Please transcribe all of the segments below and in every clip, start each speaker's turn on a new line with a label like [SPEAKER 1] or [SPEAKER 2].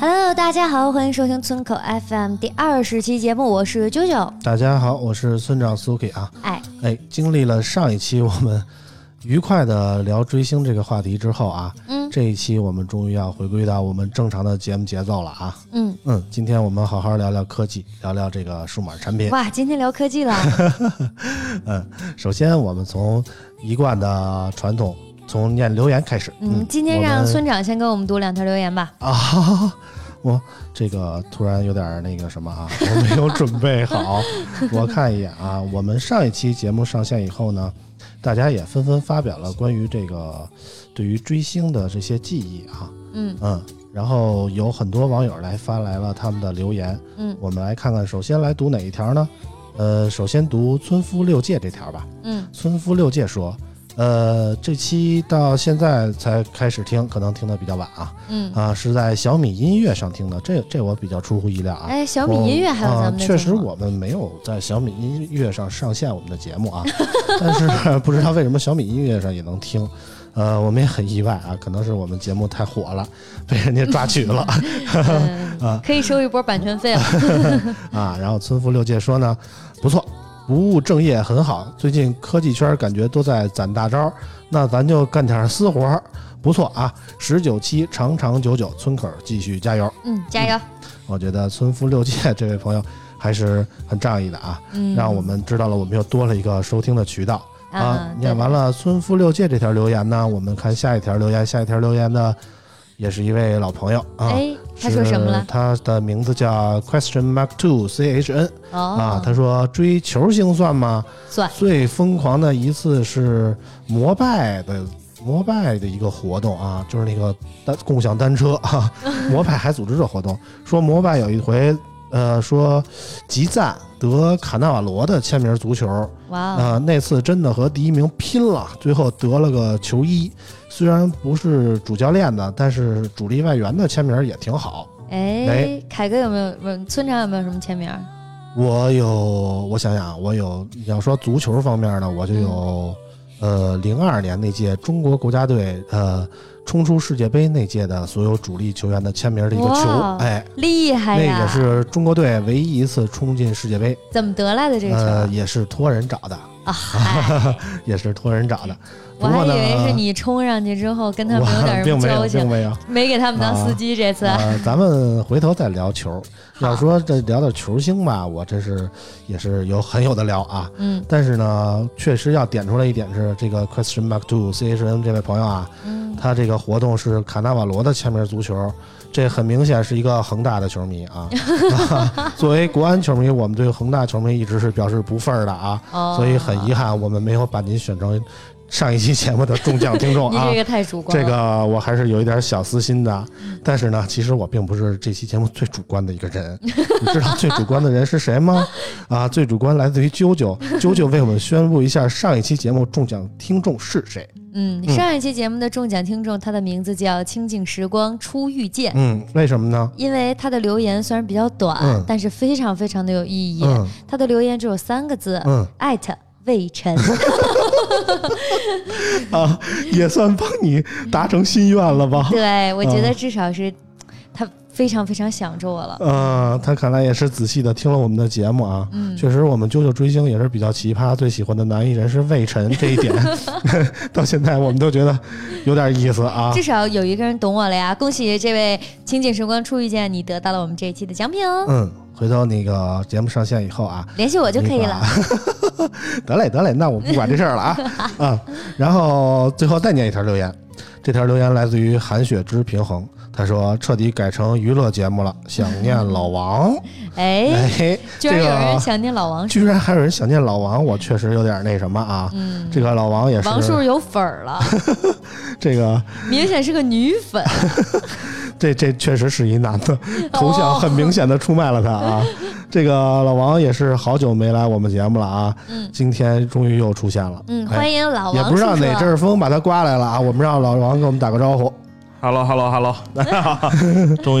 [SPEAKER 1] Hello，大家好，欢迎收听村口 FM 第二十期节目，我是啾啾。
[SPEAKER 2] 大家好，我是村长 Suki 啊。
[SPEAKER 1] 哎，
[SPEAKER 2] 哎，经历了上一期我们愉快的聊追星这个话题之后啊，
[SPEAKER 1] 嗯
[SPEAKER 2] 这一期我们终于要回归到我们正常的节目节奏了啊。
[SPEAKER 1] 嗯，
[SPEAKER 2] 嗯，今天我们好好聊聊科技，聊聊这个数码产品。
[SPEAKER 1] 哇，今天聊 科技了，
[SPEAKER 2] 嗯首先，我们从一贯的传统，从念留言开始。
[SPEAKER 1] 嗯，今天
[SPEAKER 2] 我
[SPEAKER 1] 让
[SPEAKER 2] 们
[SPEAKER 1] 村长先给我们读两条留言吧。
[SPEAKER 2] 啊，我这个突然有点那个什么啊， 我没有准备好。 我看一眼啊，我们上一期节目上线以后呢，大家也纷纷发表了关于这个对于追星的这些记忆啊，
[SPEAKER 1] 嗯
[SPEAKER 2] 嗯，然后有很多网友来发来了他们的留言，
[SPEAKER 1] 嗯
[SPEAKER 2] 我们来看看，首先来读哪一条呢？呃，首先读村夫六界这条吧。
[SPEAKER 1] 嗯，
[SPEAKER 2] 村夫六界说，呃，这期到现在才开始听，可能听的比较晚啊。
[SPEAKER 1] 嗯
[SPEAKER 2] 啊，是在小米音乐上听的，这这我比较出乎意料啊。
[SPEAKER 1] 哎，小米音乐还有
[SPEAKER 2] 我
[SPEAKER 1] 咱们
[SPEAKER 2] 啊
[SPEAKER 1] 的节目、
[SPEAKER 2] 确实我们没有在小米音乐上上线我们的节目啊， 但是不知道为什么小米音乐上也能听。呃，我们也很意外啊，可能是我们节目太火了，被人家抓取了
[SPEAKER 1] 嗯
[SPEAKER 2] 啊
[SPEAKER 1] 可以收一波版权费了。
[SPEAKER 2] 啊。然后村夫六界说呢，不错，不务正业很好。最近科技圈感觉都在攒大招儿，那咱就干点私活儿，不错啊。十九期长长久久，村口儿继续加油。
[SPEAKER 1] 嗯，加油。
[SPEAKER 2] 我觉得村夫六界 这位朋友还是很仗义的啊，
[SPEAKER 1] 嗯，
[SPEAKER 2] 让我们知道了我们又多了一个收听的渠道啊
[SPEAKER 1] 啊。
[SPEAKER 2] 念完
[SPEAKER 1] 了。
[SPEAKER 2] 了村夫六界这条留言呢，我们看下一条留言，下一条留言呢也是一位老朋友啊。
[SPEAKER 1] 哎，他说什么
[SPEAKER 2] 是
[SPEAKER 1] 了？
[SPEAKER 2] 他的名字叫 Question Mark Two C H N
[SPEAKER 1] 哦，
[SPEAKER 2] 啊，他说追球星算吗？
[SPEAKER 1] 算
[SPEAKER 2] 最疯狂的一次是摩拜的摩拜的一个活动啊，就是那个单共享单车啊， 摩拜还组织这活动，说摩拜有一回，呃，说集赞得卡纳瓦罗的签名足球，
[SPEAKER 1] 哇哦，
[SPEAKER 2] 啊，那次真的和第一名拼了，最后得了个球衣，虽然不是主教练的，但是主力外援的签名也挺好。
[SPEAKER 1] 哎
[SPEAKER 2] 哎，
[SPEAKER 1] 凯哥有没有？不，村长有没有什么签名？
[SPEAKER 2] 我有，我想想啊，我有，你要说足球方面呢，我就有，
[SPEAKER 1] 嗯
[SPEAKER 2] 呃，零二年那届中国国家队，呃，冲出世界杯那届的所有主力球员的签名的一个球
[SPEAKER 1] 哇，
[SPEAKER 2] 哎，
[SPEAKER 1] 厉害
[SPEAKER 2] 那
[SPEAKER 1] 呀！
[SPEAKER 2] 个是中国队唯一一次冲进世界杯，
[SPEAKER 1] 怎么得来的这个球哎
[SPEAKER 2] 呃，
[SPEAKER 1] 啊？
[SPEAKER 2] 也是托人找的，
[SPEAKER 1] 嗨，
[SPEAKER 2] 也是托人 找的。
[SPEAKER 1] 我
[SPEAKER 2] 不
[SPEAKER 1] 还
[SPEAKER 2] 过
[SPEAKER 1] 以
[SPEAKER 2] 呢
[SPEAKER 1] 为是你冲上去之后跟他们有点
[SPEAKER 2] 我
[SPEAKER 1] 什
[SPEAKER 2] 并
[SPEAKER 1] 么
[SPEAKER 2] 没
[SPEAKER 1] 交
[SPEAKER 2] 有，
[SPEAKER 1] 情
[SPEAKER 2] 并，没 有。
[SPEAKER 1] 没给他们当司机这次。
[SPEAKER 2] 呃，咱们回头再聊球。
[SPEAKER 1] 好
[SPEAKER 2] 要说这聊到球星吧，我真是也是有很有的聊啊。
[SPEAKER 1] 嗯
[SPEAKER 2] 但是呢，确实要点出来一点是，这个 Question Mark Two C H N 这位朋友啊，
[SPEAKER 1] 嗯，
[SPEAKER 2] 他这个活动是卡纳瓦罗的签名足球，这很明显是一个恒大的球迷啊。 作为国安球迷，我们对恒大球迷一直是表示不忿儿的啊，
[SPEAKER 1] 哦，
[SPEAKER 2] 所以很遗憾，我们没有把您选成上一期节目的中奖听众
[SPEAKER 1] 你
[SPEAKER 2] 啊
[SPEAKER 1] 这。个太主观
[SPEAKER 2] 这
[SPEAKER 1] 了。嗯
[SPEAKER 2] 个我还是有一点小私心的，但是呢，其实我并不是这期节目最主观的一个 人。你知道最主观的人是谁吗？啊，最主观来自于啾啾，啾啾为我们宣布一下上一期节目中奖听众是谁。
[SPEAKER 1] 嗯，
[SPEAKER 2] 嗯
[SPEAKER 1] 上一期节目的中奖听众，他的名字叫清净时光初遇见。
[SPEAKER 2] 嗯，为什么呢？
[SPEAKER 1] 因为他的留言虽然比较短，
[SPEAKER 2] 嗯
[SPEAKER 1] 但是非常非常的有意义。
[SPEAKER 2] 嗯
[SPEAKER 1] 他的留言只有三个字
[SPEAKER 2] 嗯
[SPEAKER 1] 艾特 魏晨。
[SPEAKER 2] 啊，也算帮你达成心愿了吧？
[SPEAKER 1] 对，我觉
[SPEAKER 2] 嗯
[SPEAKER 1] 得至少是他非常非常想着我了。
[SPEAKER 2] 呃，他看来也是仔细的听了我们的节目啊。
[SPEAKER 1] 嗯
[SPEAKER 2] 确实，我们啾啾追星也是比较奇葩，最喜欢的男艺人是魏晨，这一 点 到现在我们都觉得有点意思啊。
[SPEAKER 1] 至少有一个人懂我了呀！恭喜这位清净时光初遇见，你得到了我们这一期的奖品 哦。
[SPEAKER 2] 嗯，回头那个节目上线以后啊，
[SPEAKER 1] 联系我就可以了。
[SPEAKER 2] 得嘞得嘞，那我不管这事儿了啊 啊！然后最后再念一条留言，这条留言来自于韩雪之平衡，他说彻底改成娱乐节目了，想念老王。
[SPEAKER 3] 哎，
[SPEAKER 2] 哎，这
[SPEAKER 3] 居然有人
[SPEAKER 2] 个
[SPEAKER 3] 想念老王，
[SPEAKER 2] 居然还有人想念老王，我确实有点那什么啊。
[SPEAKER 3] 嗯，
[SPEAKER 2] 这个老王也是
[SPEAKER 3] 王叔叔有粉 儿了，
[SPEAKER 2] 这个
[SPEAKER 3] 明显是个女粉。
[SPEAKER 2] 这这确实是一男 的，头像
[SPEAKER 3] 哦
[SPEAKER 2] 很明显的出卖了他 啊。这个老王也是好久没来我们节目了啊，
[SPEAKER 3] 嗯
[SPEAKER 2] 今天终于又出现了。
[SPEAKER 3] 嗯，
[SPEAKER 2] 哎
[SPEAKER 3] 欢迎老
[SPEAKER 2] 也
[SPEAKER 3] 王
[SPEAKER 2] 不
[SPEAKER 3] 叔
[SPEAKER 2] 知
[SPEAKER 3] 叔
[SPEAKER 2] 道
[SPEAKER 3] 啊。
[SPEAKER 2] 哪阵风把他刮来了啊！我们让老王给我们打个招呼
[SPEAKER 4] Hello Hello Hello，终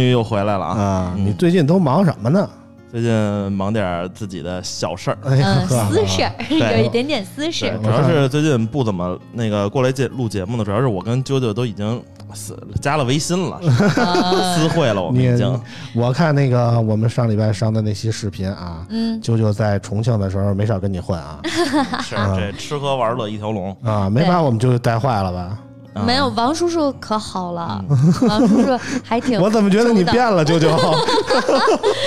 [SPEAKER 4] 于又回来了啊！
[SPEAKER 2] 啊！
[SPEAKER 4] 嗯
[SPEAKER 2] 你最近都忙什么呢？
[SPEAKER 4] 最近忙点儿自己的小事儿，
[SPEAKER 2] 哎呀
[SPEAKER 3] 嗯，，私事
[SPEAKER 2] 啊
[SPEAKER 3] 儿，有
[SPEAKER 4] 对
[SPEAKER 3] 一点点私事
[SPEAKER 4] 对
[SPEAKER 3] 儿。
[SPEAKER 4] 主要是最近不怎么那个过来节录节目呢，主要是我跟啾啾都已经私加了微 信了，
[SPEAKER 3] 啊
[SPEAKER 4] 私会了，我们
[SPEAKER 2] 你
[SPEAKER 4] 已经。
[SPEAKER 2] 我看那个我们上礼拜上的那期视频啊，
[SPEAKER 3] 嗯，
[SPEAKER 2] 啾啾在重庆的时候没少跟你混 啊
[SPEAKER 4] 是这吃喝玩乐一条龙，
[SPEAKER 2] 啊，没把我们啾啾带坏了吧？
[SPEAKER 4] 啊
[SPEAKER 3] 没有，王叔叔可好了，王叔叔还挺
[SPEAKER 2] 嗯 我怎么觉得你
[SPEAKER 3] 周到
[SPEAKER 2] 变 了，啾啾？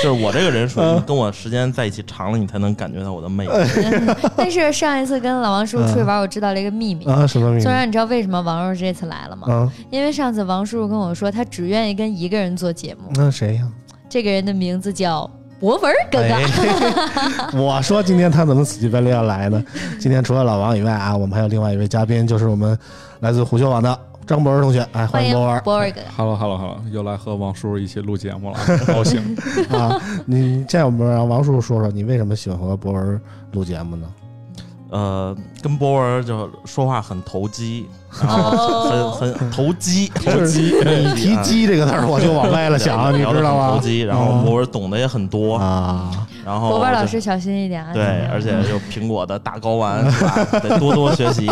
[SPEAKER 4] 就是我这个人属于
[SPEAKER 2] 嗯
[SPEAKER 4] 你跟我时间在一起长了，你才能感觉到我的魅力。
[SPEAKER 2] 啊
[SPEAKER 3] 但是上一次跟老王叔叔出去玩，我知道了一个秘密。
[SPEAKER 2] 啊，什么名
[SPEAKER 3] 虽
[SPEAKER 2] 字？
[SPEAKER 3] 然你知道为什么王叔叔这次来了吗？
[SPEAKER 2] 啊，
[SPEAKER 3] 因为上次王叔叔跟我说，他只愿意跟一个人做节目，
[SPEAKER 2] 那谁呀？
[SPEAKER 3] 这个人的名字叫博文哥哥。
[SPEAKER 2] 哎 我说今天他怎么死乞白赖要来呢？今天除了老王以外啊，我们还有另外一位嘉宾，就是我们来自虎嗅网的张博文同学。哎，
[SPEAKER 3] 欢
[SPEAKER 2] 迎
[SPEAKER 3] 迎
[SPEAKER 2] 博文。
[SPEAKER 3] 博文哥哥。
[SPEAKER 5] Hello Hello Hello，又来和王叔叔一起录节目了，高兴。
[SPEAKER 2] 啊，你你这样，我们让王叔叔说说，你为什么喜欢和博文录节目呢？
[SPEAKER 4] 呃，跟博文就说话很投机，然后
[SPEAKER 3] 哦
[SPEAKER 4] 很很投机，
[SPEAKER 2] 就
[SPEAKER 4] 投
[SPEAKER 2] 是
[SPEAKER 4] 机，
[SPEAKER 2] 你提
[SPEAKER 4] 啊
[SPEAKER 2] 鸡这个字儿，我就往歪了想，啊你
[SPEAKER 4] 聊得
[SPEAKER 2] 知道吗
[SPEAKER 4] 很投？机，然后
[SPEAKER 2] 嗯
[SPEAKER 4] 博文懂得也很多，
[SPEAKER 2] 啊，
[SPEAKER 4] 然后
[SPEAKER 3] 博文
[SPEAKER 4] 就
[SPEAKER 3] 老师小心一点啊！
[SPEAKER 4] 对，而且
[SPEAKER 1] 嗯
[SPEAKER 4] 就苹果的大睾丸是吧？得多多学习。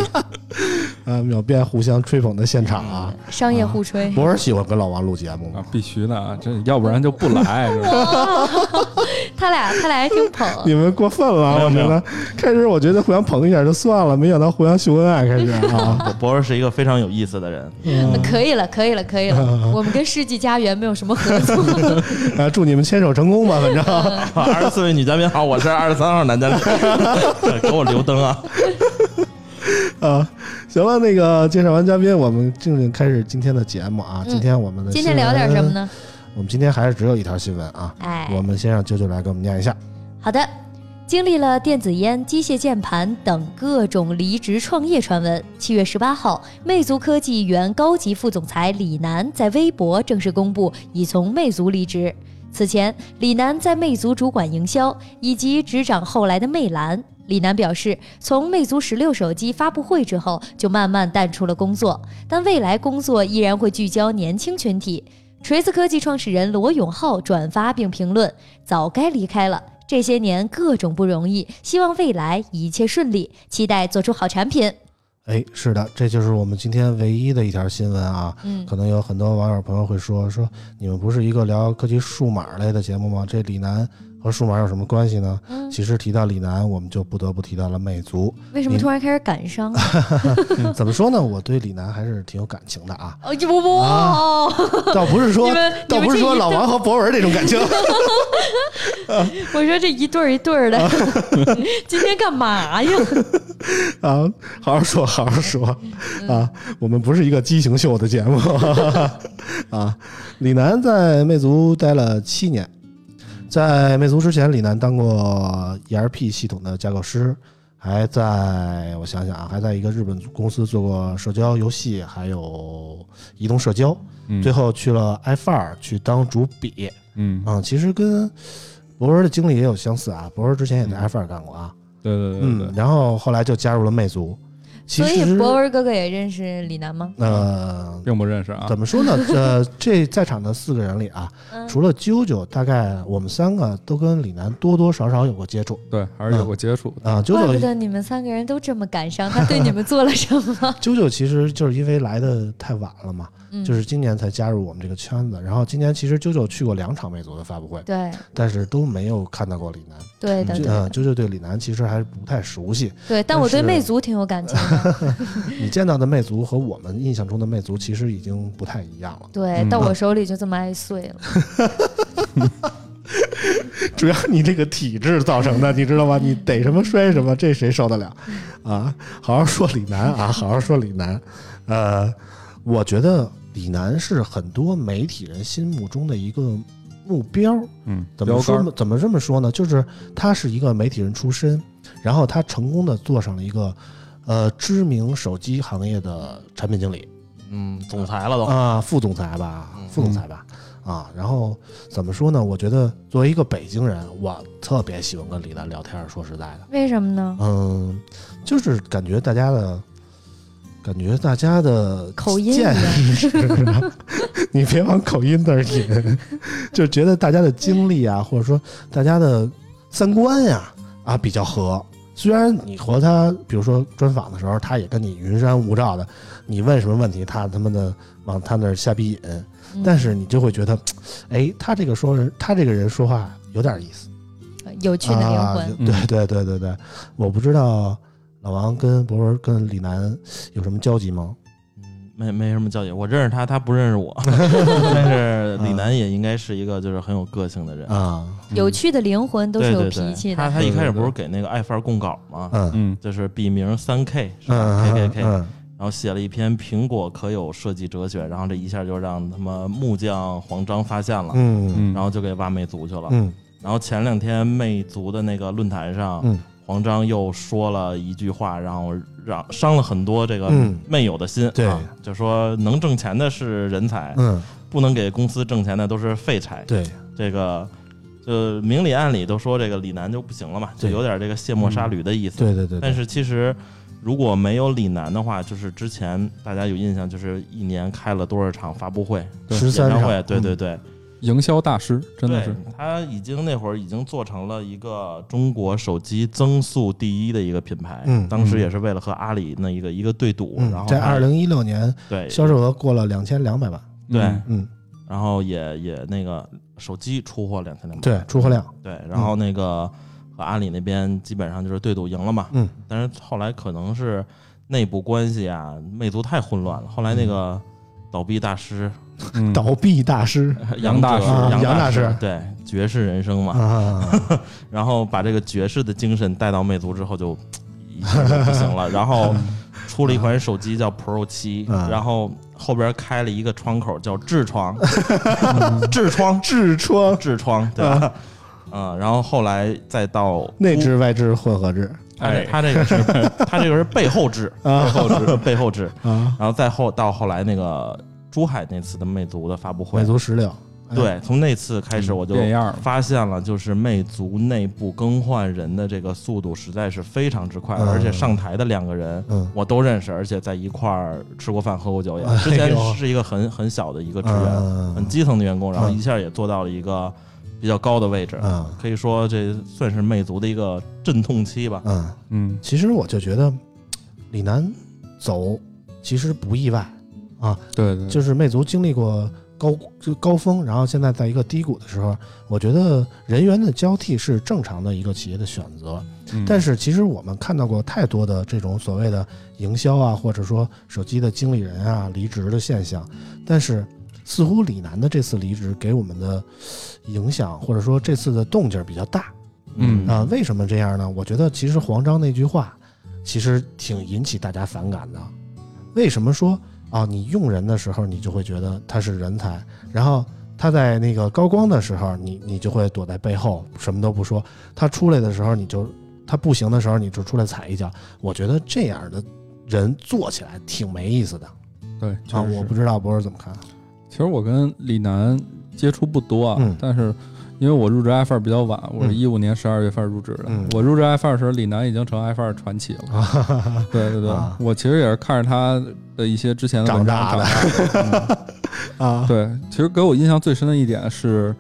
[SPEAKER 2] 呃，秒变互相吹捧的现场啊，
[SPEAKER 4] 嗯
[SPEAKER 3] 商业互吹。
[SPEAKER 2] 博文喜欢跟老王录节目吗
[SPEAKER 5] 啊？，必须的，啊，这要不然就不来。是吧
[SPEAKER 3] 他俩他俩还挺捧。
[SPEAKER 2] 你们过分了啊，我
[SPEAKER 4] 没
[SPEAKER 2] 觉
[SPEAKER 4] 有没
[SPEAKER 2] 得开始我觉得互相捧一下就算了，没想到互相秀恩爱开始啊。
[SPEAKER 4] 博博是一个非常有意思 的人，
[SPEAKER 3] 可以了，可以了，可以了。我们跟世纪佳缘没有什么合作。
[SPEAKER 2] 啊，祝你们牵手成功吧，反正
[SPEAKER 3] 嗯
[SPEAKER 4] 二十四位女嘉宾好，我是二十三号男嘉宾， 给我留灯啊！
[SPEAKER 2] 啊， 行了，那个介绍完嘉宾，我们正式开始今天的节目啊。
[SPEAKER 3] 嗯
[SPEAKER 2] 今天我们的
[SPEAKER 3] 今天聊点什么？呢？
[SPEAKER 2] 我们今天还是只有一条新闻啊。
[SPEAKER 3] 哎，
[SPEAKER 2] 我们先让啾啾来给我们念一下。
[SPEAKER 3] 好的，经历了电子烟、机械键盘等各种离职创业传闻，七月十八号，魅族科技原高级副总裁李楠在微博正式公布已从魅族离职。此前，李楠在魅族主管营销以及执掌后来的魅蓝。李楠表示，从魅族十六手机发布会之后，就慢慢淡出了工作，但未来工作依然会聚焦年轻群体。锤子科技创始人罗永浩转发并评论：“早该离开了。这些年各种不容易，希望未来一切顺利，期待做出好产品。
[SPEAKER 2] 哎，是的，这就是我们今天唯一的一条新闻啊。
[SPEAKER 3] 嗯
[SPEAKER 2] 可能有很多网友朋友会说说，你们不是一个聊科技数码类的节目吗？这李楠和数码有什么关系呢？
[SPEAKER 3] 嗯，
[SPEAKER 2] 其实提到李楠，我们就不得不提到了魅族。
[SPEAKER 3] 为什么
[SPEAKER 2] 您
[SPEAKER 3] 突然开始感伤？啊 嗯
[SPEAKER 2] 怎么说呢？我对李楠还是挺有感情的 啊，
[SPEAKER 3] 哦，不不，
[SPEAKER 2] 啊
[SPEAKER 3] 哦
[SPEAKER 2] 倒不是说
[SPEAKER 3] 你们，
[SPEAKER 2] 倒不是说老王和博文这种感 情。
[SPEAKER 3] 我说这一对儿一对儿 的，今天干嘛呀？
[SPEAKER 2] 啊，好好说，好好说啊！我们不是一个畸形秀的节目 啊。李楠在魅族待了七年，在魅族之前，李楠当过 ERP 系统的架构师，还在我想想啊，还在一个日本公司做过社交游戏，还有移动社交，
[SPEAKER 5] 嗯
[SPEAKER 2] 最后去了 F 二去当主笔
[SPEAKER 5] 嗯，
[SPEAKER 2] 啊。其实跟博文的经历也有相似啊，博文之前也在 F 二干过啊。
[SPEAKER 5] 对对对对
[SPEAKER 2] 嗯，，然后后来就加入了魅族。其
[SPEAKER 3] 所以
[SPEAKER 2] 实，
[SPEAKER 3] 博文哥哥也认识李楠吗？
[SPEAKER 2] 呃，
[SPEAKER 5] 并不认识啊。
[SPEAKER 2] 怎么说呢？ 呃，这在场的四个人里啊，
[SPEAKER 3] 嗯
[SPEAKER 2] 除了啾啾，大概我们三个都跟李楠多多少少有过接触
[SPEAKER 5] 对，还是有过接触的。
[SPEAKER 2] 啊。啾
[SPEAKER 3] 嗯怪不
[SPEAKER 2] 啾，
[SPEAKER 3] 得你们三个人都这么感伤，他对你们做了 什么？
[SPEAKER 2] 啾啾其实就是因为来的太晚了嘛，
[SPEAKER 3] 嗯
[SPEAKER 2] 就是今年才加入我们这个圈子。然后今年其实啾啾去过两场魅族的发布会，
[SPEAKER 3] 对
[SPEAKER 2] 但是都没有看到过李楠。
[SPEAKER 3] 对的，对
[SPEAKER 2] 嗯，
[SPEAKER 3] 的
[SPEAKER 2] 啾啾对李楠其实还不太熟悉。
[SPEAKER 3] 对，但我对
[SPEAKER 2] 是
[SPEAKER 3] 魅族挺有感 情的。
[SPEAKER 2] 你见到的魅族和我们印象中的魅族其实已经不太一样了。
[SPEAKER 3] 对，
[SPEAKER 5] 嗯
[SPEAKER 3] 到
[SPEAKER 2] 啊
[SPEAKER 3] 我手里就这么爱碎了。
[SPEAKER 2] 主要你这个体质造成 的，你知道吗？你逮什么摔什么，这谁受得了
[SPEAKER 5] 嗯
[SPEAKER 2] 啊？好好说李楠啊，好好说李楠。呃，我觉得李楠是很多媒体人心目中的一个目标。
[SPEAKER 5] 嗯，
[SPEAKER 2] 怎么
[SPEAKER 5] 标
[SPEAKER 2] 说
[SPEAKER 5] 杆
[SPEAKER 2] 呢
[SPEAKER 5] 儿？
[SPEAKER 2] 怎么这么说呢？就是他是一个媒体人出身，然后他成功的做上了一个呃知名手机行业的产品经理
[SPEAKER 4] 嗯，总裁了都。
[SPEAKER 2] 啊、副总裁吧
[SPEAKER 4] 嗯，
[SPEAKER 2] 副总裁吧。啊，然后怎么说呢？我觉得作为一个北京人，我特别喜欢跟李楠聊天儿。说实在的，
[SPEAKER 1] 为什么呢？
[SPEAKER 2] 嗯，就是感觉大家的，感觉大家的
[SPEAKER 1] 口音一
[SPEAKER 2] 见
[SPEAKER 1] 样
[SPEAKER 2] 识啊， 你别往口音那儿引，就觉得大家的经历啊，或者说大家的三观呀啊比较合。虽然你和他，比如说专访的时候，他也跟你云山雾罩的，你问什么问题，他他妈的往他那儿瞎逼引，
[SPEAKER 1] 嗯
[SPEAKER 2] 但是你就会觉得，哎，他这个说人，他这个人说话有点意思。
[SPEAKER 1] 有趣的灵魂，
[SPEAKER 2] 啊、对对对对对，我不知道老王跟博博跟李楠有什么交集吗？
[SPEAKER 4] 嗯没没什么交集，我认识他，他不认识我。 但是李楠也应该是一个就是很有个性的人，
[SPEAKER 2] 啊，
[SPEAKER 5] 嗯
[SPEAKER 1] 有趣的灵魂嗯都是
[SPEAKER 4] 对
[SPEAKER 1] 有
[SPEAKER 4] 对
[SPEAKER 1] 脾气的
[SPEAKER 4] 对。他。他一开
[SPEAKER 5] 对
[SPEAKER 4] 始
[SPEAKER 5] 对对
[SPEAKER 4] 不是给那个爱范儿供稿吗？
[SPEAKER 2] 嗯
[SPEAKER 5] 嗯
[SPEAKER 4] 就是笔名三 K
[SPEAKER 2] 嗯
[SPEAKER 4] 是吧？K
[SPEAKER 2] 嗯
[SPEAKER 4] K K，
[SPEAKER 2] 嗯
[SPEAKER 4] 然后写了一篇《苹果可有设计哲学》，然后这一下就让他们木匠黄章发现了，
[SPEAKER 2] 嗯
[SPEAKER 5] 嗯，
[SPEAKER 4] 然后就给挖魅族去了。
[SPEAKER 2] 嗯
[SPEAKER 4] 然后前两天魅族的那个论坛上，
[SPEAKER 2] 嗯
[SPEAKER 4] 黄章又说了一句话，然后让伤了很多这个
[SPEAKER 2] 嗯
[SPEAKER 4] 魅友的心。
[SPEAKER 2] 对
[SPEAKER 4] 啊，就说能挣钱的是人才，
[SPEAKER 2] 嗯，
[SPEAKER 4] 不能给公司挣钱的都是废柴。
[SPEAKER 2] 对，
[SPEAKER 4] 这个。就明里暗里都说这个李楠就不行了嘛，就
[SPEAKER 2] 对嗯
[SPEAKER 4] 有点这个卸磨杀驴的意思。
[SPEAKER 2] 对对对，
[SPEAKER 4] 但
[SPEAKER 2] 是
[SPEAKER 4] 是其实如果没有李楠的话，就是之前大家有印象，就是一年开了多少场发布会、
[SPEAKER 2] 十
[SPEAKER 4] 演
[SPEAKER 2] 三
[SPEAKER 4] 唱
[SPEAKER 2] 场
[SPEAKER 4] 会，对
[SPEAKER 2] 嗯
[SPEAKER 4] 对对，
[SPEAKER 5] 营销大师真的
[SPEAKER 4] 对
[SPEAKER 5] 是，
[SPEAKER 4] 他已经那会儿已经做成了一个中国手机增速第一的一个品牌，
[SPEAKER 2] 嗯
[SPEAKER 4] 当时也是为了和阿里那一个一个对赌，
[SPEAKER 2] 嗯，
[SPEAKER 4] 然后哎
[SPEAKER 2] 在
[SPEAKER 4] 阿
[SPEAKER 2] 二
[SPEAKER 4] 里
[SPEAKER 2] 零一六年
[SPEAKER 4] 对
[SPEAKER 2] 销售额过了两千两百万，
[SPEAKER 4] 对
[SPEAKER 5] 嗯
[SPEAKER 2] 嗯，
[SPEAKER 4] 然后也也那个手机出货两千两百，
[SPEAKER 2] 对，出货量，
[SPEAKER 4] 对，然后那个和阿里那边基本上就是对赌赢了嘛，
[SPEAKER 2] 嗯，
[SPEAKER 4] 但是后来可能是内部关系啊，魅族太混乱了，后来那个倒闭大师
[SPEAKER 5] 嗯
[SPEAKER 2] 倒闭大师
[SPEAKER 5] 杨大
[SPEAKER 4] 哲
[SPEAKER 5] 师
[SPEAKER 2] 啊
[SPEAKER 4] 杨
[SPEAKER 2] 杨大
[SPEAKER 4] 师
[SPEAKER 2] 师
[SPEAKER 4] 对绝世人生嘛，
[SPEAKER 2] 啊，
[SPEAKER 4] 然后把这个爵士的精神带到魅族之后 就一下就不行了，然 后出了一款手机叫 Pro 七，
[SPEAKER 2] 啊
[SPEAKER 4] 然后后边开了一个窗口叫痔疮， 痔疮
[SPEAKER 2] 痔疮
[SPEAKER 4] 痔疮对吧？嗯，然后后来再到
[SPEAKER 2] 内
[SPEAKER 4] 痔，哎
[SPEAKER 2] 痔外痔混合痔
[SPEAKER 4] 他这他这个 是他这个是背后痔，背后 痔背后痔，
[SPEAKER 2] 啊，
[SPEAKER 4] 然后再后到后来那个珠海那次的魅族嗯的发布会
[SPEAKER 2] 满，足十六，哎，
[SPEAKER 4] 对，从那次开始我就
[SPEAKER 5] 变嗯样儿了
[SPEAKER 4] 发现了，就是魅族内部更换人的这个速度实在是非常之快，
[SPEAKER 2] 嗯
[SPEAKER 4] 而且上台的两个人
[SPEAKER 2] 嗯
[SPEAKER 4] 我都认识，而且在一块儿吃过饭、喝过酒也。
[SPEAKER 2] 哎呦
[SPEAKER 4] 之前是一个很很小的一个职员，很
[SPEAKER 2] 嗯
[SPEAKER 4] 基层的员工，然后
[SPEAKER 2] 嗯
[SPEAKER 4] 一下也做到了一个比较高的位置，
[SPEAKER 2] 嗯
[SPEAKER 4] 可以说这算是魅族的一个阵痛期吧。
[SPEAKER 2] 嗯。
[SPEAKER 5] 嗯
[SPEAKER 2] 其实我就觉得李楠走其实不意外，
[SPEAKER 5] 对对，
[SPEAKER 2] 就是魅族经历过高就高峰，然后现在在一个低谷的时候，我觉得人员的交替是正常的一个企业的选择。但
[SPEAKER 5] 是
[SPEAKER 2] 是其实我们看到过太多的这种所谓的营销啊，或者说手机的经理人啊离职的现象，但是似乎李楠的这次离职给我们的影响或者说这次的动静儿比较大。
[SPEAKER 5] 嗯
[SPEAKER 2] 啊，为什么这样呢？我觉得其实黄章那句话，其实挺引起大家反感的。为什么说啊，你用人的时候，你就会觉得他是人才，然后他在那个高光的时候，你你就会躲在背后什么都不说；他出来的时候，你就他不行的时候，你就出来踩一脚。我觉得这样的人做起来挺没意思的
[SPEAKER 5] 对，
[SPEAKER 2] 啊！
[SPEAKER 5] 确实
[SPEAKER 2] 我
[SPEAKER 5] 是
[SPEAKER 2] 不知道博士怎么看，
[SPEAKER 5] 其实我跟李楠接触不多啊，
[SPEAKER 2] 嗯
[SPEAKER 5] 但是因为我入职 i f 比较晚，我是
[SPEAKER 2] 嗯
[SPEAKER 5] 一五年十二月份入职的。
[SPEAKER 2] 嗯
[SPEAKER 5] 我入职 i f 的时候，李楠已经成 i f 传奇了。 对对对，
[SPEAKER 2] 啊
[SPEAKER 5] 我其实也是看着他的一些之前的文章
[SPEAKER 2] 长
[SPEAKER 5] 长
[SPEAKER 2] 大
[SPEAKER 5] 大的。
[SPEAKER 2] 啊
[SPEAKER 5] 嗯， 对，其实给我印象最深的一点是，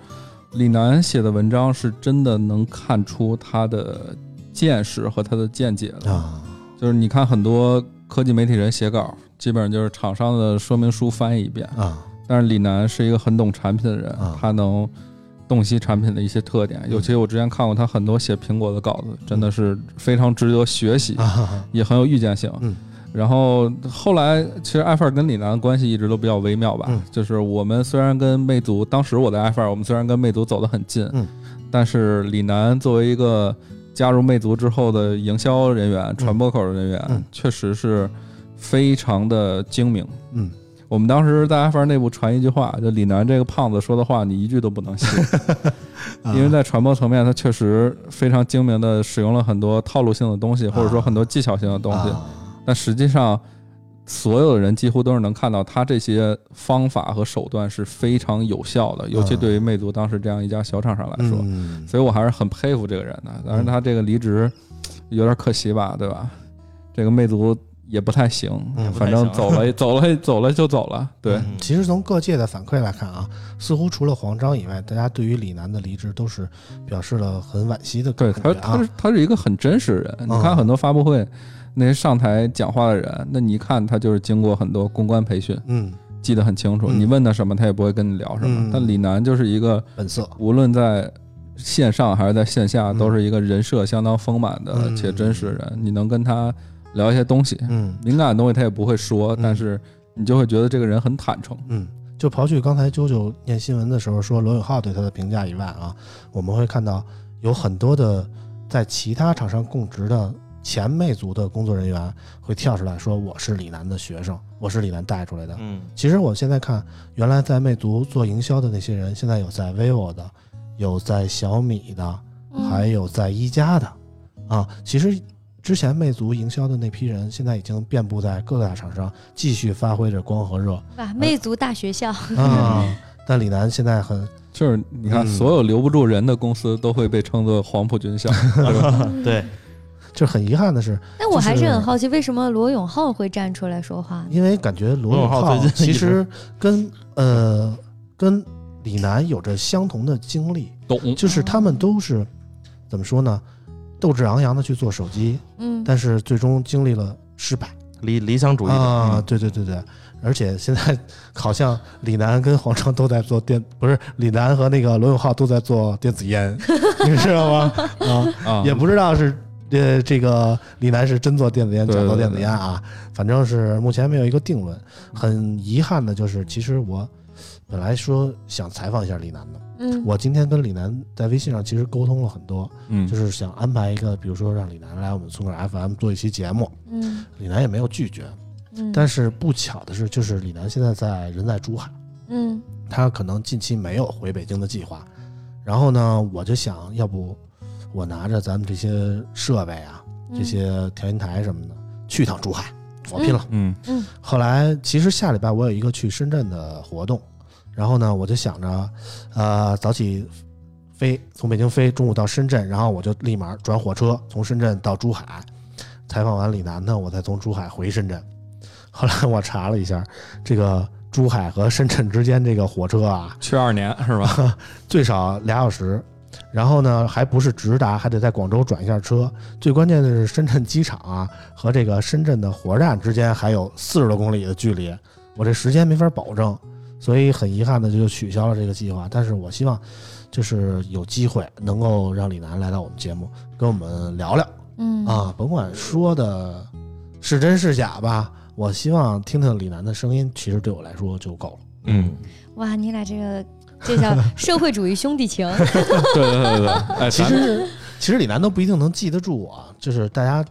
[SPEAKER 5] 李楠写的文章是真的能看出他的见识和他的见解的。
[SPEAKER 2] 啊，
[SPEAKER 5] 就是你看很多科技媒体人写稿，基本上就是厂商的说明书翻译一遍。
[SPEAKER 2] 啊，
[SPEAKER 5] 但是李楠是一个很懂产品的人，
[SPEAKER 2] 啊嗯
[SPEAKER 5] 他能洞悉产品的一些特点。尤其我之前看过他很多写苹果的稿子，真的是非常值得学习，
[SPEAKER 2] 啊
[SPEAKER 5] 也很有预见性。
[SPEAKER 2] 嗯
[SPEAKER 5] 然后后来，其实艾菲尔跟李楠的关系一直都比较微妙吧。
[SPEAKER 2] 嗯
[SPEAKER 5] 就是我们虽然跟魅族，当时我在艾菲尔，我们虽然跟魅族走得很近，
[SPEAKER 2] 嗯
[SPEAKER 5] 但是李楠作为一个加入魅族之后的营销人员、传播口的人员，
[SPEAKER 2] 嗯
[SPEAKER 5] 确实是非常的精明。
[SPEAKER 2] 嗯
[SPEAKER 5] 我们当时大家反正内部传一句话，就李楠这个胖子说的话，你一句都不能信，因为在传播层面，他确实非常精明的使用了很多套路性的东西，或者说很多技巧性的东西。
[SPEAKER 2] 啊
[SPEAKER 5] 但实际上，所有的人几乎都是能看到他这些方法和手段是非常有效的，尤其对于魅族当时这样一家小厂商来说，
[SPEAKER 2] 嗯
[SPEAKER 5] 所以我还是很佩服这个人的。当然，他这个离职有点可惜吧，对吧？这个魅族也不太行，
[SPEAKER 2] 嗯
[SPEAKER 5] 反正走了 走了走了就走了，对。
[SPEAKER 2] 嗯其实从各界的反馈来看啊，似乎除了黄章以外，大家对于李楠的离职都是表示了很惋惜的
[SPEAKER 5] 对
[SPEAKER 2] 感觉
[SPEAKER 5] 他，
[SPEAKER 2] 啊嗯
[SPEAKER 5] 他。是他是一个很真实的人。你看很多发布会，那些上台讲话的人，那你一看他就是经过很多公关培训，
[SPEAKER 2] 嗯，
[SPEAKER 5] 记得很清楚。
[SPEAKER 2] 嗯
[SPEAKER 5] 你问他什么，他也不会跟你聊什么
[SPEAKER 2] 嗯。
[SPEAKER 5] 但李楠就是一个
[SPEAKER 2] 本色，
[SPEAKER 5] 无论在线上还是在线下，
[SPEAKER 2] 嗯
[SPEAKER 5] 都是一个人设相当丰满的
[SPEAKER 2] 嗯
[SPEAKER 5] 且真实的人。你能跟他聊一些东西，
[SPEAKER 2] 嗯
[SPEAKER 5] 敏感的东西他也不会说，
[SPEAKER 2] 嗯
[SPEAKER 5] 但是你就会觉得这个人很坦诚。
[SPEAKER 2] 嗯。就刨去刚才啾啾念新闻的时候说罗永浩对他的评价以外啊，我们会看到有很多的在其他厂商供职的前魅族的工作人员会跳出来说我是李楠的学生，我是李楠带出来的。
[SPEAKER 4] 嗯
[SPEAKER 2] 其实我现在看，原来在魅族做营销的那些人，现在有在 vivo 的，有在小米的，
[SPEAKER 4] 嗯
[SPEAKER 3] 嗯
[SPEAKER 2] 还有在一加的，啊，其实之前魅族营销的那批人，现在已经遍布在各大厂商，继续发挥着光和 热
[SPEAKER 1] 哇，魅族大学校，
[SPEAKER 2] 啊。但李楠现在很
[SPEAKER 5] 就是你看，
[SPEAKER 2] 嗯
[SPEAKER 5] 所有留不住人的公司都会被称作黄埔 军校，对吧？
[SPEAKER 4] 对，
[SPEAKER 2] 就是很遗憾的是，
[SPEAKER 1] 但我还
[SPEAKER 2] 就是是
[SPEAKER 1] 很好奇，为什么罗永浩会站出来说话呢？
[SPEAKER 2] 因为感觉罗
[SPEAKER 4] 罗
[SPEAKER 2] 永
[SPEAKER 4] 永浩
[SPEAKER 2] 浩
[SPEAKER 4] 最近
[SPEAKER 2] 其
[SPEAKER 4] 一直
[SPEAKER 2] 实跟呃跟李楠有着相同的经历，
[SPEAKER 5] 懂。
[SPEAKER 2] 就是他们都是怎么说呢？斗志昂扬的去做手机，
[SPEAKER 1] 嗯，
[SPEAKER 2] 但是最终经历了失败
[SPEAKER 4] 理理想主义者
[SPEAKER 2] 啊！
[SPEAKER 4] 嗯
[SPEAKER 2] 对对对对，而且现在 好像李楠跟黄章都在做电，不是李楠和那个罗永浩都在做电子烟， 你知道吗？ 啊，
[SPEAKER 5] 啊，
[SPEAKER 2] 也不知道是呃这个李楠是真做电子烟，假
[SPEAKER 5] 对对
[SPEAKER 2] 做
[SPEAKER 5] 对
[SPEAKER 2] 电子烟啊，反正是目前没有一个定论。很遗憾的就是，其实我本来说想采访一下李楠的，
[SPEAKER 1] 嗯，
[SPEAKER 2] 我今天跟李楠在微信上其实沟通了很多，
[SPEAKER 5] 嗯
[SPEAKER 2] 就，是想安排一个，比如说让李楠来我们村口 FM 做一期节目，
[SPEAKER 1] 嗯
[SPEAKER 2] 李楠也没有拒绝。
[SPEAKER 1] 嗯，
[SPEAKER 2] 但是不巧的是，就是李楠现在在人在珠海，
[SPEAKER 1] 嗯
[SPEAKER 2] 他可能近期没有回北京的计划。然后呢，我就想要不我拿着咱们这些设备啊，
[SPEAKER 1] 嗯
[SPEAKER 2] 这些调音台什么的，去趟珠海，我拼了。
[SPEAKER 5] 嗯
[SPEAKER 1] 嗯
[SPEAKER 2] 后来其实下礼拜我有一个去深圳的活动，然后呢，我就想着，呃，早起飞从北京飞，中午到深圳，然后我就立马转火车从深圳到珠海，采访完李楠呢，我再从珠海回深圳。后来我查了一下，这个珠海和深圳之间这个火车啊，
[SPEAKER 5] 去二年是吧？
[SPEAKER 2] 最少俩小时。然后呢，还不是直达，还得在广州转一下车。最关键的是，深圳机场啊和这个深圳的火车站之间还有四十多公里的距离，我这时间没法保证，所以很遗憾的就取消了这个计划。但是我希望，就是有机会能够让李楠来到我们节目，跟我们聊聊
[SPEAKER 1] 嗯，
[SPEAKER 2] 啊，甭管说的是真是假吧，我希望听听李楠的声音，其实对我来说就够了。
[SPEAKER 4] 嗯，
[SPEAKER 1] 哇，你俩这个这叫社会主义兄 弟情，
[SPEAKER 5] 对对对对，哎，
[SPEAKER 2] 其
[SPEAKER 5] 咱
[SPEAKER 2] 实其实李楠都不一定能记得住我，就是大家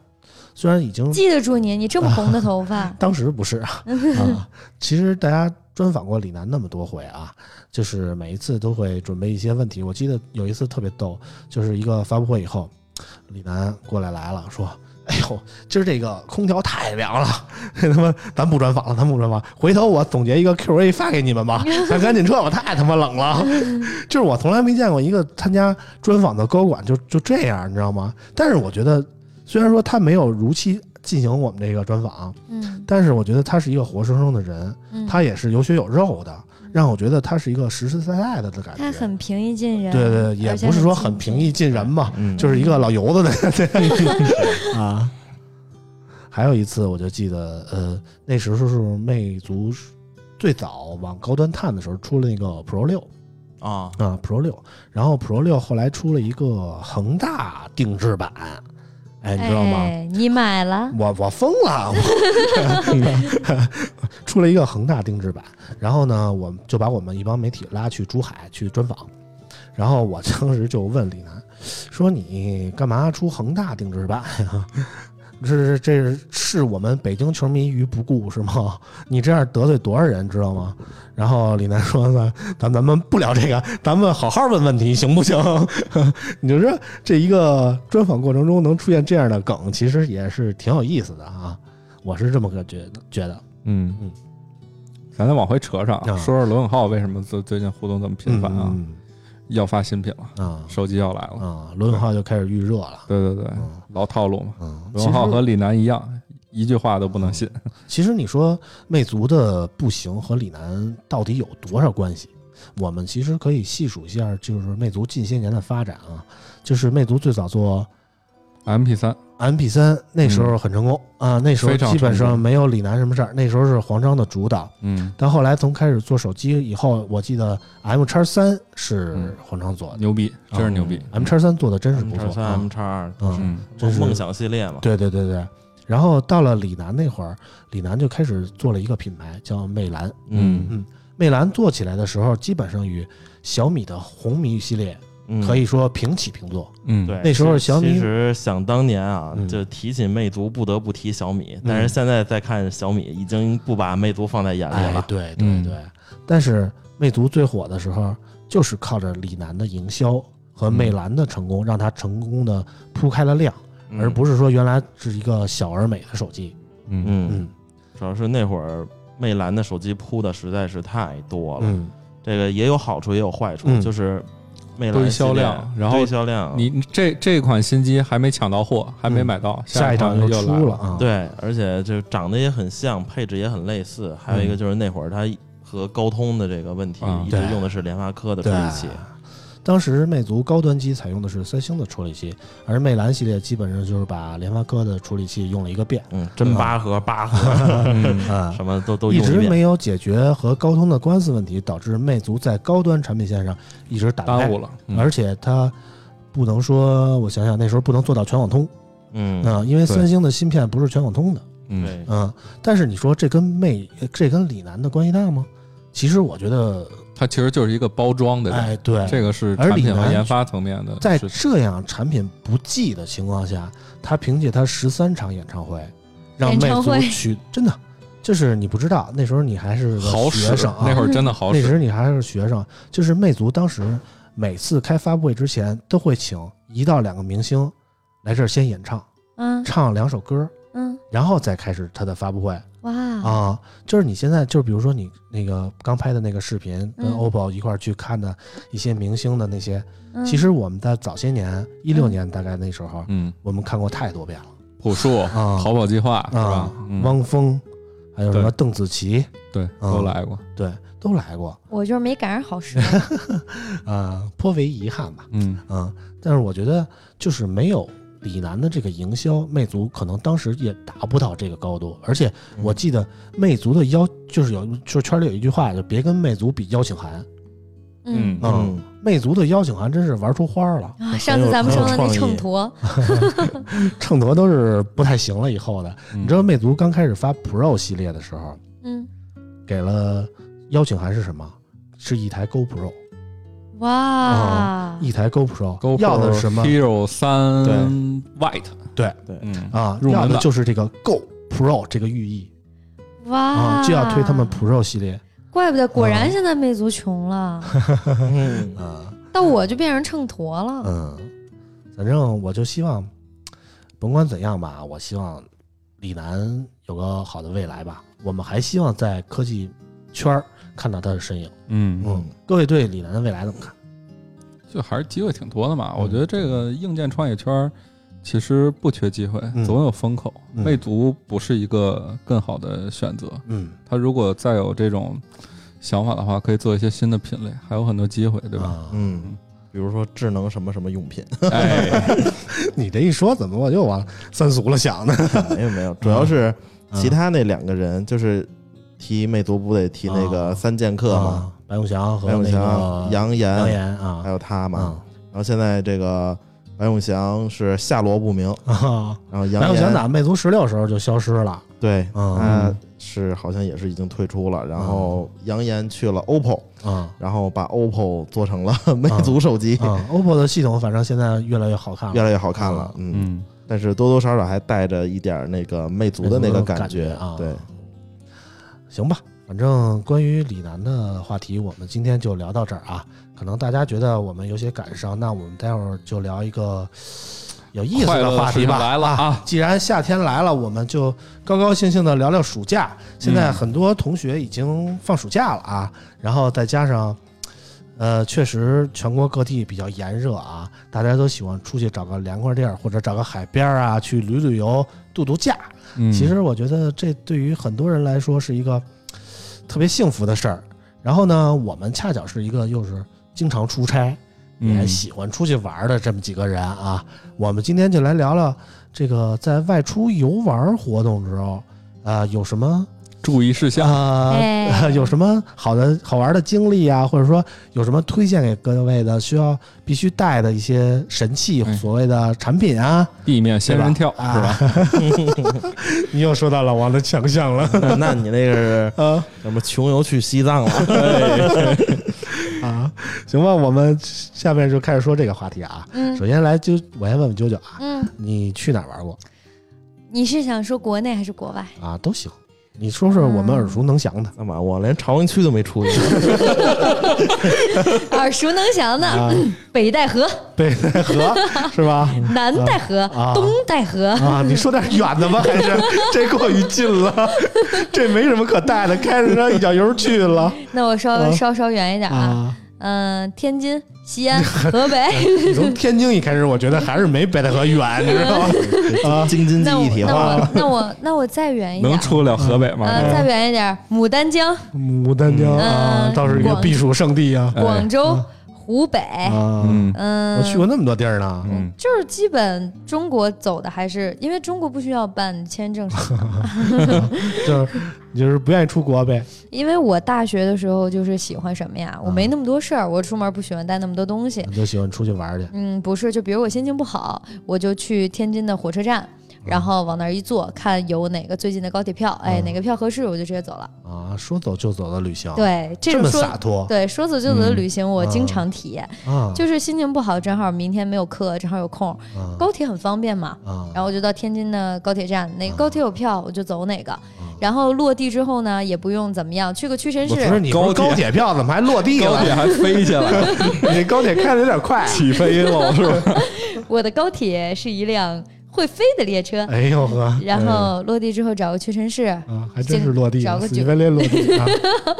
[SPEAKER 2] 虽然已经，
[SPEAKER 1] 记得住你，你这么红的头发
[SPEAKER 3] 嗯
[SPEAKER 2] 当时不是啊啊，其实大家专访过李楠那么多回啊，就是每一次都会准备一些问题。我记得有一次特别逗，就是一个发布会以后，李楠过来来了，说。哎呦，今儿这个空调太凉了， 他妈咱不专访了，咱不专访。回头我总结一个 Q&A 发给你们吧，咱赶紧撤吧，太他妈冷了。就是我从来没见过一个参加专访的高管就就这样，你知道吗？但是我觉得，虽然说他没有如期进行我们这个专访，
[SPEAKER 1] 嗯
[SPEAKER 2] 但是我觉得他是一个活生生的人，
[SPEAKER 1] 嗯，
[SPEAKER 2] 他也是有血有肉的，让我觉得他是一个实实在在的的感觉。
[SPEAKER 1] 他很平易近人，
[SPEAKER 2] 对对，也
[SPEAKER 1] 而且
[SPEAKER 2] 不是说
[SPEAKER 1] 亲
[SPEAKER 2] 很
[SPEAKER 1] 切
[SPEAKER 2] 平易，近人嘛，
[SPEAKER 4] 嗯
[SPEAKER 2] 就是一个老油子的 对啊。还有一次，我就记得，呃，那时候是魅族最早往高端探的时候出了那个 Pro 六
[SPEAKER 4] 啊，
[SPEAKER 2] 啊，Pro 六，然后 Pro 六后来出了一个恒大定制版，哎，你知道吗？
[SPEAKER 1] 哎，你买了，
[SPEAKER 2] 我我疯了，我 出了一个恒大定制版，然后呢，我们就把我们一帮媒体拉去珠海去专访，然后我当时就问李楠说：“你干嘛出恒大定制版呀？” 这这这是视我们北京球迷于不顾是吗？你这样得罪多少人，知道吗？然后李楠说：“咱咱咱们不聊这个，咱们好好问问题，行不行？”你就说这一个专访过程中能出现这样的梗，其实也是挺有意思的啊。我是这么个觉得觉得，
[SPEAKER 5] 嗯
[SPEAKER 2] 嗯，
[SPEAKER 5] 咱再往回扯扯啊，
[SPEAKER 2] 啊
[SPEAKER 5] 说说罗永浩为什么最最近互动这么频繁啊？
[SPEAKER 2] 嗯
[SPEAKER 5] 要发新品了，
[SPEAKER 2] 啊
[SPEAKER 5] 手机要来了。
[SPEAKER 2] 啊！罗永浩就开始预热了，
[SPEAKER 5] 对对对，
[SPEAKER 2] 嗯
[SPEAKER 5] 老套路嘛。
[SPEAKER 2] 嗯，
[SPEAKER 5] 罗永浩和李楠一样，一句话都不能信。
[SPEAKER 2] 其实你说魅族的不行和李楠到底有多少关系？我们其实可以细数一下，就是魅族近些年的发展啊，就是魅族最早做啊
[SPEAKER 5] MP 三，
[SPEAKER 2] MP 三，那时候很成功、啊，那时候
[SPEAKER 5] 嗯非常
[SPEAKER 2] 基本
[SPEAKER 5] 成
[SPEAKER 2] 上
[SPEAKER 5] 功
[SPEAKER 2] 没有李楠什么事儿，那时候是黄章的主导。
[SPEAKER 5] 嗯，
[SPEAKER 2] 但后来从开始做手机以后，我记得 M 叉三是
[SPEAKER 5] 嗯
[SPEAKER 2] 黄章做的、
[SPEAKER 5] 牛逼，真是牛逼。
[SPEAKER 2] 啊 m 叉三做的真是
[SPEAKER 4] ，M
[SPEAKER 2] 不
[SPEAKER 4] 叉
[SPEAKER 2] 错
[SPEAKER 4] 三、M
[SPEAKER 2] 啊。
[SPEAKER 4] 叉二，
[SPEAKER 2] 嗯，
[SPEAKER 5] 嗯，
[SPEAKER 2] 这是
[SPEAKER 4] 梦想系列嘛，
[SPEAKER 2] 对对对对。然后到了李楠那会儿，李楠就开始做了一个品牌叫魅蓝，
[SPEAKER 4] 嗯
[SPEAKER 2] 魅蓝做起来的时候，基本上与小米的红米系列
[SPEAKER 4] 嗯，
[SPEAKER 2] 可以说平起平坐。
[SPEAKER 5] 嗯，
[SPEAKER 4] 对，
[SPEAKER 2] 那时候
[SPEAKER 4] 是
[SPEAKER 2] 小米
[SPEAKER 4] 其实想当年啊
[SPEAKER 2] 嗯，
[SPEAKER 4] 就提起魅族不得不提小米，但是现在再看小米，已经不把魅族放在眼里
[SPEAKER 2] 哎，
[SPEAKER 4] 了。
[SPEAKER 2] 对对
[SPEAKER 5] 嗯
[SPEAKER 2] 对。但是魅族最火的时候，就是靠着李楠的营销和魅蓝的成功，让它成功的铺开了量，
[SPEAKER 4] 嗯
[SPEAKER 2] 而不是说原来是一个小而美的手机。
[SPEAKER 5] 嗯
[SPEAKER 4] 嗯，
[SPEAKER 2] 嗯
[SPEAKER 4] 主要是那会儿魅蓝的手机铺的实在是太多了，
[SPEAKER 2] 嗯
[SPEAKER 4] 这个也有好处也有坏处，
[SPEAKER 2] 嗯
[SPEAKER 4] 就是魅蓝
[SPEAKER 5] 堆
[SPEAKER 4] 系列
[SPEAKER 5] 销量然后
[SPEAKER 4] 堆销量，
[SPEAKER 5] 你你这这款新机还没抢到货，还没买到，
[SPEAKER 2] 嗯下一
[SPEAKER 5] 场
[SPEAKER 2] 场就
[SPEAKER 5] 来
[SPEAKER 2] 出了。啊。
[SPEAKER 4] 对，而且就长得也很像，配置也很类似。还有一个就是那会儿它和高通的这个问题
[SPEAKER 5] 啊
[SPEAKER 4] 一直
[SPEAKER 2] 嗯对
[SPEAKER 4] 用的是联发科的处
[SPEAKER 2] 对啊
[SPEAKER 4] 理器，
[SPEAKER 2] 当时魅族高端机采用的是三星的处理器，而魅蓝系列基本上就是把联发科的处理器用了一个遍
[SPEAKER 4] 嗯，真八核、八核
[SPEAKER 5] 嗯
[SPEAKER 2] 啊。
[SPEAKER 4] 什么都都
[SPEAKER 2] 一
[SPEAKER 4] 用
[SPEAKER 2] 直
[SPEAKER 4] 遍。
[SPEAKER 2] 没有解决和高通的官司问题，导致魅族在高端产品线上一直打不开
[SPEAKER 5] 耽误了，嗯
[SPEAKER 2] 哎而且它不能说，我想想，那时候不能做到全网通
[SPEAKER 4] 嗯，
[SPEAKER 2] 啊、因为
[SPEAKER 5] 对
[SPEAKER 2] 三星的芯片不是全网通的，
[SPEAKER 5] 嗯，
[SPEAKER 4] 对，
[SPEAKER 2] 嗯、但是你说这跟魅，这跟李楠的关系大吗？其实我觉得，
[SPEAKER 5] 它其实就是一个包装的东西，
[SPEAKER 2] 哎，对，
[SPEAKER 5] 这个是
[SPEAKER 2] 而
[SPEAKER 5] 产
[SPEAKER 2] 李
[SPEAKER 5] 品和
[SPEAKER 2] 楠
[SPEAKER 5] 研发层面的
[SPEAKER 2] 在
[SPEAKER 5] 事情。
[SPEAKER 2] 这样产品不济的情况下，他凭借他十三场演唱会，让
[SPEAKER 1] 演
[SPEAKER 2] 魅
[SPEAKER 1] 唱
[SPEAKER 2] 族
[SPEAKER 1] 会
[SPEAKER 2] 取真的，就是你不知道，那时候你还是个
[SPEAKER 5] 好使
[SPEAKER 2] 学生啊，
[SPEAKER 5] 那会儿真的好
[SPEAKER 2] 那时
[SPEAKER 5] 使，
[SPEAKER 2] 你还是学生，就是魅族当时每次开发布会之前都会请一到两个明星来这儿先演唱，
[SPEAKER 1] 嗯
[SPEAKER 2] 唱两首歌，
[SPEAKER 1] 嗯，
[SPEAKER 2] 然后再开始他的发布会
[SPEAKER 1] 哇
[SPEAKER 2] 啊。就是你现在就是比如说你那个刚拍的那个视频，跟
[SPEAKER 1] 嗯
[SPEAKER 2] OPPO 一块儿去看的一些明星的那些，
[SPEAKER 1] 嗯
[SPEAKER 2] 其实我们在早些年一六年大概那时候，
[SPEAKER 5] 嗯，
[SPEAKER 2] 我们看过太多遍了
[SPEAKER 5] 朴树、
[SPEAKER 2] 啊
[SPEAKER 5] 淘宝计划是吧
[SPEAKER 2] 啊？
[SPEAKER 5] 嗯，
[SPEAKER 2] 汪峰，还有什么邓紫棋，
[SPEAKER 5] 对，
[SPEAKER 2] 嗯
[SPEAKER 5] 都来过，
[SPEAKER 2] 对，都来过
[SPEAKER 1] 我就是没赶上好时
[SPEAKER 2] 啊，颇为遗憾吧。
[SPEAKER 5] 嗯
[SPEAKER 2] 啊，但是我觉得就是没有李楠的这个营销，魅族可能当时也达不到这个高度。而且
[SPEAKER 5] 嗯
[SPEAKER 2] 我记得魅族的邀就是有就是圈里有一句话，就别跟魅族比邀请函。
[SPEAKER 1] 嗯
[SPEAKER 5] 嗯
[SPEAKER 2] 嗯，魅族的邀请函真是玩出花儿了，
[SPEAKER 1] 啊，上次咱们说的那秤砣，
[SPEAKER 2] 秤砣都是不太行了以后的。
[SPEAKER 5] 嗯
[SPEAKER 2] 你知道魅族刚开始发 Pro 系列的时候，
[SPEAKER 1] 嗯，
[SPEAKER 2] 给了邀请函是什么？是一台 GoPro，
[SPEAKER 1] 哇，
[SPEAKER 2] 一台 GoPro，
[SPEAKER 5] GoPro
[SPEAKER 2] 要的是什么
[SPEAKER 5] Hero 三
[SPEAKER 2] 对
[SPEAKER 5] White，
[SPEAKER 2] 对
[SPEAKER 4] 对
[SPEAKER 5] 嗯
[SPEAKER 2] 啊？
[SPEAKER 5] 入门
[SPEAKER 2] 要的
[SPEAKER 5] 版
[SPEAKER 2] 就是这个 Go Pro 这个寓意
[SPEAKER 1] 哇
[SPEAKER 2] 啊，，就要推他们 Pro 系列
[SPEAKER 1] 怪不得，果然现在魅族穷了，
[SPEAKER 4] 嗯
[SPEAKER 2] 啊。
[SPEAKER 1] 到我就变成秤砣了。
[SPEAKER 2] 嗯，反正我就希望，甭管怎样吧，我希望李楠有个好的未来吧。我们还希望在科技圈儿看到他的身影。
[SPEAKER 5] 嗯，
[SPEAKER 2] 嗯，各位对李楠的未来怎么看？
[SPEAKER 5] 就还是机会挺多的嘛。
[SPEAKER 2] 嗯
[SPEAKER 5] 我觉得这个硬件创业圈儿其实不缺机会，
[SPEAKER 2] 嗯
[SPEAKER 5] 总有风口。
[SPEAKER 2] 嗯
[SPEAKER 5] 魅族不是一个更好的选择，
[SPEAKER 2] 嗯，
[SPEAKER 5] 它如果再有这种想法的话，可以做一些新的品类，还有很多机会，对吧？
[SPEAKER 2] 啊
[SPEAKER 4] 嗯，比如说智能什么什么用 品，
[SPEAKER 5] 哎，
[SPEAKER 2] 你这一说，怎么我又往三俗了想呢？
[SPEAKER 4] 没有没 有，主要是
[SPEAKER 2] 嗯
[SPEAKER 4] 其他那两个人就是提魅族不得提那
[SPEAKER 2] 啊
[SPEAKER 4] 个三剑客嘛，
[SPEAKER 2] 啊，白永祥和
[SPEAKER 4] 白永
[SPEAKER 2] 那
[SPEAKER 4] 祥
[SPEAKER 2] 个、
[SPEAKER 4] 杨
[SPEAKER 2] 杨
[SPEAKER 4] 岩
[SPEAKER 2] 岩啊
[SPEAKER 4] 还有他嘛，
[SPEAKER 2] 啊
[SPEAKER 4] 然后现在这个白永祥是下落不明，
[SPEAKER 2] 啊！
[SPEAKER 4] 然后
[SPEAKER 2] 白
[SPEAKER 4] 杨
[SPEAKER 2] 永祥打
[SPEAKER 4] 岩
[SPEAKER 2] 魅族十六时候就消失了。
[SPEAKER 4] 对，
[SPEAKER 2] 啊
[SPEAKER 4] 他是好像也是已经退出了，然后
[SPEAKER 2] 嗯
[SPEAKER 4] 杨岩去了 OPPO，
[SPEAKER 2] 啊
[SPEAKER 4] 然后把 OPPO 做
[SPEAKER 2] 嗯
[SPEAKER 4] 成了 魅族手机，
[SPEAKER 2] 啊！OPPO 的系统反正现在越来越好看了，
[SPEAKER 4] 越来越好看了，嗯，
[SPEAKER 5] 嗯，
[SPEAKER 6] 但是多多少少还带着一点那个魅族的那个
[SPEAKER 2] 感
[SPEAKER 6] 觉
[SPEAKER 2] 啊。
[SPEAKER 6] 对，，
[SPEAKER 2] 行吧，反正关于李楠的话题，我们今天就聊到这儿啊。可能大家觉得我们有些感伤，那我们待会儿就聊一个有意思
[SPEAKER 5] 嗯快乐
[SPEAKER 2] 的
[SPEAKER 5] 的
[SPEAKER 2] 话
[SPEAKER 5] 事
[SPEAKER 2] 题
[SPEAKER 5] 情
[SPEAKER 2] 吧。
[SPEAKER 5] 来了啊
[SPEAKER 2] 既然夏天来了，我们就高高兴兴的聊聊暑假。现在很多同学已经放暑假了啊，然后再加上，呃，确实全国各地比较炎热啊，大家都喜欢出去找个凉快地儿，或者找个海边儿啊，去旅旅游、度度假。
[SPEAKER 5] 嗯
[SPEAKER 2] 其实我觉得这对于很多人来说是一个特别幸福的事儿。然后呢，我们恰巧是一个又是经常出差，也
[SPEAKER 5] 嗯
[SPEAKER 2] 喜欢出去玩儿的这么几个人啊。我们今天就来聊聊这个在外出游玩儿活动之后，啊，有什么
[SPEAKER 5] 注意事项，
[SPEAKER 2] 啊、
[SPEAKER 3] 哎
[SPEAKER 2] 有什么好的好玩的经历啊，或者说有什么推荐给各位的需要必须带的一些神器，
[SPEAKER 5] 哎
[SPEAKER 2] 所谓的产品啊？
[SPEAKER 5] 避免仙人跳是吧？
[SPEAKER 2] 你又说到老王的强项了
[SPEAKER 4] 那那你那个是
[SPEAKER 2] 啊。
[SPEAKER 4] 什么穷游去西藏了？
[SPEAKER 2] 啊，行吧，我们下面就开始说这个话题啊。
[SPEAKER 3] 嗯
[SPEAKER 2] 首先来就我先问问啾啾啊，
[SPEAKER 3] 嗯，
[SPEAKER 2] 你去哪儿玩过
[SPEAKER 3] 你是想说国内还是国外？
[SPEAKER 2] 啊？都行，你说说我
[SPEAKER 3] 嗯
[SPEAKER 2] 们耳熟能详的。
[SPEAKER 4] 干嘛？我连朝阳区都没出去。
[SPEAKER 3] 耳熟能详的，
[SPEAKER 2] 啊，
[SPEAKER 3] 北戴河、
[SPEAKER 2] 北戴河是 吧？
[SPEAKER 3] 南戴河、
[SPEAKER 2] 啊
[SPEAKER 3] 东戴河。
[SPEAKER 2] 啊，你说点远的吧，还是 这过于近了，这没什么可带的，开着车一脚油去了
[SPEAKER 3] 那我稍
[SPEAKER 2] 啊
[SPEAKER 3] 微稍稍远一点 啊，
[SPEAKER 2] 啊。
[SPEAKER 3] 嗯，天津、西安、河北。
[SPEAKER 2] 你从天津一开始，我觉得还是没北戴河远，你知 道吗？啊，
[SPEAKER 4] 京津
[SPEAKER 3] 那
[SPEAKER 4] 冀
[SPEAKER 3] 我
[SPEAKER 4] 一体
[SPEAKER 3] 那
[SPEAKER 4] 化，
[SPEAKER 3] 我那我那我再远一点
[SPEAKER 5] 能
[SPEAKER 3] 儿，
[SPEAKER 5] 出得了河北吗？
[SPEAKER 2] 啊
[SPEAKER 3] 呃，再远一点儿，牡丹江、
[SPEAKER 2] 牡丹江啊，
[SPEAKER 3] 嗯
[SPEAKER 2] 倒是一个
[SPEAKER 3] 广
[SPEAKER 2] 避暑圣地啊。
[SPEAKER 5] 哎
[SPEAKER 3] 广州、湖北，
[SPEAKER 2] 啊，
[SPEAKER 5] 嗯
[SPEAKER 3] 嗯，
[SPEAKER 2] 我去过那么多地儿呢。
[SPEAKER 5] 嗯，
[SPEAKER 3] 就是基本中国走的还是因为中国不需要办签证什么 的，
[SPEAKER 2] 就是你就是不愿意出国呗。
[SPEAKER 3] 因为我大学的时候就是喜欢什么呀，
[SPEAKER 2] 嗯
[SPEAKER 3] 我没那么多事儿，我出门不喜欢带那么多东西。
[SPEAKER 2] 你就喜欢出去玩去。
[SPEAKER 3] 嗯，不是，就比如我心情不好，我就去天津的火车站，
[SPEAKER 2] 嗯
[SPEAKER 3] 然后往那儿一坐，看有哪个最近的高铁票，哎，
[SPEAKER 2] 嗯
[SPEAKER 3] 哪个票合适，我就直接走了。
[SPEAKER 2] 啊，说走就走的旅行，，
[SPEAKER 3] 对，这
[SPEAKER 2] 这
[SPEAKER 3] 种
[SPEAKER 2] 么
[SPEAKER 3] 说
[SPEAKER 2] 洒脱
[SPEAKER 3] 对说走就走的旅行，我经
[SPEAKER 2] 嗯
[SPEAKER 3] 常体验，
[SPEAKER 2] 啊，
[SPEAKER 3] 就是心情不好，正好明天没有课，正好有空，
[SPEAKER 2] 啊
[SPEAKER 3] 高铁很方便嘛。
[SPEAKER 2] 啊，
[SPEAKER 3] 然后我就到天津的高铁站，哪个高铁有票我就走哪个。
[SPEAKER 2] 嗯
[SPEAKER 3] 然后落地之后呢，也不用怎么样，去个屈臣
[SPEAKER 2] 不是
[SPEAKER 3] 氏，
[SPEAKER 2] 你说
[SPEAKER 5] 高铁
[SPEAKER 2] 高铁票怎么还落地
[SPEAKER 5] 高
[SPEAKER 2] 了？
[SPEAKER 5] 铁还飞去 了，
[SPEAKER 2] 你这高铁开的有点
[SPEAKER 3] 啊
[SPEAKER 2] 快。
[SPEAKER 5] 起飞了是吧？
[SPEAKER 3] 我的高铁是一辆会飞的列车。
[SPEAKER 2] 哎呦呵，
[SPEAKER 3] 然后落地之后找个屈臣氏，
[SPEAKER 2] 啊，还真是落地
[SPEAKER 3] 找
[SPEAKER 2] 了，
[SPEAKER 3] 个
[SPEAKER 2] 死
[SPEAKER 3] 酒
[SPEAKER 2] 乞白赖落地啊，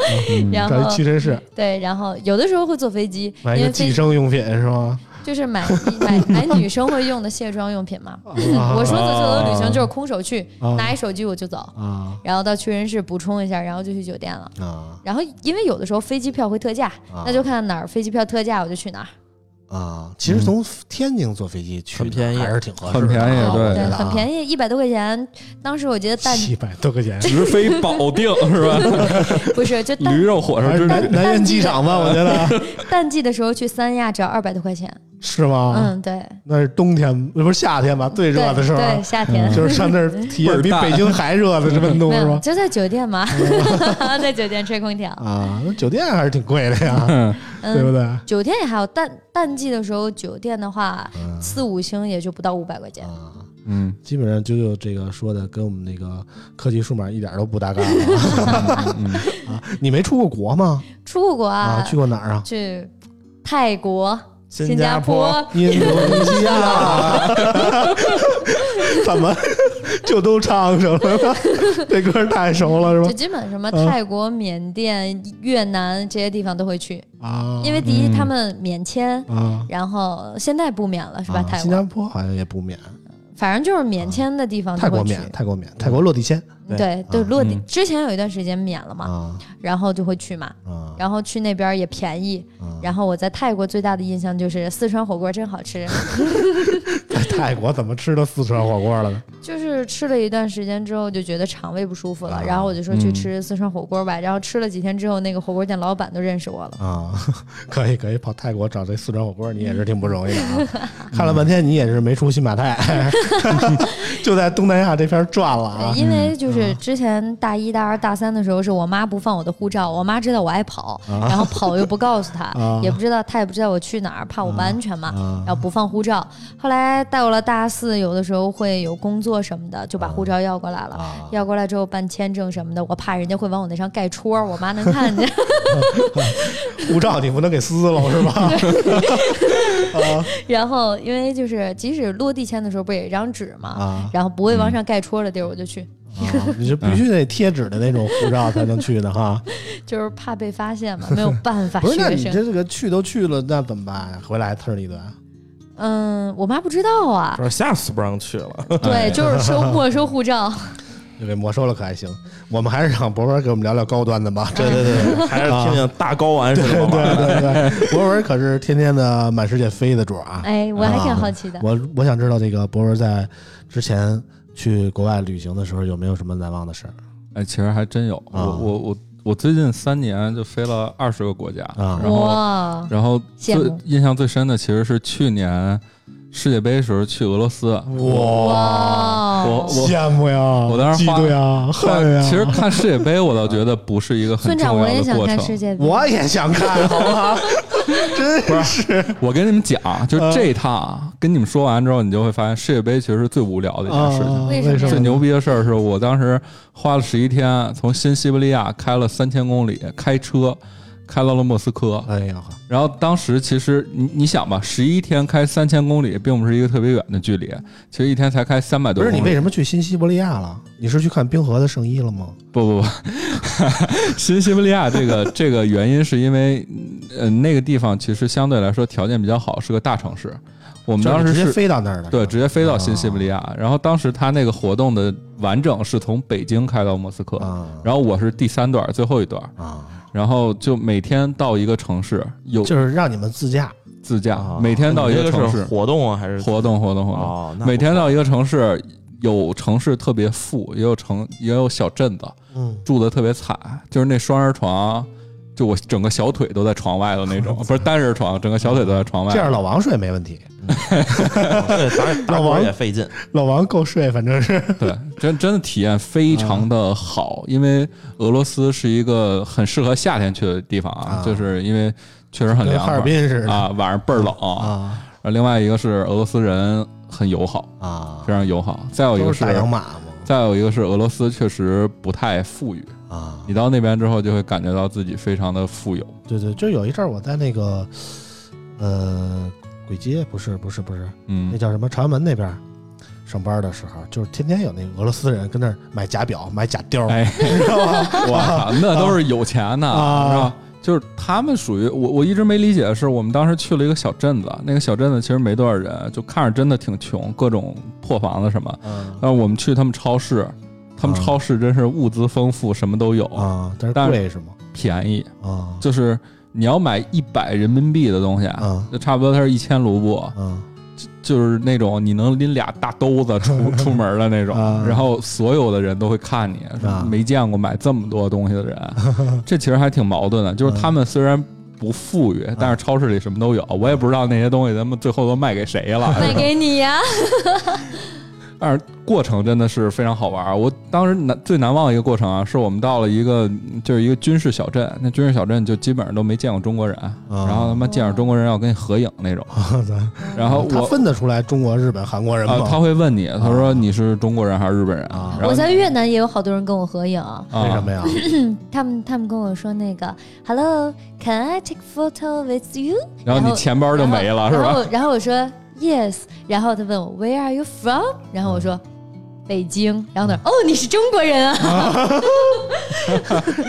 [SPEAKER 3] 然
[SPEAKER 2] 找
[SPEAKER 3] 后
[SPEAKER 2] 一屈臣氏
[SPEAKER 3] 对，然后有的时候会坐飞机，因
[SPEAKER 2] 买一个
[SPEAKER 3] 为
[SPEAKER 2] 寄
[SPEAKER 3] 飞
[SPEAKER 2] 生用品是 吗？
[SPEAKER 3] 就是买买买女生会用的卸妆用品嘛。
[SPEAKER 2] 啊
[SPEAKER 3] 我说走就走的旅行就是空手去，
[SPEAKER 2] 啊
[SPEAKER 3] 拿一手机我就走，
[SPEAKER 2] 啊
[SPEAKER 3] 然后到屈臣氏补充一下，然后就去酒店了。
[SPEAKER 2] 啊
[SPEAKER 3] 然后因为有的时候飞机票会特价，
[SPEAKER 2] 啊
[SPEAKER 3] 那就看哪儿飞机票特价我就去哪儿。
[SPEAKER 2] 啊！其实从天津坐飞机去
[SPEAKER 4] 很便宜
[SPEAKER 2] 还是挺合适的，
[SPEAKER 5] 很便宜
[SPEAKER 2] 啊
[SPEAKER 5] 对
[SPEAKER 2] 我觉得啊
[SPEAKER 3] 很便宜，一百多块钱。当时我觉得 蛋
[SPEAKER 2] 七百多块钱。
[SPEAKER 5] 直飞保定是吧？
[SPEAKER 3] 不是就
[SPEAKER 5] 驴
[SPEAKER 3] 淡
[SPEAKER 5] 肉火
[SPEAKER 2] 还
[SPEAKER 5] 烧之
[SPEAKER 2] 是
[SPEAKER 5] 旅
[SPEAKER 2] 南南苑机场吧，我觉 得
[SPEAKER 3] 淡季的时候去三亚只要二百多块钱。
[SPEAKER 2] 是吗？
[SPEAKER 3] 嗯，对，
[SPEAKER 2] 那是冬天，不是夏天吧？哦最
[SPEAKER 3] 对
[SPEAKER 2] 热的时候，啊
[SPEAKER 3] 对夏天
[SPEAKER 2] 就是上 那儿体验比北京还热的这么弄
[SPEAKER 3] 没
[SPEAKER 2] 是
[SPEAKER 3] 有
[SPEAKER 2] 吧？嗯
[SPEAKER 3] 就在酒 店嘛， 在酒店吹空调，
[SPEAKER 2] 啊，那酒店还是挺贵的呀，对不
[SPEAKER 3] 嗯。
[SPEAKER 2] 对？
[SPEAKER 3] 酒店也还有淡淡季的时候，酒店的话，四五星也就不到五百块钱。
[SPEAKER 2] 嗯啊，
[SPEAKER 5] 嗯，
[SPEAKER 2] 基本上啾啾这个说的跟我们那个科技数码一点都不搭嘎 啊！啊，你没出过国吗？
[SPEAKER 3] 出国
[SPEAKER 2] 啊，去过哪儿啊？
[SPEAKER 3] 去泰国、
[SPEAKER 4] 新
[SPEAKER 3] 新
[SPEAKER 4] 加坡
[SPEAKER 3] 坡，
[SPEAKER 2] 印度尼西亚， 怎么就都唱上 了？这歌太熟了
[SPEAKER 3] 就
[SPEAKER 2] 是
[SPEAKER 3] 基本什么
[SPEAKER 2] 嗯
[SPEAKER 3] 泰国、缅甸、越南这些地方都会去，
[SPEAKER 2] 吧？啊，
[SPEAKER 3] 因为第一
[SPEAKER 5] 嗯
[SPEAKER 3] 他们免签，
[SPEAKER 2] 啊
[SPEAKER 3] 然后现在不免了是吧？
[SPEAKER 2] 啊
[SPEAKER 3] 泰
[SPEAKER 2] 新
[SPEAKER 3] 国
[SPEAKER 2] 加，坡好像也不免，
[SPEAKER 3] 反正就是免签的地方
[SPEAKER 2] 泰
[SPEAKER 3] 都
[SPEAKER 2] 国
[SPEAKER 3] 嗯会去。
[SPEAKER 2] 免，泰国免，泰国落地签
[SPEAKER 4] 对
[SPEAKER 3] 对对，落地
[SPEAKER 5] 嗯
[SPEAKER 3] 之前有一段时间免了嘛，
[SPEAKER 2] 啊
[SPEAKER 3] 然后就会去嘛，
[SPEAKER 2] 啊
[SPEAKER 3] 然后去那边也便宜。
[SPEAKER 5] 嗯
[SPEAKER 2] 啊！
[SPEAKER 3] 然后我在泰国最大的印 象就是四川火锅真好吃，
[SPEAKER 2] 在泰国怎么吃到四川火锅了呢？
[SPEAKER 3] 就是吃了一段时间之后就觉得肠胃不舒服
[SPEAKER 5] 啊
[SPEAKER 3] 了，然后我就说
[SPEAKER 5] 嗯
[SPEAKER 3] 去吃四川火锅吧。然后吃了几天之后，那个火锅店老板都认识我了。
[SPEAKER 2] 啊， 可以可以，跑泰国找这四川火锅，你也是挺不容易的啊。看了半天，你也是没出新马泰， 就在东南亚这片转了啊。
[SPEAKER 3] 哎因为就是之前大一、大二、大三的时候，是我妈不放我的护照，我妈知道我爱跑，然后跑又不告诉她，
[SPEAKER 2] 啊
[SPEAKER 3] 也不知道她也不知道我去哪儿，怕我不安全嘛，
[SPEAKER 2] 啊
[SPEAKER 3] 然后不放护照。后来到了大四，有的时候会有工作什么的，就把护照要过来了。
[SPEAKER 2] 啊，
[SPEAKER 3] 要过来之后办签证什么的，我怕人家会往我那上盖戳儿，我妈能 看见，
[SPEAKER 2] 护照你不能给撕了是吧？
[SPEAKER 3] 然后因为就是即使落地签的时候不也一张纸嘛，
[SPEAKER 2] 啊，
[SPEAKER 3] 然后不会往上盖戳儿的地儿我就去，
[SPEAKER 2] 啊 你是必须得贴纸的那种护照才能去的哈。
[SPEAKER 3] 就是怕被发现嘛，没有办 法。
[SPEAKER 2] 不是，那
[SPEAKER 3] 学
[SPEAKER 2] 你
[SPEAKER 3] 生，
[SPEAKER 2] 这个去都去了，那怎么办呀？回来还呲儿一顿，啊
[SPEAKER 3] 嗯，我妈不知道啊，
[SPEAKER 4] 说下次不让去了。
[SPEAKER 5] 哎
[SPEAKER 3] 对，就是收 没收护照。
[SPEAKER 2] 就给没收了，可还行？我们还是让博文给我们聊聊高端的吧。
[SPEAKER 4] 对 对对，还是听听大睾丸是怎么玩
[SPEAKER 2] 对
[SPEAKER 4] 的。
[SPEAKER 2] 对对，博文可是天天的满世界飞的主儿啊。
[SPEAKER 3] 哎，我还挺好奇的。
[SPEAKER 5] 啊
[SPEAKER 2] 我我想知道这个博文在之前去国外旅行的时候有没有什么难忘的事儿
[SPEAKER 5] 哎，其实还真有，
[SPEAKER 2] 啊
[SPEAKER 5] 我我我我最近三年就飞了二十个国家，
[SPEAKER 2] 啊
[SPEAKER 5] 然后
[SPEAKER 3] 哇，
[SPEAKER 5] 然后最
[SPEAKER 3] 羡慕
[SPEAKER 5] 印象最深的其实是去年世界杯时候去俄罗斯，
[SPEAKER 3] 哇
[SPEAKER 5] 我我
[SPEAKER 2] 羡慕呀！
[SPEAKER 5] 我当时
[SPEAKER 2] 嫉
[SPEAKER 5] 花
[SPEAKER 2] 妒呀，恨呀！
[SPEAKER 5] 其实看世界杯我倒觉得不是一个很
[SPEAKER 3] 村
[SPEAKER 5] 重
[SPEAKER 3] 长，我
[SPEAKER 5] 要
[SPEAKER 3] 也
[SPEAKER 5] 的
[SPEAKER 3] 想
[SPEAKER 5] 过
[SPEAKER 3] 看世
[SPEAKER 5] 程，
[SPEAKER 3] 界杯。
[SPEAKER 2] 我也想 看，好吗？真是
[SPEAKER 5] 我跟你们讲，就这一趟啊跟你们说完之后，你就会发现世界杯其实是最无聊的一件事情。
[SPEAKER 2] 啊！为
[SPEAKER 3] 为什
[SPEAKER 2] 什
[SPEAKER 3] 么
[SPEAKER 5] 最
[SPEAKER 2] 么？
[SPEAKER 5] 牛逼的事儿是我当时花了十一天，从新西伯利亚开了三千公里，开车开到了莫斯科。
[SPEAKER 2] 哎呀，
[SPEAKER 5] 然后当时其实你你想吧，十一天开三千公里，并不是一个特别远的距离，其实一天才开三百
[SPEAKER 2] 不
[SPEAKER 5] 多
[SPEAKER 2] 是
[SPEAKER 5] 公里。
[SPEAKER 2] 你为什么去新西伯利亚了？你是去看冰河的圣衣了吗？
[SPEAKER 5] 不不不， 新西伯利亚 这个这个原因是因为，呃，那个地方其实相对来说条件比较好，是个大城市。我们
[SPEAKER 2] 就是
[SPEAKER 5] 当时
[SPEAKER 2] 你直接
[SPEAKER 5] 是
[SPEAKER 2] 飞到那儿了，
[SPEAKER 5] 对直接飞到
[SPEAKER 2] 啊
[SPEAKER 5] 新西伯利亚，然后当时他那个活动的完整是从北京开到莫斯科，
[SPEAKER 2] 啊
[SPEAKER 5] 然后我是第三段最后一段，
[SPEAKER 2] 啊，
[SPEAKER 5] 然后就每天到一个城市有
[SPEAKER 2] 就是让你们自驾
[SPEAKER 5] 自驾
[SPEAKER 4] 啊，
[SPEAKER 5] 每天到一
[SPEAKER 4] 这
[SPEAKER 5] 个城
[SPEAKER 4] 是
[SPEAKER 5] 市
[SPEAKER 4] 活动啊，还是
[SPEAKER 5] 活动活动活动，
[SPEAKER 4] 哦，那不
[SPEAKER 5] 每天到一个城市，有城市特别富，也有城也有小镇子。
[SPEAKER 2] 嗯，
[SPEAKER 5] 住的特别惨，就是那双人床，就我整个小腿都在床外的 那种，不是单人床，整个小腿都在床外。
[SPEAKER 2] 这样老王睡没问题，
[SPEAKER 4] 对 打打
[SPEAKER 2] 老
[SPEAKER 4] 滚
[SPEAKER 2] 王
[SPEAKER 4] 儿也费劲。
[SPEAKER 2] 老王够睡，反正是
[SPEAKER 5] 对，真真的体验
[SPEAKER 2] 嗯
[SPEAKER 5] 非常的好，因为俄罗斯是一个很适合夏天去的地方啊，
[SPEAKER 2] 啊
[SPEAKER 5] 就是因为确实很
[SPEAKER 2] 跟
[SPEAKER 5] 凉
[SPEAKER 2] 哈
[SPEAKER 5] 快
[SPEAKER 2] 尔滨似的
[SPEAKER 5] 啊，晚上倍儿冷。
[SPEAKER 2] 啊
[SPEAKER 5] 然后另外一个是俄罗斯人很友好，
[SPEAKER 2] 啊
[SPEAKER 5] 非，常友好。再有一
[SPEAKER 2] 都
[SPEAKER 5] 个
[SPEAKER 2] 是大洋马嘛
[SPEAKER 5] 再有一个是俄罗斯确实不太富裕，
[SPEAKER 2] 啊，
[SPEAKER 5] 你到那边之后就会感觉到自己非常的富有。
[SPEAKER 2] 对对，就有一阵儿我在那个呃簋街，不是不是不是，那
[SPEAKER 5] 嗯，
[SPEAKER 2] 叫什么朝阳门那边儿上班的时候，就是天天有那个俄罗斯人跟那儿买假表、买假貂儿，
[SPEAKER 5] 哎，
[SPEAKER 2] 你知道 吗？
[SPEAKER 5] 我操，那都是有钱的，
[SPEAKER 2] 啊
[SPEAKER 5] 是吧？就是他们属于我，我一直没理解的是，我们当时去了一个小镇子，那个小镇子其实没多少人，就看着真的挺穷，各种破房子什么。
[SPEAKER 2] 嗯
[SPEAKER 5] 但是我们去他们超市，他们
[SPEAKER 2] 啊
[SPEAKER 5] 超市真是物资丰富，什么都有，
[SPEAKER 2] 啊，但是
[SPEAKER 5] 但是
[SPEAKER 2] 贵是吗？
[SPEAKER 5] 便宜。
[SPEAKER 2] 啊
[SPEAKER 5] 就是你要买一百人民币的东西，
[SPEAKER 2] 啊
[SPEAKER 5] 就差不多它是一千卢布，
[SPEAKER 2] 啊
[SPEAKER 5] 就是那种你能拎俩大兜子 出出门的那种
[SPEAKER 2] 啊，
[SPEAKER 5] 然后所有的人都会看你，
[SPEAKER 2] 啊
[SPEAKER 5] 说没见过买这么多东西 的人，这其实还挺矛盾的。
[SPEAKER 2] 啊
[SPEAKER 5] 就是他们虽然不富裕，但是超市里什么都有，我也不知道那些东西他们最后都卖给谁 了。
[SPEAKER 3] 卖给你呀、
[SPEAKER 5] 但是过程真的是非常好玩儿。我当时难最难忘的一个过程啊，是我们到了一个就是一个军事小镇，那军事小镇就基本上都没见过中国人，
[SPEAKER 2] 啊
[SPEAKER 5] 然后他妈见着中国人要跟你合影那种，然后
[SPEAKER 2] 他
[SPEAKER 5] 我。
[SPEAKER 2] 分得出来中国、日本、韩国人
[SPEAKER 5] 啊、
[SPEAKER 2] 吗？
[SPEAKER 5] 他会问你，他说你是中国人还是日本人？
[SPEAKER 2] 啊
[SPEAKER 5] 然后
[SPEAKER 3] 我在越南也有好多人跟我合影，
[SPEAKER 5] 啊
[SPEAKER 2] 为什么呀？
[SPEAKER 3] 他们他们跟我说那个 “Hello, can I take photo with you？”
[SPEAKER 5] 然后你钱包就没了是
[SPEAKER 3] 然
[SPEAKER 5] 吧？
[SPEAKER 3] 后然后我说 “Yes”，然后他问我 “Where are you from？” 然后我说。北京，然后他说：“哦，你是中国人啊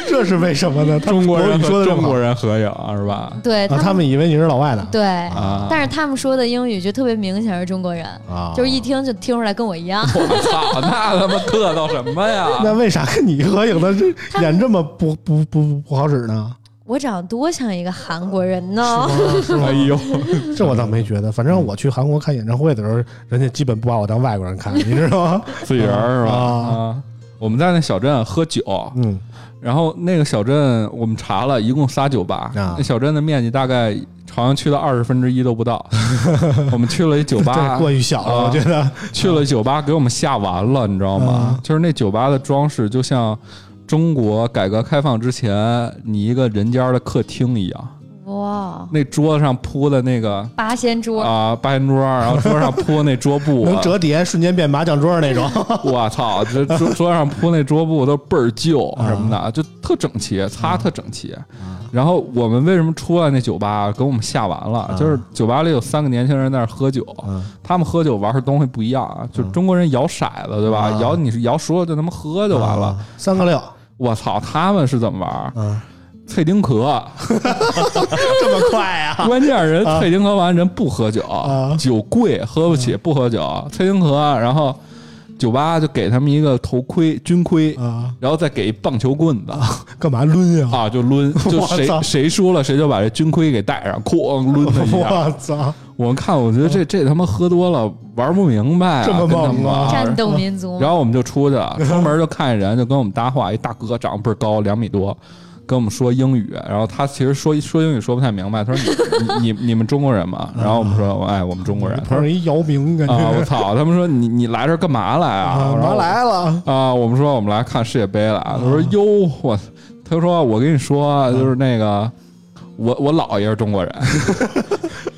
[SPEAKER 2] 这是为什么 呢？他
[SPEAKER 5] 中国人
[SPEAKER 2] 你说
[SPEAKER 5] 和
[SPEAKER 2] 的这么
[SPEAKER 5] 中
[SPEAKER 2] 好
[SPEAKER 5] 国人合影是吧？”？
[SPEAKER 3] 对，
[SPEAKER 2] 啊，他们以为你是老外呢
[SPEAKER 3] 对，
[SPEAKER 5] 啊，
[SPEAKER 3] 但是他们说的英语就特别明显是中国人，
[SPEAKER 2] 啊，
[SPEAKER 3] 就是一听就听出来跟我一样。
[SPEAKER 5] 我操，那他妈 客套什么呀？
[SPEAKER 2] 那为啥跟你合影的这
[SPEAKER 3] 他们
[SPEAKER 2] 演这么不不不不好使呢？
[SPEAKER 3] 我长得多像一个韩国人呢！
[SPEAKER 2] 是吗？
[SPEAKER 5] 哎呦，
[SPEAKER 2] 这我倒没觉得，反
[SPEAKER 5] 嗯
[SPEAKER 2] 正我去韩国看演唱会的时候，人家基本不把我当外国人看，你知道 吗？
[SPEAKER 5] 自己人儿是吧？
[SPEAKER 2] 啊
[SPEAKER 5] 啊，我们在那小镇喝酒，
[SPEAKER 2] 嗯，
[SPEAKER 5] 然后那个小镇我们查了，一共仨酒吧，
[SPEAKER 2] 啊
[SPEAKER 5] 那小镇的面积大概朝阳区的二十分之一都 不到。我们去了一酒吧
[SPEAKER 2] 这，过于小了，
[SPEAKER 5] 啊
[SPEAKER 2] 我觉得。
[SPEAKER 5] 去了酒吧给我们吓完了，你知道吗？
[SPEAKER 2] 啊
[SPEAKER 5] 就是那酒吧的装饰就像中国改革开放之前你一个人家的客厅一样，
[SPEAKER 3] 哇，
[SPEAKER 5] 那桌子上铺的那个
[SPEAKER 3] 八仙桌，
[SPEAKER 5] 啊八仙桌，然后桌上铺那桌布，啊
[SPEAKER 2] 能折叠，瞬间变麻将桌那种。
[SPEAKER 5] 我操，这 桌桌上铺那桌布都倍儿旧
[SPEAKER 2] 啊
[SPEAKER 5] 什么的，就特整齐，擦特整齐。然后我们为什么出来那酒吧给我们吓完
[SPEAKER 2] 啊
[SPEAKER 5] 了？就是酒吧里有三个年轻人在那儿喝酒，他们喝酒玩的东西不一样啊，就中国人摇骰子对吧？
[SPEAKER 2] 啊
[SPEAKER 5] 摇你是摇熟了就他妈喝就完了。
[SPEAKER 2] 啊，三个六，
[SPEAKER 5] 我操，他们是怎么玩？
[SPEAKER 2] 啊，
[SPEAKER 5] 脆丁壳，
[SPEAKER 2] 这么快啊？
[SPEAKER 5] 关键人脆丁壳完人不喝酒，酒贵喝不起，不喝
[SPEAKER 2] 嗯
[SPEAKER 5] 酒，脆丁壳，然后酒吧就给他们一个头盔军盔，
[SPEAKER 2] 啊，
[SPEAKER 5] 然后再给一棒球棍子
[SPEAKER 2] 干嘛抡 呀？
[SPEAKER 5] 啊，就抡，就
[SPEAKER 2] 我
[SPEAKER 5] 谁
[SPEAKER 2] 操
[SPEAKER 5] 谁输了谁就把这军盔给戴上，哐抡他一 下。
[SPEAKER 2] 我操！
[SPEAKER 5] 我们看，我觉得这这他妈喝多了玩不明白、啊，
[SPEAKER 2] 这么
[SPEAKER 5] 跟他
[SPEAKER 2] 猛
[SPEAKER 5] 们
[SPEAKER 2] 吗
[SPEAKER 5] 玩
[SPEAKER 3] 战斗民族
[SPEAKER 5] 然后我们就出去了，出门就看见人，就跟我们搭话，一大哥长得倍儿高，两米多，跟我们说英语。然后他其实说说英语说不太明白，他说你 你你你们中国人吗？然后我们说哎我们中国人。他
[SPEAKER 2] 碰上
[SPEAKER 5] 说
[SPEAKER 2] 一姚明，感
[SPEAKER 5] 啊我
[SPEAKER 2] 觉
[SPEAKER 5] 操！他们说你你来这儿干嘛来 啊？然后
[SPEAKER 2] 拿
[SPEAKER 5] 我
[SPEAKER 2] 来了
[SPEAKER 5] 啊，我们说我们来看世界杯了。啊他说哟我，他说我跟你说啊就是那个我我姥爷是中国人，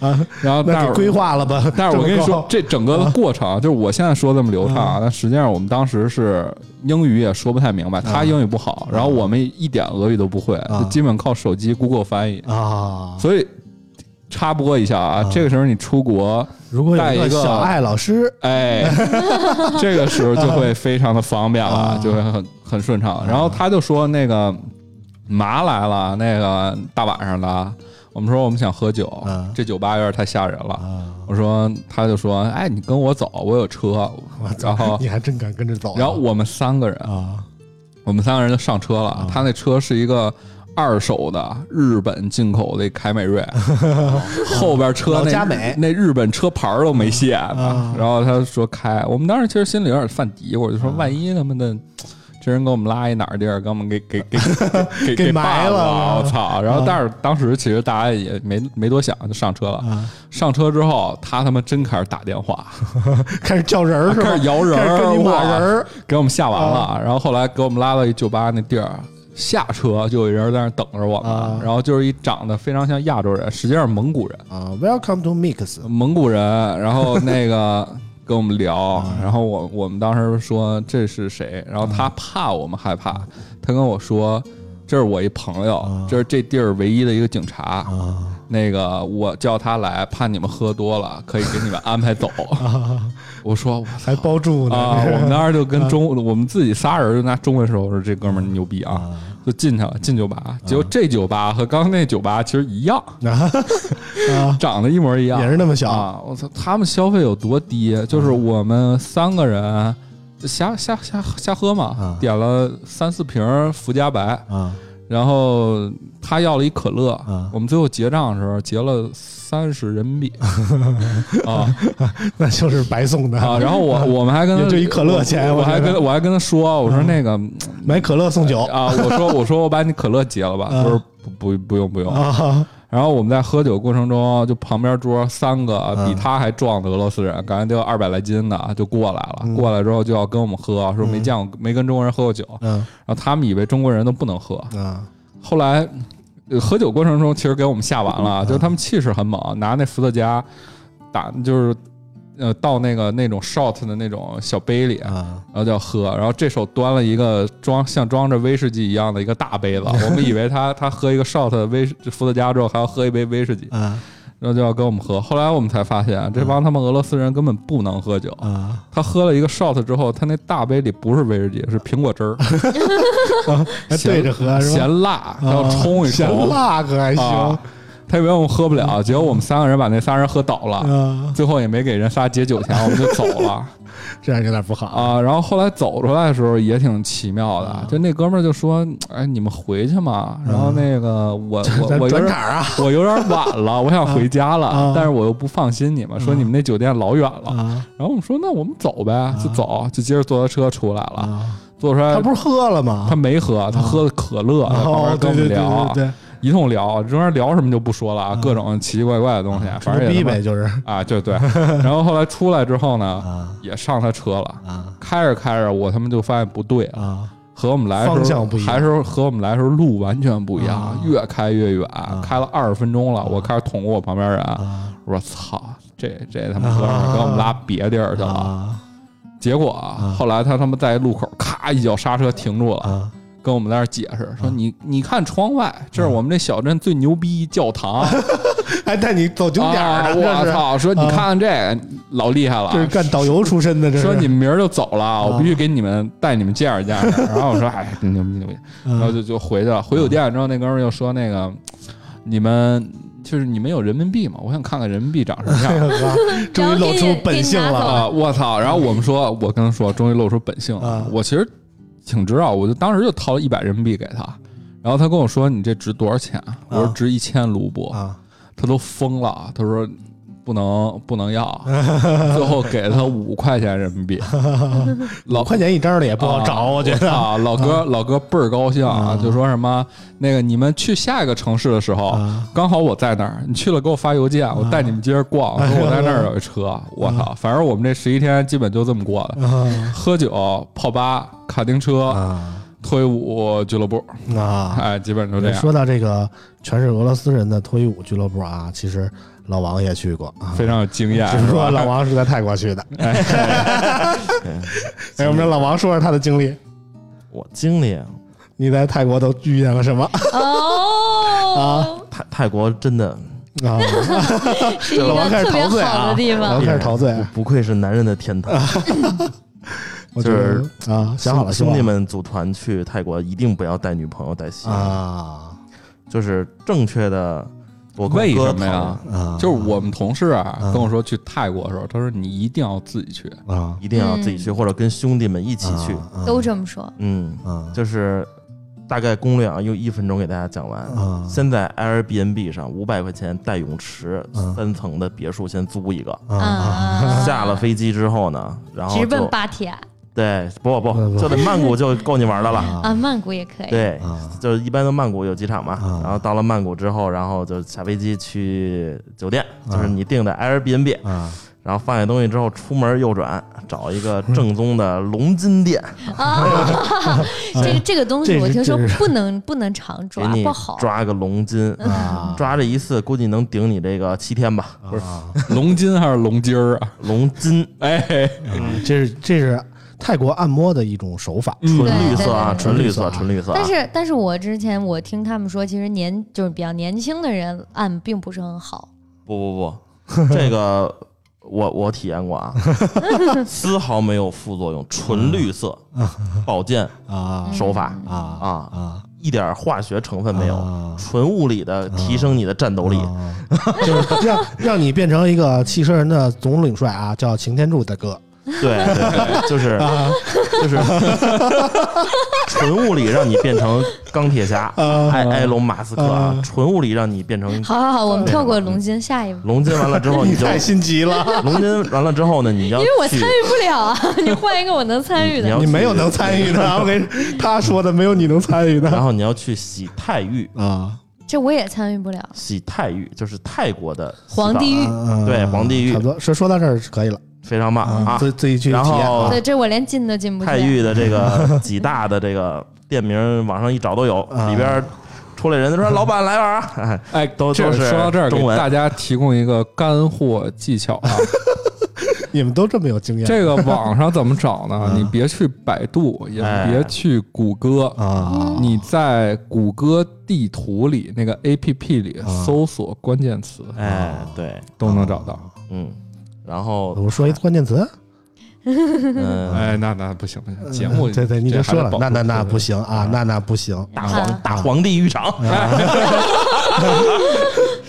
[SPEAKER 2] 啊，
[SPEAKER 5] 然后但
[SPEAKER 2] 那
[SPEAKER 5] 是
[SPEAKER 2] 就规划了吧。
[SPEAKER 5] 但是我跟你说，
[SPEAKER 2] 这啊
[SPEAKER 5] 这整个的过程，就是我现在说这么流畅啊，但实际上我们当时是英语也说不太明白，他英语不好，然后我们一点俄语都不会，
[SPEAKER 2] 啊
[SPEAKER 5] 就基本靠手机 Google 翻译
[SPEAKER 2] 么。高啊，
[SPEAKER 5] 所以插播一下啊
[SPEAKER 2] 啊，
[SPEAKER 5] 这个时候你出国，
[SPEAKER 2] 如果
[SPEAKER 5] 带
[SPEAKER 2] 有
[SPEAKER 5] 一个
[SPEAKER 2] 小爱老师，
[SPEAKER 5] 哎，这个时候就会非常的方便了
[SPEAKER 2] 啊，
[SPEAKER 5] 就会很很顺畅。然后他就说那个嘛来了，那个大晚上的，我们说我们想喝酒
[SPEAKER 2] 啊，
[SPEAKER 5] 这酒吧有点太吓人了。
[SPEAKER 2] 啊，
[SPEAKER 5] 我说，他就说，哎，你跟我走，我有车。然后，
[SPEAKER 2] 你还真敢跟着走啊，
[SPEAKER 5] 然后我们三个人，
[SPEAKER 2] 啊
[SPEAKER 5] 我们三个人就上车了。他那车是一个二手的日本进口的凯美 瑞，后边车
[SPEAKER 2] 老
[SPEAKER 5] 那
[SPEAKER 2] 佳美
[SPEAKER 5] 那日本车牌儿都没卸呢
[SPEAKER 2] 啊。
[SPEAKER 5] 然后他说开，我们当时其实心里有点犯嘀咕，就说万一他们的。这人给我们拉一哪儿地儿，给我们给给 给给
[SPEAKER 2] 给埋
[SPEAKER 5] 办
[SPEAKER 2] 了
[SPEAKER 5] 我操！然后
[SPEAKER 2] 啊，
[SPEAKER 5] 但是当时其实大家也没没多想，就上车了。
[SPEAKER 2] 啊，
[SPEAKER 5] 上车之后，他他妈真开始打电话，
[SPEAKER 2] 开始叫人儿是吧
[SPEAKER 5] 开始？摇人
[SPEAKER 2] 开
[SPEAKER 5] 儿，
[SPEAKER 2] 始跟你骂人
[SPEAKER 5] 哇，
[SPEAKER 2] 儿，啊
[SPEAKER 5] 给我们吓完了。然后后来给我们拉到一酒吧那地儿，下车就有人在那儿等着我们。
[SPEAKER 2] 啊
[SPEAKER 5] 然后就是一长得非常像亚洲人，实际上是蒙古人，
[SPEAKER 2] 啊，Welcome to Mix
[SPEAKER 5] 蒙古人。然后那 个跟我们聊，
[SPEAKER 2] 啊
[SPEAKER 5] 然后我我们当时说这是谁，然后他怕我们害怕，他跟我说。这是我一朋友，这是这地儿唯一的一个警察。
[SPEAKER 2] 啊
[SPEAKER 5] 那个我叫他来，怕你们喝多了，可以给你们安排走。
[SPEAKER 2] 啊，
[SPEAKER 5] 我说我
[SPEAKER 2] 还包住呢
[SPEAKER 5] 啊，
[SPEAKER 2] 这
[SPEAKER 5] 我
[SPEAKER 2] 是
[SPEAKER 5] 们当时就跟中，
[SPEAKER 2] 啊
[SPEAKER 5] 我们自己仨人就拿中文说，我说这哥们儿牛逼啊，就进去了，进酒吧。结果这酒吧和刚刚那酒吧其实一 样，
[SPEAKER 2] 啊，
[SPEAKER 5] 长得一模一样，
[SPEAKER 2] 也是那么小
[SPEAKER 5] 啊！我操，他们消费有多低？就是我们三个人就瞎瞎瞎瞎喝嘛
[SPEAKER 2] 啊，
[SPEAKER 5] 点了三四瓶福加白，
[SPEAKER 2] 啊
[SPEAKER 5] 然后他要了一可乐
[SPEAKER 2] 啊，
[SPEAKER 5] 我们最后结账的时候结了三十人民币啊。
[SPEAKER 2] 那就是白送的
[SPEAKER 5] 啊，然后我我们还跟他
[SPEAKER 2] 也就一可乐钱
[SPEAKER 5] 我我
[SPEAKER 2] 我觉
[SPEAKER 5] 还
[SPEAKER 2] 得啊
[SPEAKER 5] 跟我还跟他说，我说那个
[SPEAKER 2] 买可乐送酒
[SPEAKER 5] 啊，我说我说我把你可乐结了吧，
[SPEAKER 2] 哦啊
[SPEAKER 5] 他说不不不用不用。
[SPEAKER 2] 啊
[SPEAKER 5] 然后我们在喝酒过程中，就旁边桌三个啊
[SPEAKER 2] 嗯
[SPEAKER 5] 比他还壮的俄罗斯人，感觉得有二百来斤的啊就过来了，
[SPEAKER 2] 嗯
[SPEAKER 5] 过来之后就要跟我们喝，啊说没见过没跟中国人喝过酒，
[SPEAKER 2] 嗯
[SPEAKER 5] 然后他们以为中国人都不能喝，
[SPEAKER 2] 啊
[SPEAKER 5] 后来呃喝酒过程中，其实给我们吓完了，啊就是他们气势很猛，拿那伏特加打，就是呃倒那个那种 shot 的那种小杯里，然
[SPEAKER 2] 啊
[SPEAKER 5] 后就要喝，然后这手端了一个装像装着威士忌一样的一个大杯 子，我们以为他他喝一个 shot 的威士伏特加之后还要喝一杯威士忌，
[SPEAKER 2] 啊
[SPEAKER 5] 然后就要跟我们喝。后来我们才发现，这帮他们俄罗斯人根本不能喝酒。
[SPEAKER 2] 啊！
[SPEAKER 5] 他喝了一个 shot 之后，他那大杯里不是威士忌， 是苹果汁儿，
[SPEAKER 2] 还对着喝是吧？啊
[SPEAKER 5] 咸辣，然后冲一冲，
[SPEAKER 2] 咸辣可还行
[SPEAKER 5] 啊，他以为我们喝不
[SPEAKER 2] 嗯
[SPEAKER 5] 了，结果我们三个人把那仨人喝倒了，
[SPEAKER 2] 啊，
[SPEAKER 5] 最后也没给人仨解酒钱，我们就走 了
[SPEAKER 2] 这样有点不好啊。
[SPEAKER 5] 啊。然后后来走出来的时候也挺奇
[SPEAKER 2] 嗯
[SPEAKER 5] 妙的，就那哥们儿就说：“哎，你们回去嘛。”然后那个我我
[SPEAKER 2] 嗯咱
[SPEAKER 5] 我有
[SPEAKER 2] 转
[SPEAKER 5] 点
[SPEAKER 2] 场啊
[SPEAKER 5] 我有点晚 了，我想回家
[SPEAKER 2] 啊
[SPEAKER 5] 了，但是我又不放心
[SPEAKER 2] 嗯
[SPEAKER 5] 你们，说你们那酒店老远了。
[SPEAKER 2] 啊
[SPEAKER 5] 然后我们说：“那我们走呗，
[SPEAKER 2] 嗯
[SPEAKER 5] 就走，就接着坐他车出来了。
[SPEAKER 2] 啊！
[SPEAKER 5] 坐出来，
[SPEAKER 2] 他不是喝了吗？
[SPEAKER 5] 他没喝，他喝的可乐，在旁
[SPEAKER 2] 哦
[SPEAKER 5] 边，
[SPEAKER 2] 对
[SPEAKER 5] 跟
[SPEAKER 2] 对
[SPEAKER 5] 我
[SPEAKER 2] 对
[SPEAKER 5] 们聊
[SPEAKER 2] 对，对，
[SPEAKER 5] 一通聊，中间聊什么就不说了啊
[SPEAKER 2] 嗯，
[SPEAKER 5] 各种奇奇怪怪的东西，反正
[SPEAKER 2] 吹
[SPEAKER 5] 也
[SPEAKER 2] 逼
[SPEAKER 5] 他妈
[SPEAKER 2] 呗，就是
[SPEAKER 5] 啊，对对。然后后来出来之后呢，
[SPEAKER 2] 啊
[SPEAKER 5] 也上他车了，
[SPEAKER 2] 啊
[SPEAKER 5] 开着开着，我他妈就发现不对了，
[SPEAKER 2] 啊
[SPEAKER 5] 和我们来的
[SPEAKER 2] 方
[SPEAKER 5] 时候
[SPEAKER 2] 向不一样
[SPEAKER 5] 还是和我们来的时候路完全不一样
[SPEAKER 2] 啊，
[SPEAKER 5] 越开越远，开了二十分钟了，我开始捅我旁边人，
[SPEAKER 2] 啊
[SPEAKER 5] 我说操，这这他妈哥们儿给我们拉别地儿去了。
[SPEAKER 2] 啊
[SPEAKER 5] 结果啊，后来他他妈在路口咔一脚刹车停住了。
[SPEAKER 2] 啊！
[SPEAKER 5] 跟我们在那儿解释说你你看窗外，这是我们这小镇最牛逼教堂。
[SPEAKER 2] 还带哎你走景点儿
[SPEAKER 5] 啊
[SPEAKER 2] 呢，
[SPEAKER 5] 我
[SPEAKER 2] 这
[SPEAKER 5] 操！说你看看这个老厉害了啊
[SPEAKER 2] 是这，是干导游出身的，嗯这是嗯
[SPEAKER 5] 说你们明儿就走了，啊我必须给你们带你们见识见识。然后我说哎，牛逼牛逼，
[SPEAKER 2] 嗯
[SPEAKER 5] 然后就就回去了。回酒店之后，那哥们儿又说那个你们就是你们有人民币吗？我想看看人民币长什么样。
[SPEAKER 2] 终于露出本性
[SPEAKER 1] 然后给你给你拿走
[SPEAKER 2] 了
[SPEAKER 5] 啊！我操！然后我们说，我跟他说，终于露出本性了
[SPEAKER 2] 啊。
[SPEAKER 5] 我其实挺知道，我就当时就掏了一百人民币给他，然后他跟我说：“你这值多少钱？”啊我说：“值一千卢布。
[SPEAKER 2] 啊！”
[SPEAKER 5] 他都疯了，啊他说：“不能不能要。”啊最后给他五块钱 人民币，老
[SPEAKER 2] 五块钱一张的也不好找，
[SPEAKER 5] 啊
[SPEAKER 2] 我觉得
[SPEAKER 5] 啊，老哥老哥倍儿高兴啊，就说什么那个你们去下一个城市的时候，
[SPEAKER 2] 啊
[SPEAKER 5] 刚好我在那儿，你去了给我发邮件，我带你们接着逛，
[SPEAKER 2] 哎
[SPEAKER 5] 说我在那儿有一
[SPEAKER 2] 啊
[SPEAKER 5] 车，我操，反正我们这十一天基本就这么过的，喝酒、泡吧、卡丁车、
[SPEAKER 2] 啊
[SPEAKER 5] 脱衣舞俱乐部，
[SPEAKER 2] 啊！
[SPEAKER 5] 哎，基本就这样，
[SPEAKER 2] 说到这个全是俄罗斯人的脱衣舞俱乐部啊，其实老王也去过啊，
[SPEAKER 5] 非常有经验，
[SPEAKER 2] 只是
[SPEAKER 5] 是
[SPEAKER 2] 说
[SPEAKER 5] 吧
[SPEAKER 2] 老王是在泰国去 的。哎，我们让老王说说他的经历，
[SPEAKER 4] 我经历啊
[SPEAKER 2] 你在泰国都遇见了什么
[SPEAKER 1] 哦，
[SPEAKER 4] 泰泰国真的
[SPEAKER 2] 啊？
[SPEAKER 1] 是一
[SPEAKER 2] 老王
[SPEAKER 1] 个
[SPEAKER 2] 开始
[SPEAKER 1] 特别
[SPEAKER 2] 陶醉
[SPEAKER 1] 好
[SPEAKER 2] 啊，
[SPEAKER 1] 的地
[SPEAKER 2] 老
[SPEAKER 1] 方
[SPEAKER 2] 王。开始陶醉啊，
[SPEAKER 4] 不愧是男人的天堂。
[SPEAKER 2] 我觉得啊，想好了，
[SPEAKER 4] 兄弟
[SPEAKER 2] 希
[SPEAKER 4] 们组团去泰国一定不要带女朋友带媳
[SPEAKER 2] 望
[SPEAKER 4] 妇，
[SPEAKER 2] 啊
[SPEAKER 4] 就是正确的。我跟
[SPEAKER 5] 为
[SPEAKER 4] 我哥
[SPEAKER 5] 什么
[SPEAKER 4] 讨
[SPEAKER 5] 呀
[SPEAKER 4] 论？
[SPEAKER 2] 啊，
[SPEAKER 5] 就是我们同事啊，跟我说去泰国的时候，他说你一定要自己去，
[SPEAKER 2] 啊，
[SPEAKER 4] 一定要自己去，或者跟兄弟们一起去。
[SPEAKER 2] 啊
[SPEAKER 3] 都这么说，
[SPEAKER 4] 嗯，
[SPEAKER 2] 啊
[SPEAKER 4] 就是大概攻略啊，用一分钟给大家讲完。
[SPEAKER 2] 啊
[SPEAKER 4] 先在 Airbnb 上五百块钱带泳池、
[SPEAKER 2] 嗯
[SPEAKER 4] 三层的别墅先租一个。
[SPEAKER 3] 嗯
[SPEAKER 1] 啊，
[SPEAKER 4] 下了飞机之后呢，然后
[SPEAKER 3] 直奔
[SPEAKER 4] 就
[SPEAKER 3] 芭提雅
[SPEAKER 4] 对，不
[SPEAKER 2] 不
[SPEAKER 4] 不
[SPEAKER 2] 不，
[SPEAKER 4] 就在曼谷就够你玩的了。
[SPEAKER 3] 啊，曼谷也可以。
[SPEAKER 4] 对，
[SPEAKER 2] 啊
[SPEAKER 4] 就是一般的曼谷有机场嘛
[SPEAKER 2] 啊，
[SPEAKER 4] 然后到了曼谷之后，然后就下飞机去酒店，
[SPEAKER 2] 啊
[SPEAKER 4] 就是你订的 Airbnb，
[SPEAKER 2] 啊
[SPEAKER 4] 然后放下东西之后出门右转，找一个正宗的龙筋店，
[SPEAKER 1] 啊，
[SPEAKER 3] 这个这个东西
[SPEAKER 2] 这
[SPEAKER 3] 我
[SPEAKER 2] 是
[SPEAKER 3] 听说
[SPEAKER 2] 这是
[SPEAKER 3] 不能不能常
[SPEAKER 4] 给
[SPEAKER 3] 抓，
[SPEAKER 4] 你
[SPEAKER 3] 不好。
[SPEAKER 4] 抓个龙筋，
[SPEAKER 2] 啊
[SPEAKER 4] 抓这一次估计能顶你这个七天吧， 不是
[SPEAKER 2] 啊，
[SPEAKER 5] 龙筋还是龙筋儿啊？
[SPEAKER 4] 龙筋，
[SPEAKER 5] 哎，
[SPEAKER 2] 嗯这是这是泰国按摩的一种手法
[SPEAKER 5] 嗯
[SPEAKER 4] 纯绿色啊，
[SPEAKER 3] 对对对
[SPEAKER 4] 纯绿色，
[SPEAKER 2] 对
[SPEAKER 4] 纯绿色啊，
[SPEAKER 3] 但是，但是我之前我听他们说，其实年就是比较年轻的人按并不是很好。
[SPEAKER 4] 不不不，这个我我体验过啊，丝毫没有副作用，纯绿色保健
[SPEAKER 2] 啊
[SPEAKER 4] 手法
[SPEAKER 2] 啊
[SPEAKER 4] 啊，
[SPEAKER 2] 啊，
[SPEAKER 4] 一点化学成分没有，
[SPEAKER 2] 啊
[SPEAKER 4] 纯物理的提升你的战斗力。
[SPEAKER 2] 啊就是让让你变成一个汽车人的总领帅啊，叫擎天柱大哥
[SPEAKER 4] 对对对，就是就是纯物理让你变成钢 铁侠，埃埃隆马斯克啊，纯物理让你变成
[SPEAKER 3] 啊好好好，我们跳过龙筋，下一步，
[SPEAKER 4] 龙筋，完了之后哦 你就
[SPEAKER 2] 心急了，
[SPEAKER 4] 龙筋完了之后呢，你要
[SPEAKER 3] 因为我参
[SPEAKER 4] 去
[SPEAKER 3] 与不了啊，你换一个我能参与
[SPEAKER 4] 你
[SPEAKER 3] 的
[SPEAKER 4] 要
[SPEAKER 2] 你没有
[SPEAKER 4] 去
[SPEAKER 2] 能参 与的啊，我跟他说的没有你能参与
[SPEAKER 4] 然
[SPEAKER 2] 的
[SPEAKER 4] 后你要去洗泰浴，
[SPEAKER 2] 啊，
[SPEAKER 3] 这我也参与不了。
[SPEAKER 4] 洗泰浴就是泰国的洗澡
[SPEAKER 3] 皇帝浴，
[SPEAKER 2] 嗯
[SPEAKER 4] 对皇帝浴
[SPEAKER 2] 差不多说说到这儿是可以了
[SPEAKER 4] 非常棒啊
[SPEAKER 2] 自！自己去体
[SPEAKER 4] 然后
[SPEAKER 2] 验啊
[SPEAKER 3] 对，这我连进都进不
[SPEAKER 4] 泰
[SPEAKER 3] 去。
[SPEAKER 4] 浴的这 个几大的这个店名，网上一找都有，
[SPEAKER 2] 啊
[SPEAKER 4] 里边出来人都说老板来 碗儿啊，哎
[SPEAKER 5] 哎，
[SPEAKER 4] 都
[SPEAKER 5] 这
[SPEAKER 4] 都是
[SPEAKER 5] 说到这儿，给
[SPEAKER 4] 中文
[SPEAKER 5] 大家提供一个干货技巧 啊。
[SPEAKER 2] 你们都这么有经验
[SPEAKER 5] 这个网上怎么找呢？
[SPEAKER 2] 嗯
[SPEAKER 5] 你别去百度，也
[SPEAKER 4] 哎
[SPEAKER 5] 别去谷歌，
[SPEAKER 2] 啊
[SPEAKER 5] 你在谷歌地图里那个 APP 里
[SPEAKER 2] 啊
[SPEAKER 5] 搜索关键词，
[SPEAKER 4] 哎，对，
[SPEAKER 5] 都能找
[SPEAKER 2] 啊
[SPEAKER 5] 到。
[SPEAKER 4] 嗯，然后
[SPEAKER 2] 我说一关键词，
[SPEAKER 4] 嗯，
[SPEAKER 5] 哎，那那不行不行，节目
[SPEAKER 2] 对对，你
[SPEAKER 5] 这
[SPEAKER 2] 就
[SPEAKER 5] 还得
[SPEAKER 2] 说了
[SPEAKER 5] 保，护
[SPEAKER 2] 那那那
[SPEAKER 5] 对
[SPEAKER 2] 不
[SPEAKER 5] 啊
[SPEAKER 2] 行啊，那那不行
[SPEAKER 4] 大皇大皇帝浴场，
[SPEAKER 5] 哎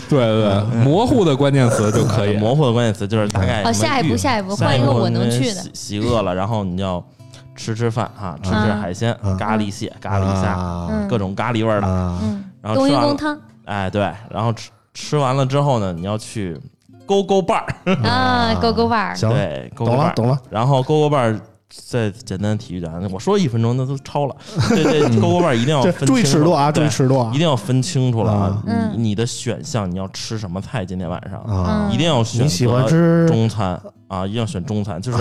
[SPEAKER 5] 对对
[SPEAKER 2] 嗯
[SPEAKER 5] 对，模糊的关键词就可以。
[SPEAKER 4] 模糊的关键词就是大概
[SPEAKER 3] 哦，
[SPEAKER 4] 什么
[SPEAKER 3] 下一
[SPEAKER 4] 欲
[SPEAKER 3] 步，下一步，
[SPEAKER 4] 下
[SPEAKER 3] 换一
[SPEAKER 4] 一
[SPEAKER 3] 个
[SPEAKER 4] 步
[SPEAKER 3] 我能
[SPEAKER 4] 你
[SPEAKER 3] 去的
[SPEAKER 4] 洗。洗饿了，然后你要吃吃饭哈，吃吃海鲜
[SPEAKER 2] 嗯，
[SPEAKER 4] 咖喱蟹、咖喱虾，
[SPEAKER 2] 啊
[SPEAKER 3] 嗯，
[SPEAKER 4] 各种咖喱味儿的。
[SPEAKER 2] 啊
[SPEAKER 3] 嗯，
[SPEAKER 4] 然后
[SPEAKER 1] 冬
[SPEAKER 4] 吃
[SPEAKER 1] 阴
[SPEAKER 4] 完
[SPEAKER 1] 功
[SPEAKER 4] 了，
[SPEAKER 1] 汤
[SPEAKER 4] 哎，对，然后吃吃完了之后呢，你要去勾勾伴儿，
[SPEAKER 3] 啊，勾勾腕儿，
[SPEAKER 2] 行，
[SPEAKER 4] 对，勾勾
[SPEAKER 2] 懂
[SPEAKER 4] 伴
[SPEAKER 2] 了
[SPEAKER 4] 儿。
[SPEAKER 2] 懂了，
[SPEAKER 4] 然后勾勾伴儿再简单提一句啊，我说一分钟那都超了，这这勾勾伴儿一定要
[SPEAKER 2] 嗯这
[SPEAKER 4] 哦分
[SPEAKER 2] 注意
[SPEAKER 4] 清
[SPEAKER 2] 尺
[SPEAKER 4] 楚
[SPEAKER 2] 度啊，注意
[SPEAKER 4] 对
[SPEAKER 2] 尺度啊
[SPEAKER 4] 一定要分清楚了啊！
[SPEAKER 3] 嗯
[SPEAKER 4] 你你的选项，你要吃什么菜？今天晚上
[SPEAKER 2] 啊！
[SPEAKER 3] 嗯
[SPEAKER 4] 一定要选
[SPEAKER 2] 你喜欢
[SPEAKER 4] 择
[SPEAKER 2] 吃
[SPEAKER 4] 中餐啊，一定要选中 餐，就是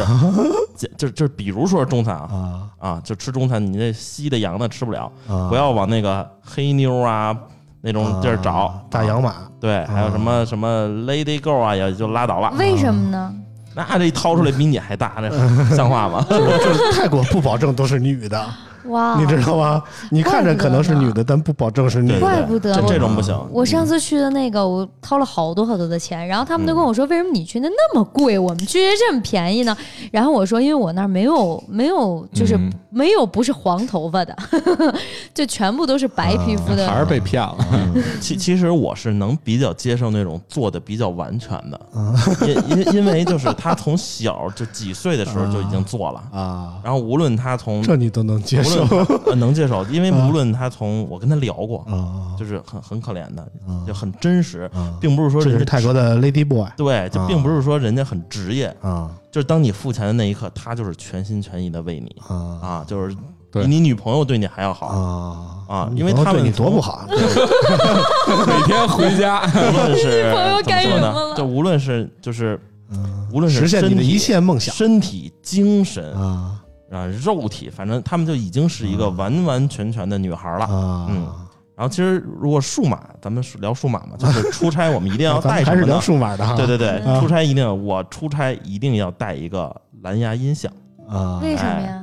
[SPEAKER 4] 就就就是比如说是中餐啊
[SPEAKER 2] 啊
[SPEAKER 4] 啊，就吃中餐，你那西的洋的吃不了，
[SPEAKER 2] 啊！
[SPEAKER 4] 不要往那个黑妞啊那种地儿找
[SPEAKER 2] 啊。大啊洋
[SPEAKER 4] 啊
[SPEAKER 2] 马，
[SPEAKER 4] 对，还有什么什么 Lady Go 啊，也就拉倒了。
[SPEAKER 3] 为什么呢？
[SPEAKER 4] 那这掏出来比你还大，那 像话 吗？
[SPEAKER 2] 就是泰国不保证都是女的，
[SPEAKER 3] 哇，
[SPEAKER 2] 你知道吗？你看着可能是女的，但不保证是女
[SPEAKER 4] 对
[SPEAKER 2] 的。
[SPEAKER 3] 怪不得
[SPEAKER 4] 这
[SPEAKER 3] 我
[SPEAKER 4] 这种不行。
[SPEAKER 2] 啊
[SPEAKER 3] 我上次去的那个，我掏了好多好多的钱，然后他们都跟我说，为什么你去那那么贵，我们去这么便宜呢？然后我说，因为我那儿没有没有，就是
[SPEAKER 5] 嗯
[SPEAKER 3] 没有不是黄头发的， 就全部都是白皮肤
[SPEAKER 5] 还
[SPEAKER 3] 的。
[SPEAKER 5] 是被骗了，
[SPEAKER 4] 其其实我是能比较接受那种做的比较完全的，
[SPEAKER 2] 啊
[SPEAKER 4] 因因因为就是他从小就几岁的时候就已经做了，
[SPEAKER 2] 啊，
[SPEAKER 4] 然后无论他从
[SPEAKER 2] 这你都能接
[SPEAKER 4] 无
[SPEAKER 2] 受
[SPEAKER 4] 论他、呃能接受，因为无论他从我跟他聊过，
[SPEAKER 2] 啊？
[SPEAKER 4] 就是很很可怜的，
[SPEAKER 2] 啊
[SPEAKER 4] 就很真实，
[SPEAKER 2] 啊！
[SPEAKER 4] 并不是说
[SPEAKER 2] 这
[SPEAKER 4] 人
[SPEAKER 2] 是
[SPEAKER 4] 家
[SPEAKER 2] 泰国的 Lady Boy
[SPEAKER 4] 对，就
[SPEAKER 2] 啊
[SPEAKER 4] 并不是说人家很职业，
[SPEAKER 2] 啊
[SPEAKER 4] 就是当你付钱的那一刻，他就是全心全意的为你
[SPEAKER 2] 啊
[SPEAKER 4] 啊，就是比
[SPEAKER 5] 对
[SPEAKER 4] 你女朋友对你还要好。
[SPEAKER 2] 啊
[SPEAKER 4] 啊因为他们
[SPEAKER 2] 对你多不好啊！嗯
[SPEAKER 5] 每天回家。
[SPEAKER 4] 无 论是
[SPEAKER 3] 朋友
[SPEAKER 4] 怎么
[SPEAKER 3] 干
[SPEAKER 4] 说
[SPEAKER 3] 什
[SPEAKER 4] 呢
[SPEAKER 3] 么了
[SPEAKER 4] 就无论是就是
[SPEAKER 2] 嗯
[SPEAKER 4] 无论是
[SPEAKER 2] 实现你的
[SPEAKER 4] 身体
[SPEAKER 2] 一切梦想
[SPEAKER 4] 身体、精神
[SPEAKER 2] 啊
[SPEAKER 4] 啊、肉体，反正他们就已经是一个完完全全的女孩了。
[SPEAKER 2] 啊！
[SPEAKER 4] 嗯然后其实如果数码，咱们是聊数码嘛，就是出差我们一定要
[SPEAKER 2] 咱
[SPEAKER 4] 带
[SPEAKER 2] 们
[SPEAKER 4] 什
[SPEAKER 2] 还是
[SPEAKER 4] 么
[SPEAKER 2] 聊
[SPEAKER 4] 呢？
[SPEAKER 2] 数码的哈。
[SPEAKER 4] 对对对，
[SPEAKER 2] 嗯
[SPEAKER 4] 出差一定我出差一定要带一个蓝牙音响，
[SPEAKER 2] 啊！
[SPEAKER 3] 为什么呀？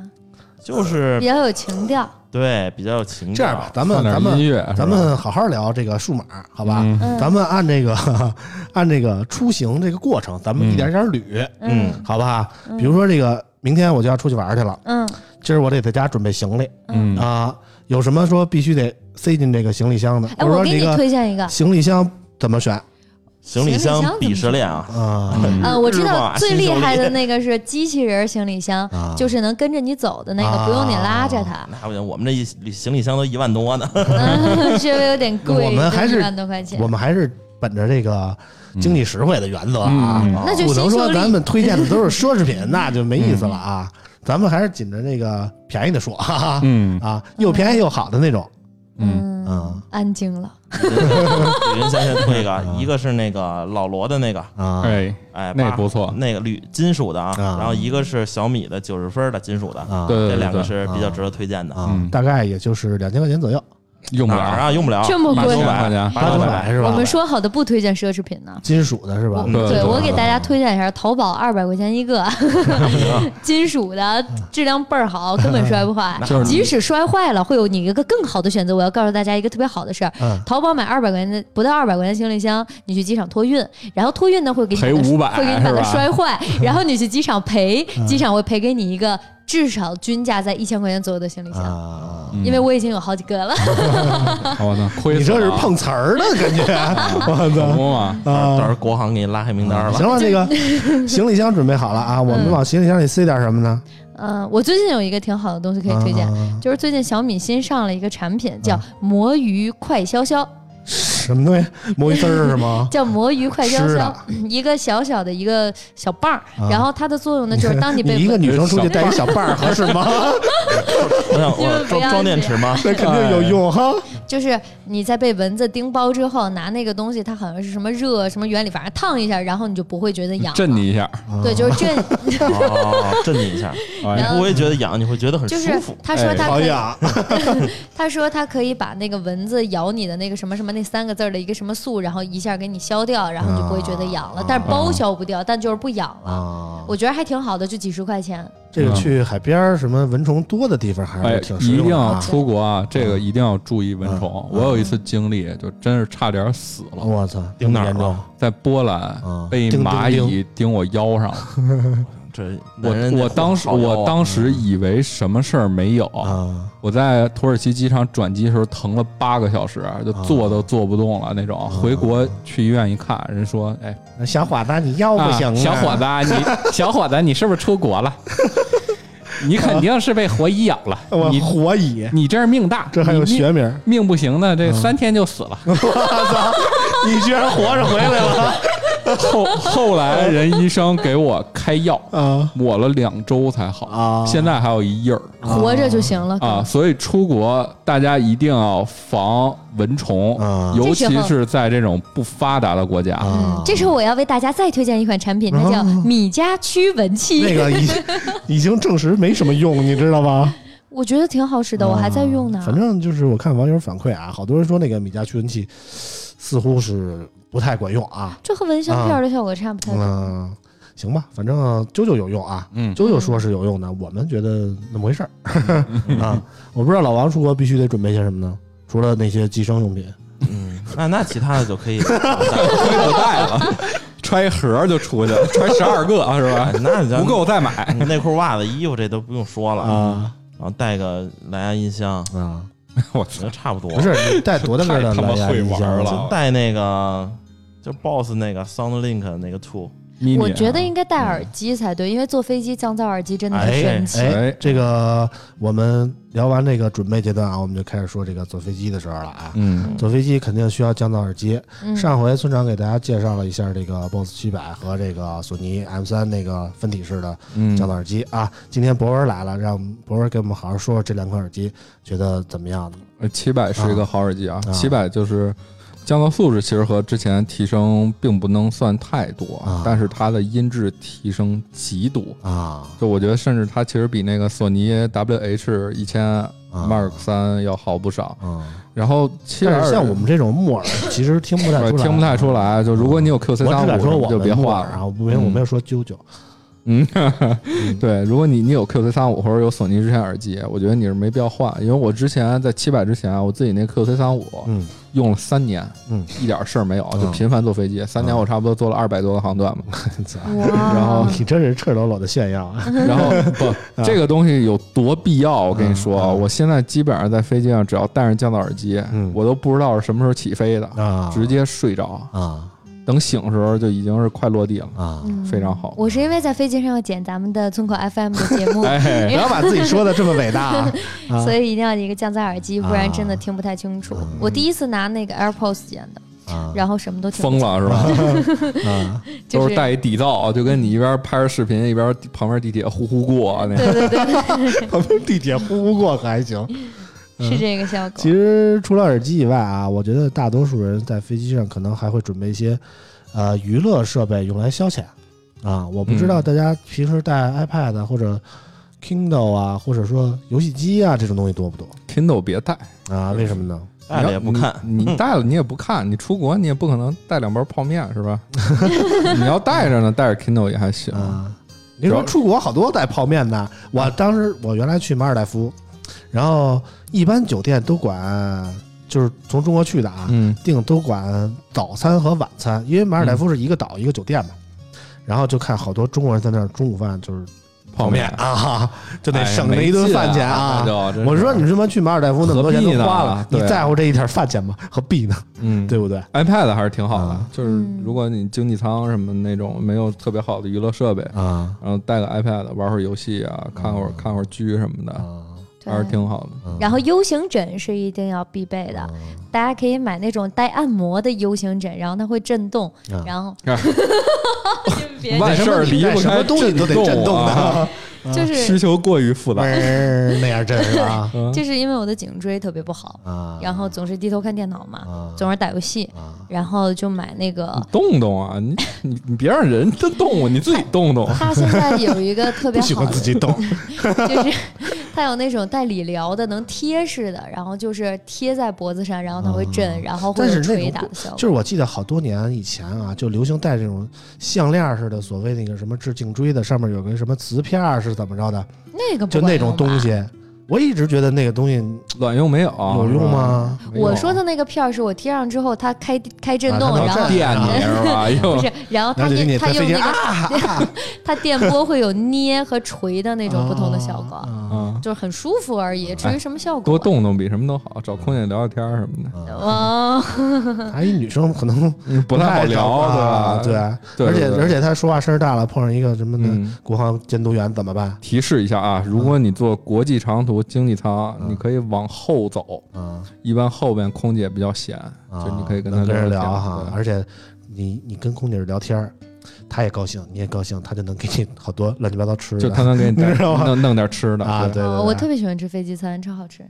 [SPEAKER 4] 就是
[SPEAKER 3] 比较有情调。
[SPEAKER 4] 对比较有情调。
[SPEAKER 2] 这样吧，咱们
[SPEAKER 5] 放
[SPEAKER 2] 咱
[SPEAKER 5] 点
[SPEAKER 2] 们
[SPEAKER 5] 音乐，
[SPEAKER 2] 咱们好好聊这个数码，好吧？
[SPEAKER 5] 嗯
[SPEAKER 3] 嗯
[SPEAKER 2] 咱们按这个 按这个出行这个过程，咱们一点一点捋，
[SPEAKER 4] 嗯
[SPEAKER 2] 好吧？
[SPEAKER 3] 嗯
[SPEAKER 2] 比如说这个，明天我就要出去玩去了，
[SPEAKER 3] 嗯
[SPEAKER 2] 今儿我得在家准备行李
[SPEAKER 5] 嗯
[SPEAKER 2] 啊，有什么说必须得塞进这个行李箱的？我
[SPEAKER 3] 哎，我
[SPEAKER 2] 说这
[SPEAKER 3] 给你
[SPEAKER 2] 个
[SPEAKER 3] 推荐一个，
[SPEAKER 2] 行李箱怎么选
[SPEAKER 3] 行
[SPEAKER 4] 行李
[SPEAKER 3] 李
[SPEAKER 4] 箱
[SPEAKER 3] 箱
[SPEAKER 4] 鄙视链啊，
[SPEAKER 2] 啊？
[SPEAKER 3] 呃，我知
[SPEAKER 4] 日
[SPEAKER 3] 道
[SPEAKER 4] 化
[SPEAKER 3] 最
[SPEAKER 4] 新
[SPEAKER 3] 厉
[SPEAKER 4] 手
[SPEAKER 3] 害的
[SPEAKER 4] 链
[SPEAKER 3] 那个是机器人行李箱
[SPEAKER 2] 啊，
[SPEAKER 3] 就是能跟着你走的那个，
[SPEAKER 2] 啊
[SPEAKER 3] 不用你拉着 它，
[SPEAKER 4] 那不行，我们这一行李箱都一万多呢。
[SPEAKER 3] 嗯稍微有点贵，
[SPEAKER 2] 我们还是
[SPEAKER 3] 一万多块钱
[SPEAKER 2] 啊我。们还是本着这个经济实惠的原则啊，
[SPEAKER 5] 嗯嗯
[SPEAKER 3] 那就
[SPEAKER 2] 不能
[SPEAKER 3] 先
[SPEAKER 2] 说
[SPEAKER 3] 说
[SPEAKER 2] 咱
[SPEAKER 3] 利
[SPEAKER 2] 们推荐的都是奢侈 品，那就没意思了啊。咱们还是紧着那个便宜的说，哈哈
[SPEAKER 5] 嗯
[SPEAKER 2] 啊，又便宜又好的那 种
[SPEAKER 5] 嗯
[SPEAKER 2] 嗯
[SPEAKER 3] 嗯，安静了。
[SPEAKER 4] 李云先先推
[SPEAKER 2] 嗯
[SPEAKER 4] 一个，一个是那个老罗的那个，
[SPEAKER 2] 啊。
[SPEAKER 5] 哎，
[SPEAKER 4] 哎，
[SPEAKER 5] 那
[SPEAKER 4] 八
[SPEAKER 5] 不错
[SPEAKER 4] 那个铝金属的啊，
[SPEAKER 2] 啊
[SPEAKER 4] 然后一个是小米的九十分的金属的，
[SPEAKER 2] 啊，
[SPEAKER 5] 对对
[SPEAKER 4] 这
[SPEAKER 5] 对
[SPEAKER 4] 两个
[SPEAKER 5] 对，
[SPEAKER 4] 是比较值得推荐的。
[SPEAKER 2] 啊
[SPEAKER 5] 嗯，
[SPEAKER 2] 大概也就是两千块钱左右，
[SPEAKER 5] 用不
[SPEAKER 4] 哪儿
[SPEAKER 5] 了，
[SPEAKER 4] 啊？用不了，
[SPEAKER 3] 这么贵
[SPEAKER 5] 八
[SPEAKER 3] 啊
[SPEAKER 4] 八九百
[SPEAKER 5] 九百，嗯
[SPEAKER 2] 八九百是吧？呃
[SPEAKER 3] 我们说好的不推荐奢侈品呢。
[SPEAKER 2] 金属的是吧？
[SPEAKER 5] 对
[SPEAKER 3] 对，
[SPEAKER 5] 对
[SPEAKER 3] 我给大家推荐一下，淘宝二百块钱一个，金属的，质量倍儿好，根本摔不坏。
[SPEAKER 5] 就是
[SPEAKER 3] 即使摔坏了，会有你一个更好的选择。我要告诉大家一个特别好的事儿
[SPEAKER 2] 嗯：
[SPEAKER 3] 淘宝买二百块钱的不到二百块钱行李箱，你去机场托运，然后托运呢会给你把它
[SPEAKER 5] 赔500
[SPEAKER 3] 会给你把它
[SPEAKER 5] 是吧
[SPEAKER 3] 摔坏，然后你去机场赔，机场会赔给你一个至少均价在一千块钱左右的行李箱。
[SPEAKER 2] 啊，
[SPEAKER 5] 嗯
[SPEAKER 3] 因为我已经有好几个了，
[SPEAKER 5] 我操，亏
[SPEAKER 2] 你
[SPEAKER 5] 死
[SPEAKER 2] 这是
[SPEAKER 5] 了啊
[SPEAKER 2] 碰瓷儿的感觉，
[SPEAKER 5] 可
[SPEAKER 2] 我
[SPEAKER 5] 不嘛，
[SPEAKER 2] 操
[SPEAKER 4] 到时
[SPEAKER 2] 啊！
[SPEAKER 4] 候国航给你拉黑名单
[SPEAKER 2] 行
[SPEAKER 4] 了。
[SPEAKER 2] 了，这个 行李箱准备好了啊，我们往行李箱里塞点什么呢？
[SPEAKER 3] 嗯，我最近有一个挺好的东西可以推荐，
[SPEAKER 2] 啊
[SPEAKER 3] 就是最近小米新上了一个产品叫魔芋快消消，？
[SPEAKER 2] 什么东西？魔芋丝儿是吗
[SPEAKER 3] 叫魔芋快消
[SPEAKER 2] 吃
[SPEAKER 3] 消
[SPEAKER 2] 的，
[SPEAKER 3] 一个小小的一个小棒儿
[SPEAKER 2] 啊，
[SPEAKER 3] 然后它的作用呢，就是当你被
[SPEAKER 2] 一个
[SPEAKER 3] 蚊
[SPEAKER 2] 女生出去带一小伴儿合适 吗？
[SPEAKER 4] 我想
[SPEAKER 3] 你
[SPEAKER 4] 我
[SPEAKER 3] 们不要
[SPEAKER 4] 装装电池 吗？
[SPEAKER 2] 那肯定有用啊哈。
[SPEAKER 3] 就是你在被蚊子叮包之后，拿那个东西，它好像是什么热什么原理，反正烫一下，然后你就不会觉得痒。
[SPEAKER 5] 震你，一下，
[SPEAKER 3] 对，就是震，
[SPEAKER 4] 哦，震你一下，
[SPEAKER 5] 哎
[SPEAKER 4] 你
[SPEAKER 3] 然
[SPEAKER 5] 呀
[SPEAKER 3] 后
[SPEAKER 4] 不会觉得痒，你会觉得很
[SPEAKER 3] 就
[SPEAKER 4] 舒
[SPEAKER 3] 是
[SPEAKER 4] 服。
[SPEAKER 3] 他说
[SPEAKER 5] 哎
[SPEAKER 3] 他
[SPEAKER 2] 好
[SPEAKER 3] 可以，
[SPEAKER 2] 痒
[SPEAKER 3] 他说他可以把那个蚊子咬你的那个什么什么那三个字儿的一个什么素，然后一下给你消掉，然后你就不会觉得痒了。但是包消不掉，但就是不痒了。
[SPEAKER 2] 啊！
[SPEAKER 3] 我觉得还挺好的，就几十块钱。
[SPEAKER 2] 这个去海边儿什么蚊虫多的地方还
[SPEAKER 5] 哎
[SPEAKER 2] 是挺，实
[SPEAKER 5] 一定
[SPEAKER 2] 用的
[SPEAKER 5] 要
[SPEAKER 2] 啊。
[SPEAKER 5] 出国啊！这个一定要注意蚊虫。我有一次经历，就真是差点死
[SPEAKER 2] 嗯
[SPEAKER 5] 了，
[SPEAKER 2] 我操，
[SPEAKER 4] 盯哪儿
[SPEAKER 2] 严重
[SPEAKER 4] 了
[SPEAKER 5] 在波兰
[SPEAKER 2] 啊
[SPEAKER 5] 被
[SPEAKER 2] 叮叮
[SPEAKER 5] 蚂蚁叮我腰上了，
[SPEAKER 4] 这男人
[SPEAKER 5] 我我
[SPEAKER 4] 这
[SPEAKER 5] 当时
[SPEAKER 4] 好腰啊
[SPEAKER 5] 我当时以为什么事儿没有，
[SPEAKER 2] 啊
[SPEAKER 5] 我在土耳其机场转机的时候疼了八个小时，就坐都坐不动了那种。回国去医院一看，人说：“哎，
[SPEAKER 2] 小伙子，你哦要不行、
[SPEAKER 5] 啊小伙， 子，你小伙子，你是不是出国了？你肯定是被活蚁咬了。
[SPEAKER 2] 我
[SPEAKER 5] 你
[SPEAKER 2] 火蚁，
[SPEAKER 5] 你这是命大，
[SPEAKER 2] 这还有
[SPEAKER 5] 你
[SPEAKER 2] 学嗯名。
[SPEAKER 5] 命命不行的，这三天 就死了。
[SPEAKER 2] 你居然活着回来了
[SPEAKER 5] 后后来人医生给我开药，
[SPEAKER 2] 啊
[SPEAKER 5] 抹了两周才好，
[SPEAKER 2] 啊
[SPEAKER 5] 现在还有一印儿。”
[SPEAKER 3] 活着就行了。
[SPEAKER 5] 啊，所以出国大家一定要防蚊虫，
[SPEAKER 2] 啊
[SPEAKER 5] 尤
[SPEAKER 3] 这时
[SPEAKER 5] 其
[SPEAKER 3] 候
[SPEAKER 5] 是在这种不发达的国家。
[SPEAKER 2] 啊！
[SPEAKER 3] 嗯这时候我要为大家再推荐一款产品，它叫米家驱蚊器，
[SPEAKER 2] 那个已已经证实没什么用，你知道吗？
[SPEAKER 3] 我觉得挺好使的，我还在用呢。
[SPEAKER 2] 嗯反正就是我看网友反馈啊，好多人说那个米家驱蚊器似乎是不太管用啊。
[SPEAKER 3] 这和蚊香片的效果差不太多。
[SPEAKER 2] 嗯，行吧，反正啾啾有用啊。
[SPEAKER 5] 嗯
[SPEAKER 2] 啾啾说是有用的，我们觉得那么回 事儿
[SPEAKER 5] 嗯
[SPEAKER 2] 啊。我不知道老王出国必须得准备些什么呢？除了那些寄生用品，
[SPEAKER 4] 嗯，那那其他的就 可以，
[SPEAKER 5] 揣口袋了，揣一盒就出去了，揣十二个是吧
[SPEAKER 4] 哎？那你就
[SPEAKER 5] 不够再买。
[SPEAKER 4] 内裤、袜子、衣服这都不用说了嗯
[SPEAKER 2] 啊。
[SPEAKER 4] 然后带个蓝牙音箱，
[SPEAKER 2] 啊，
[SPEAKER 5] 我
[SPEAKER 4] 我觉
[SPEAKER 5] 操
[SPEAKER 4] 得，差不多。
[SPEAKER 2] 不，是你带多大个的
[SPEAKER 5] 太他妈
[SPEAKER 2] 蓝牙
[SPEAKER 5] 会
[SPEAKER 2] 音
[SPEAKER 5] 玩
[SPEAKER 2] 箱
[SPEAKER 5] 了
[SPEAKER 4] 就带那个就 BOSS 那个 SoundLink 那个 Two，
[SPEAKER 5] 咪咪
[SPEAKER 3] 我觉得应该戴耳机才对，因为坐飞机降噪耳机真的很神奇。
[SPEAKER 2] 哎
[SPEAKER 5] 哎，
[SPEAKER 2] 这个我们聊完这个准备阶段啊，我们就开始说这个坐飞机的时候了啊。
[SPEAKER 5] 嗯，
[SPEAKER 2] 坐飞机肯定需要降噪耳机。
[SPEAKER 3] 嗯
[SPEAKER 2] 上回村长给大家介绍了一下这个 BOSS 七百和这个索尼 M 三那个分体式的
[SPEAKER 5] 嗯
[SPEAKER 2] 降噪耳机啊。今天博文来了，让博文给我们好好说说这两款耳机觉得怎么样？
[SPEAKER 5] 呃七百是一个好耳机啊
[SPEAKER 2] 啊，
[SPEAKER 5] 七百就是。降噪素质其实和之前提升并不能算太多，
[SPEAKER 2] 啊
[SPEAKER 5] 但是它的音质提升极多。
[SPEAKER 2] 啊
[SPEAKER 5] 就我觉得，甚至它其实比那个索尼 WH 一千
[SPEAKER 2] 啊
[SPEAKER 5] Mark 三要好不少。
[SPEAKER 2] 啊！
[SPEAKER 5] 然后七百
[SPEAKER 2] 但
[SPEAKER 5] 二
[SPEAKER 2] 是像我们这种木耳，其实听不太出来，
[SPEAKER 5] 听不太出。来。就如果你有 QC
[SPEAKER 2] 我只
[SPEAKER 5] 三
[SPEAKER 2] 敢说
[SPEAKER 5] 五，
[SPEAKER 2] 我
[SPEAKER 5] 就别
[SPEAKER 2] 们木
[SPEAKER 5] 换
[SPEAKER 2] 耳
[SPEAKER 5] 了。
[SPEAKER 2] 啊，我没有我没有说啾啾
[SPEAKER 5] 嗯，对，如果你你有 QC 三五或者有索尼之前耳机，我觉得你是没必要换，因为我之前在七百之前啊，我自己那 QC 三五
[SPEAKER 2] 嗯
[SPEAKER 5] 用了三年，
[SPEAKER 2] 嗯，
[SPEAKER 5] 一点事儿没有，就
[SPEAKER 2] 嗯
[SPEAKER 5] 频繁坐飞机，三年我差不多坐了二百多个航段嘛。 哎然后
[SPEAKER 3] 哇，
[SPEAKER 2] 你真是赤裸裸的炫耀 啊！
[SPEAKER 5] 然后不，这个东西有多必要？我跟你说啊，
[SPEAKER 2] 嗯嗯嗯
[SPEAKER 5] 我现在基本上在飞机上，只要戴上降噪耳机
[SPEAKER 2] 嗯，
[SPEAKER 5] 我都不知道是什么时候起飞的，
[SPEAKER 2] 啊，
[SPEAKER 5] 直接睡着，
[SPEAKER 2] 啊
[SPEAKER 5] 等醒的时候就已经是快落地了，
[SPEAKER 2] 啊！
[SPEAKER 3] 嗯
[SPEAKER 5] 非常好。
[SPEAKER 3] 我是因为在飞机上要剪咱们的村 口 FM 的节目，
[SPEAKER 5] 哎
[SPEAKER 2] 不要把自己说的这么伟大 啊！啊
[SPEAKER 3] 所以一定要一个降噪耳机，
[SPEAKER 2] 啊
[SPEAKER 3] 不然真的听不太清楚。
[SPEAKER 5] 嗯
[SPEAKER 3] 我第一次拿那个 AirPods 剪的，
[SPEAKER 2] 啊
[SPEAKER 3] 然后什么都听
[SPEAKER 5] 疯
[SPEAKER 3] 不
[SPEAKER 5] 了 是吧？
[SPEAKER 2] 啊！
[SPEAKER 3] 就
[SPEAKER 5] 都
[SPEAKER 3] 是
[SPEAKER 5] 是带一底噪，就跟你一边拍着视频一边旁边地铁呼呼过那
[SPEAKER 3] 对
[SPEAKER 5] 个。
[SPEAKER 3] 对对，
[SPEAKER 2] 旁边地铁呼呼过可还行。
[SPEAKER 3] 是这个效果
[SPEAKER 2] 其。实除了耳机以外啊，我觉得大多数人在飞机上可能还会准备一些呃娱乐设备用来消遣啊。我不知道
[SPEAKER 5] 嗯
[SPEAKER 2] 大家平时带 iPad 啊或者 Kindle 啊，或者说游戏机啊这种东西多不多
[SPEAKER 5] Kindle 别带，
[SPEAKER 2] 啊？为什么呢？
[SPEAKER 4] 带了也不看。
[SPEAKER 5] 你你带了你也不看，你出国你也不可能带两包泡面是吧？ 你要带着呢，带着 Kindle 也还行。
[SPEAKER 2] 啊，你说出国好多带泡面的，我当时我原来去马尔代夫，然后一般酒店都管，就是从中国去的啊，
[SPEAKER 5] 嗯
[SPEAKER 2] 定都管早餐和晚餐，因为马尔代夫是一个岛一个酒店嘛。然后就看好多中国人在那儿中午饭就是
[SPEAKER 5] 泡面
[SPEAKER 2] 啊，就得
[SPEAKER 5] 哎
[SPEAKER 2] 省着一顿饭钱啊
[SPEAKER 5] 没劲。哎那就
[SPEAKER 2] 我说你他妈去马尔代夫那么多钱都
[SPEAKER 5] 何必呢
[SPEAKER 2] 花了，你
[SPEAKER 5] 对啊
[SPEAKER 2] 在乎这一点饭钱吗？何必呢？
[SPEAKER 5] 嗯，
[SPEAKER 2] 对不对？
[SPEAKER 5] iPad 还是挺好的
[SPEAKER 2] 啊，
[SPEAKER 5] 就是
[SPEAKER 3] 嗯
[SPEAKER 5] 如果你经济舱什么那种没有特别好的娱乐设备，
[SPEAKER 2] 啊
[SPEAKER 5] 然后带个 iPad 玩会儿游戏啊，看会儿
[SPEAKER 2] 嗯
[SPEAKER 5] 看会儿剧什么的，
[SPEAKER 2] 啊
[SPEAKER 5] 还是
[SPEAKER 3] 对
[SPEAKER 5] 挺好的。
[SPEAKER 3] 然后 U 型枕是一定要必备的，
[SPEAKER 5] 嗯
[SPEAKER 3] 大家可以买那种带按摩的 U 型枕，然后它会震动，
[SPEAKER 2] 啊
[SPEAKER 3] 然后
[SPEAKER 5] 啊
[SPEAKER 2] 嗯
[SPEAKER 3] 别
[SPEAKER 5] 万事儿离不开
[SPEAKER 2] 什么东西都得震动
[SPEAKER 5] 啊
[SPEAKER 2] 的，
[SPEAKER 3] 就是
[SPEAKER 5] 需求过于复杂。
[SPEAKER 2] 嗡那样震是吧？
[SPEAKER 5] 嗯
[SPEAKER 3] 就是因为我的颈椎特别不好，
[SPEAKER 2] 啊，
[SPEAKER 3] 然后总是低头看电脑嘛，
[SPEAKER 2] 啊
[SPEAKER 3] 总是打游戏，
[SPEAKER 2] 啊
[SPEAKER 3] 然后就买那个。
[SPEAKER 5] 你动动啊，你你你别让人家动，啊你自己动动。
[SPEAKER 3] 它现在有一 个特别
[SPEAKER 2] 不喜
[SPEAKER 3] 好
[SPEAKER 2] 欢
[SPEAKER 3] 的
[SPEAKER 2] 自，己动
[SPEAKER 3] 就是它有那种带理疗的，能贴式的，然后就是贴在脖子上，然后它会震，然后 会
[SPEAKER 2] 啊但
[SPEAKER 3] 有
[SPEAKER 2] 是那种
[SPEAKER 3] 捶打的
[SPEAKER 2] 就
[SPEAKER 3] 效果。
[SPEAKER 2] 是我记得好多年以前啊，就流行戴这种项链似的，所谓那个什么治颈椎的，上面有个什么瓷片儿是怎么着的，
[SPEAKER 3] 那个不
[SPEAKER 2] 就
[SPEAKER 3] 管
[SPEAKER 2] 那种
[SPEAKER 3] 用吧
[SPEAKER 2] 东西，我一直觉得那个东西
[SPEAKER 5] 卵用没有？
[SPEAKER 2] 有用吗？
[SPEAKER 5] 是吧？没有
[SPEAKER 3] 我说的那个片儿是我贴上之后，它开开震
[SPEAKER 2] 啊
[SPEAKER 3] 动，
[SPEAKER 2] 它能
[SPEAKER 3] 然后
[SPEAKER 2] 震
[SPEAKER 5] 电啊你是 吧？
[SPEAKER 3] 不
[SPEAKER 5] 又
[SPEAKER 3] 是，然后
[SPEAKER 2] 然
[SPEAKER 3] 它
[SPEAKER 2] 后就给
[SPEAKER 3] 也
[SPEAKER 2] 你
[SPEAKER 3] 它
[SPEAKER 2] 费
[SPEAKER 3] 用
[SPEAKER 2] 劲
[SPEAKER 3] 那
[SPEAKER 2] 啊
[SPEAKER 3] 个， 它电波会有捏和锤的那种不同的效果，
[SPEAKER 2] 啊哎
[SPEAKER 5] 啊，
[SPEAKER 3] 就是很舒服而已。至于什么效果，
[SPEAKER 5] 多动动比什么都好，找空姐聊聊天儿什么的，
[SPEAKER 3] 啊，
[SPEAKER 2] 啊！还一女生可能
[SPEAKER 5] 不太好聊，
[SPEAKER 2] 啊对吧？
[SPEAKER 5] 对吧？啊对
[SPEAKER 2] 而且
[SPEAKER 5] 对
[SPEAKER 2] 而且她说话声儿大了，碰上一个什么的嗯
[SPEAKER 5] 嗯
[SPEAKER 2] 国航监督员怎么办？
[SPEAKER 5] 提示一下啊，如果你坐国际长途经济舱，
[SPEAKER 2] 嗯
[SPEAKER 5] 你可以往后走，
[SPEAKER 2] 啊
[SPEAKER 5] 一般后边空姐比较闲，
[SPEAKER 2] 啊，
[SPEAKER 5] 就你可以跟她
[SPEAKER 2] 能跟人
[SPEAKER 5] 聊
[SPEAKER 2] 聊
[SPEAKER 5] 天
[SPEAKER 2] 哈，
[SPEAKER 5] 对
[SPEAKER 2] 而且你你跟空姐聊天儿，她也高兴，你也高兴，她就能给你好多乱七八糟吃的，
[SPEAKER 5] 就她能给你 带
[SPEAKER 2] 你知道吗
[SPEAKER 5] 弄弄点吃的
[SPEAKER 2] 啊，
[SPEAKER 5] 对
[SPEAKER 2] 对对，
[SPEAKER 3] 哦我
[SPEAKER 2] 对
[SPEAKER 3] 特别喜欢吃飞机餐，超好吃。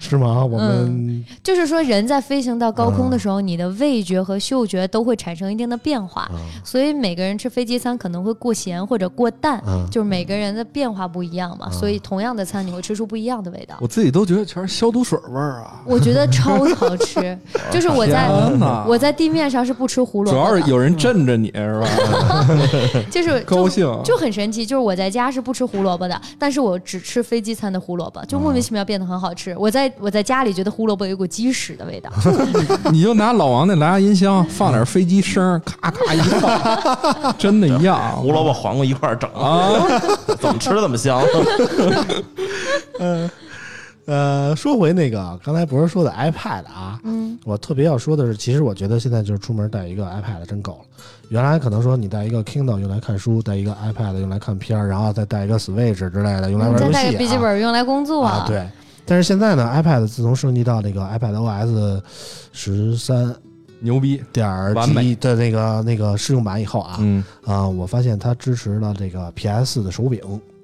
[SPEAKER 2] 是吗？我们
[SPEAKER 3] 就是说，人在飞行到高空
[SPEAKER 5] 嗯
[SPEAKER 3] 的时候，你的味觉和嗅觉都会产生一定的变化，
[SPEAKER 2] 啊
[SPEAKER 3] 所以每个人吃飞机餐可能会过咸或者过淡，
[SPEAKER 2] 嗯
[SPEAKER 3] 就是每个人的变化不一
[SPEAKER 5] 嗯
[SPEAKER 3] 样嘛，所以同样的餐你会吃出不一样的味道。
[SPEAKER 5] 我自己都觉得全是消毒水味儿啊！
[SPEAKER 3] 我觉得超好 吃，就是我在
[SPEAKER 5] 天哪
[SPEAKER 3] 我在地面上是不吃胡萝
[SPEAKER 5] 主
[SPEAKER 3] 卜的，
[SPEAKER 5] 要是有人镇着你是 吧？
[SPEAKER 3] 就是就
[SPEAKER 5] 高兴
[SPEAKER 3] 就很神奇，就是我在家是不吃胡萝卜的，但是我只吃飞机餐的胡萝卜，就莫
[SPEAKER 5] 嗯
[SPEAKER 3] 名其妙变得很好吃。我在我在家里觉得胡萝卜有一股鸡屎的味道，
[SPEAKER 5] 你就拿老王那蓝牙音箱放点飞机声，咔咔一放，真的一样。
[SPEAKER 4] 胡萝卜、黄瓜一块儿整，
[SPEAKER 5] 啊，
[SPEAKER 4] 怎么吃怎么香。
[SPEAKER 2] 呃，说回那个刚才不是说的 iPad 啊，嗯，我特别要说的是，其实我觉得现在就是出门带一个 iPad 真够了。原来可能说你带一个 Kindle 用来看书，带一个 iPad 用来看片儿，然后再带一个 Switch 之类的用来玩
[SPEAKER 3] 嗯再
[SPEAKER 2] 游戏、啊，
[SPEAKER 3] 带个笔记本用来工作
[SPEAKER 2] 啊，对。但是现在呢，iPad 自从升级到那个 iPad OS 十三
[SPEAKER 5] 牛逼！
[SPEAKER 2] 点儿
[SPEAKER 5] 完美
[SPEAKER 2] G 的那个那个试用版以后啊，
[SPEAKER 5] 嗯，
[SPEAKER 2] 啊，我发现它支持了这个 PS 的手柄，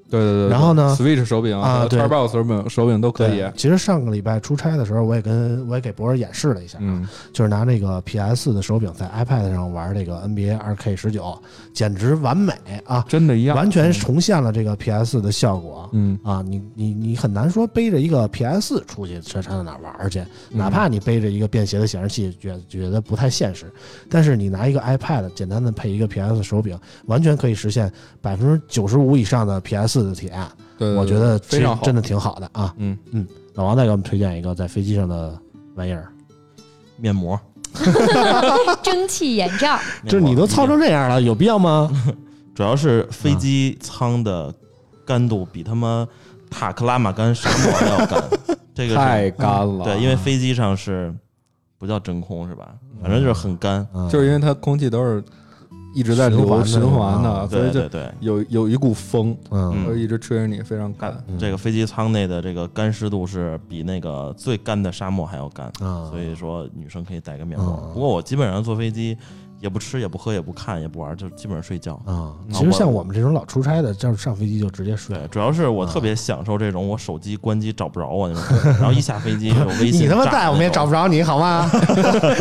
[SPEAKER 5] 对对对。
[SPEAKER 2] 然后呢
[SPEAKER 5] ，Switch 手柄
[SPEAKER 2] 啊
[SPEAKER 5] 和
[SPEAKER 2] 对
[SPEAKER 5] Xbox 手柄手柄都可以啊
[SPEAKER 2] 对。其实上个礼拜出差的时候，我也跟我也给博儿演示了一下，
[SPEAKER 5] 嗯，
[SPEAKER 2] 就是拿那个 PS 的手柄在 iPad 上玩这个 NBA 2K 十九，简直完美啊！
[SPEAKER 5] 真的一样，
[SPEAKER 2] 完全重现了这个 PS 的效果。
[SPEAKER 5] 嗯
[SPEAKER 2] 啊，你你你很难说背着一个 PS 出去上上哪玩去，
[SPEAKER 5] 嗯
[SPEAKER 2] 哪怕你背着一个便携的显示器，觉觉得不太现实。但是你拿一个 iPad 简单的配一个 PS 手柄，完全可以实现百分之九十五以上的 PS 的体验。
[SPEAKER 5] 对，对对
[SPEAKER 2] 我觉得其
[SPEAKER 5] 呃非
[SPEAKER 2] 实
[SPEAKER 5] 常好，
[SPEAKER 2] 真的挺好的啊。
[SPEAKER 5] 嗯
[SPEAKER 2] 嗯，老王再给我们推荐一个在飞机上的玩意儿，
[SPEAKER 4] 面膜，
[SPEAKER 3] 蒸汽眼罩，
[SPEAKER 2] 就是你都操成这样了，有必要吗？
[SPEAKER 4] 主要是飞机舱的干度比他妈塔克拉玛干沙漠还要 干，这个是
[SPEAKER 5] 太干
[SPEAKER 2] 嗯
[SPEAKER 5] 了。
[SPEAKER 4] 对，因为飞机上是不叫真空是吧？
[SPEAKER 2] 嗯
[SPEAKER 4] 反正就是很干，
[SPEAKER 2] 啊
[SPEAKER 5] 就是因为它空气都是一直在
[SPEAKER 2] 循
[SPEAKER 5] 流
[SPEAKER 2] 环
[SPEAKER 5] 环
[SPEAKER 2] 的
[SPEAKER 5] 循环
[SPEAKER 2] 啊
[SPEAKER 5] 的，所
[SPEAKER 4] 对
[SPEAKER 5] 以就
[SPEAKER 4] 对对，
[SPEAKER 5] 有有一股风，
[SPEAKER 2] 嗯
[SPEAKER 4] 嗯
[SPEAKER 5] 就一直吹着你，非常干。
[SPEAKER 2] 嗯
[SPEAKER 4] 这个飞机舱内的这个干湿度是比那个最干的沙漠还要干，
[SPEAKER 2] 啊，
[SPEAKER 4] 所以说女生可以带个面膜
[SPEAKER 2] 嗯。
[SPEAKER 4] 不过我基本上坐飞机也不吃也不喝也不看也不玩，就基本上睡觉。
[SPEAKER 2] 啊，
[SPEAKER 4] 那
[SPEAKER 2] 其实
[SPEAKER 4] 我
[SPEAKER 2] 像我们这种老出差的，就是上飞机就直接睡
[SPEAKER 4] 对，。主要是
[SPEAKER 2] 啊
[SPEAKER 4] 我特别享受这种我手机关机找不着我那种感觉，然后一下飞 机有微信，
[SPEAKER 2] 你他妈在我们也找不。着你好吗？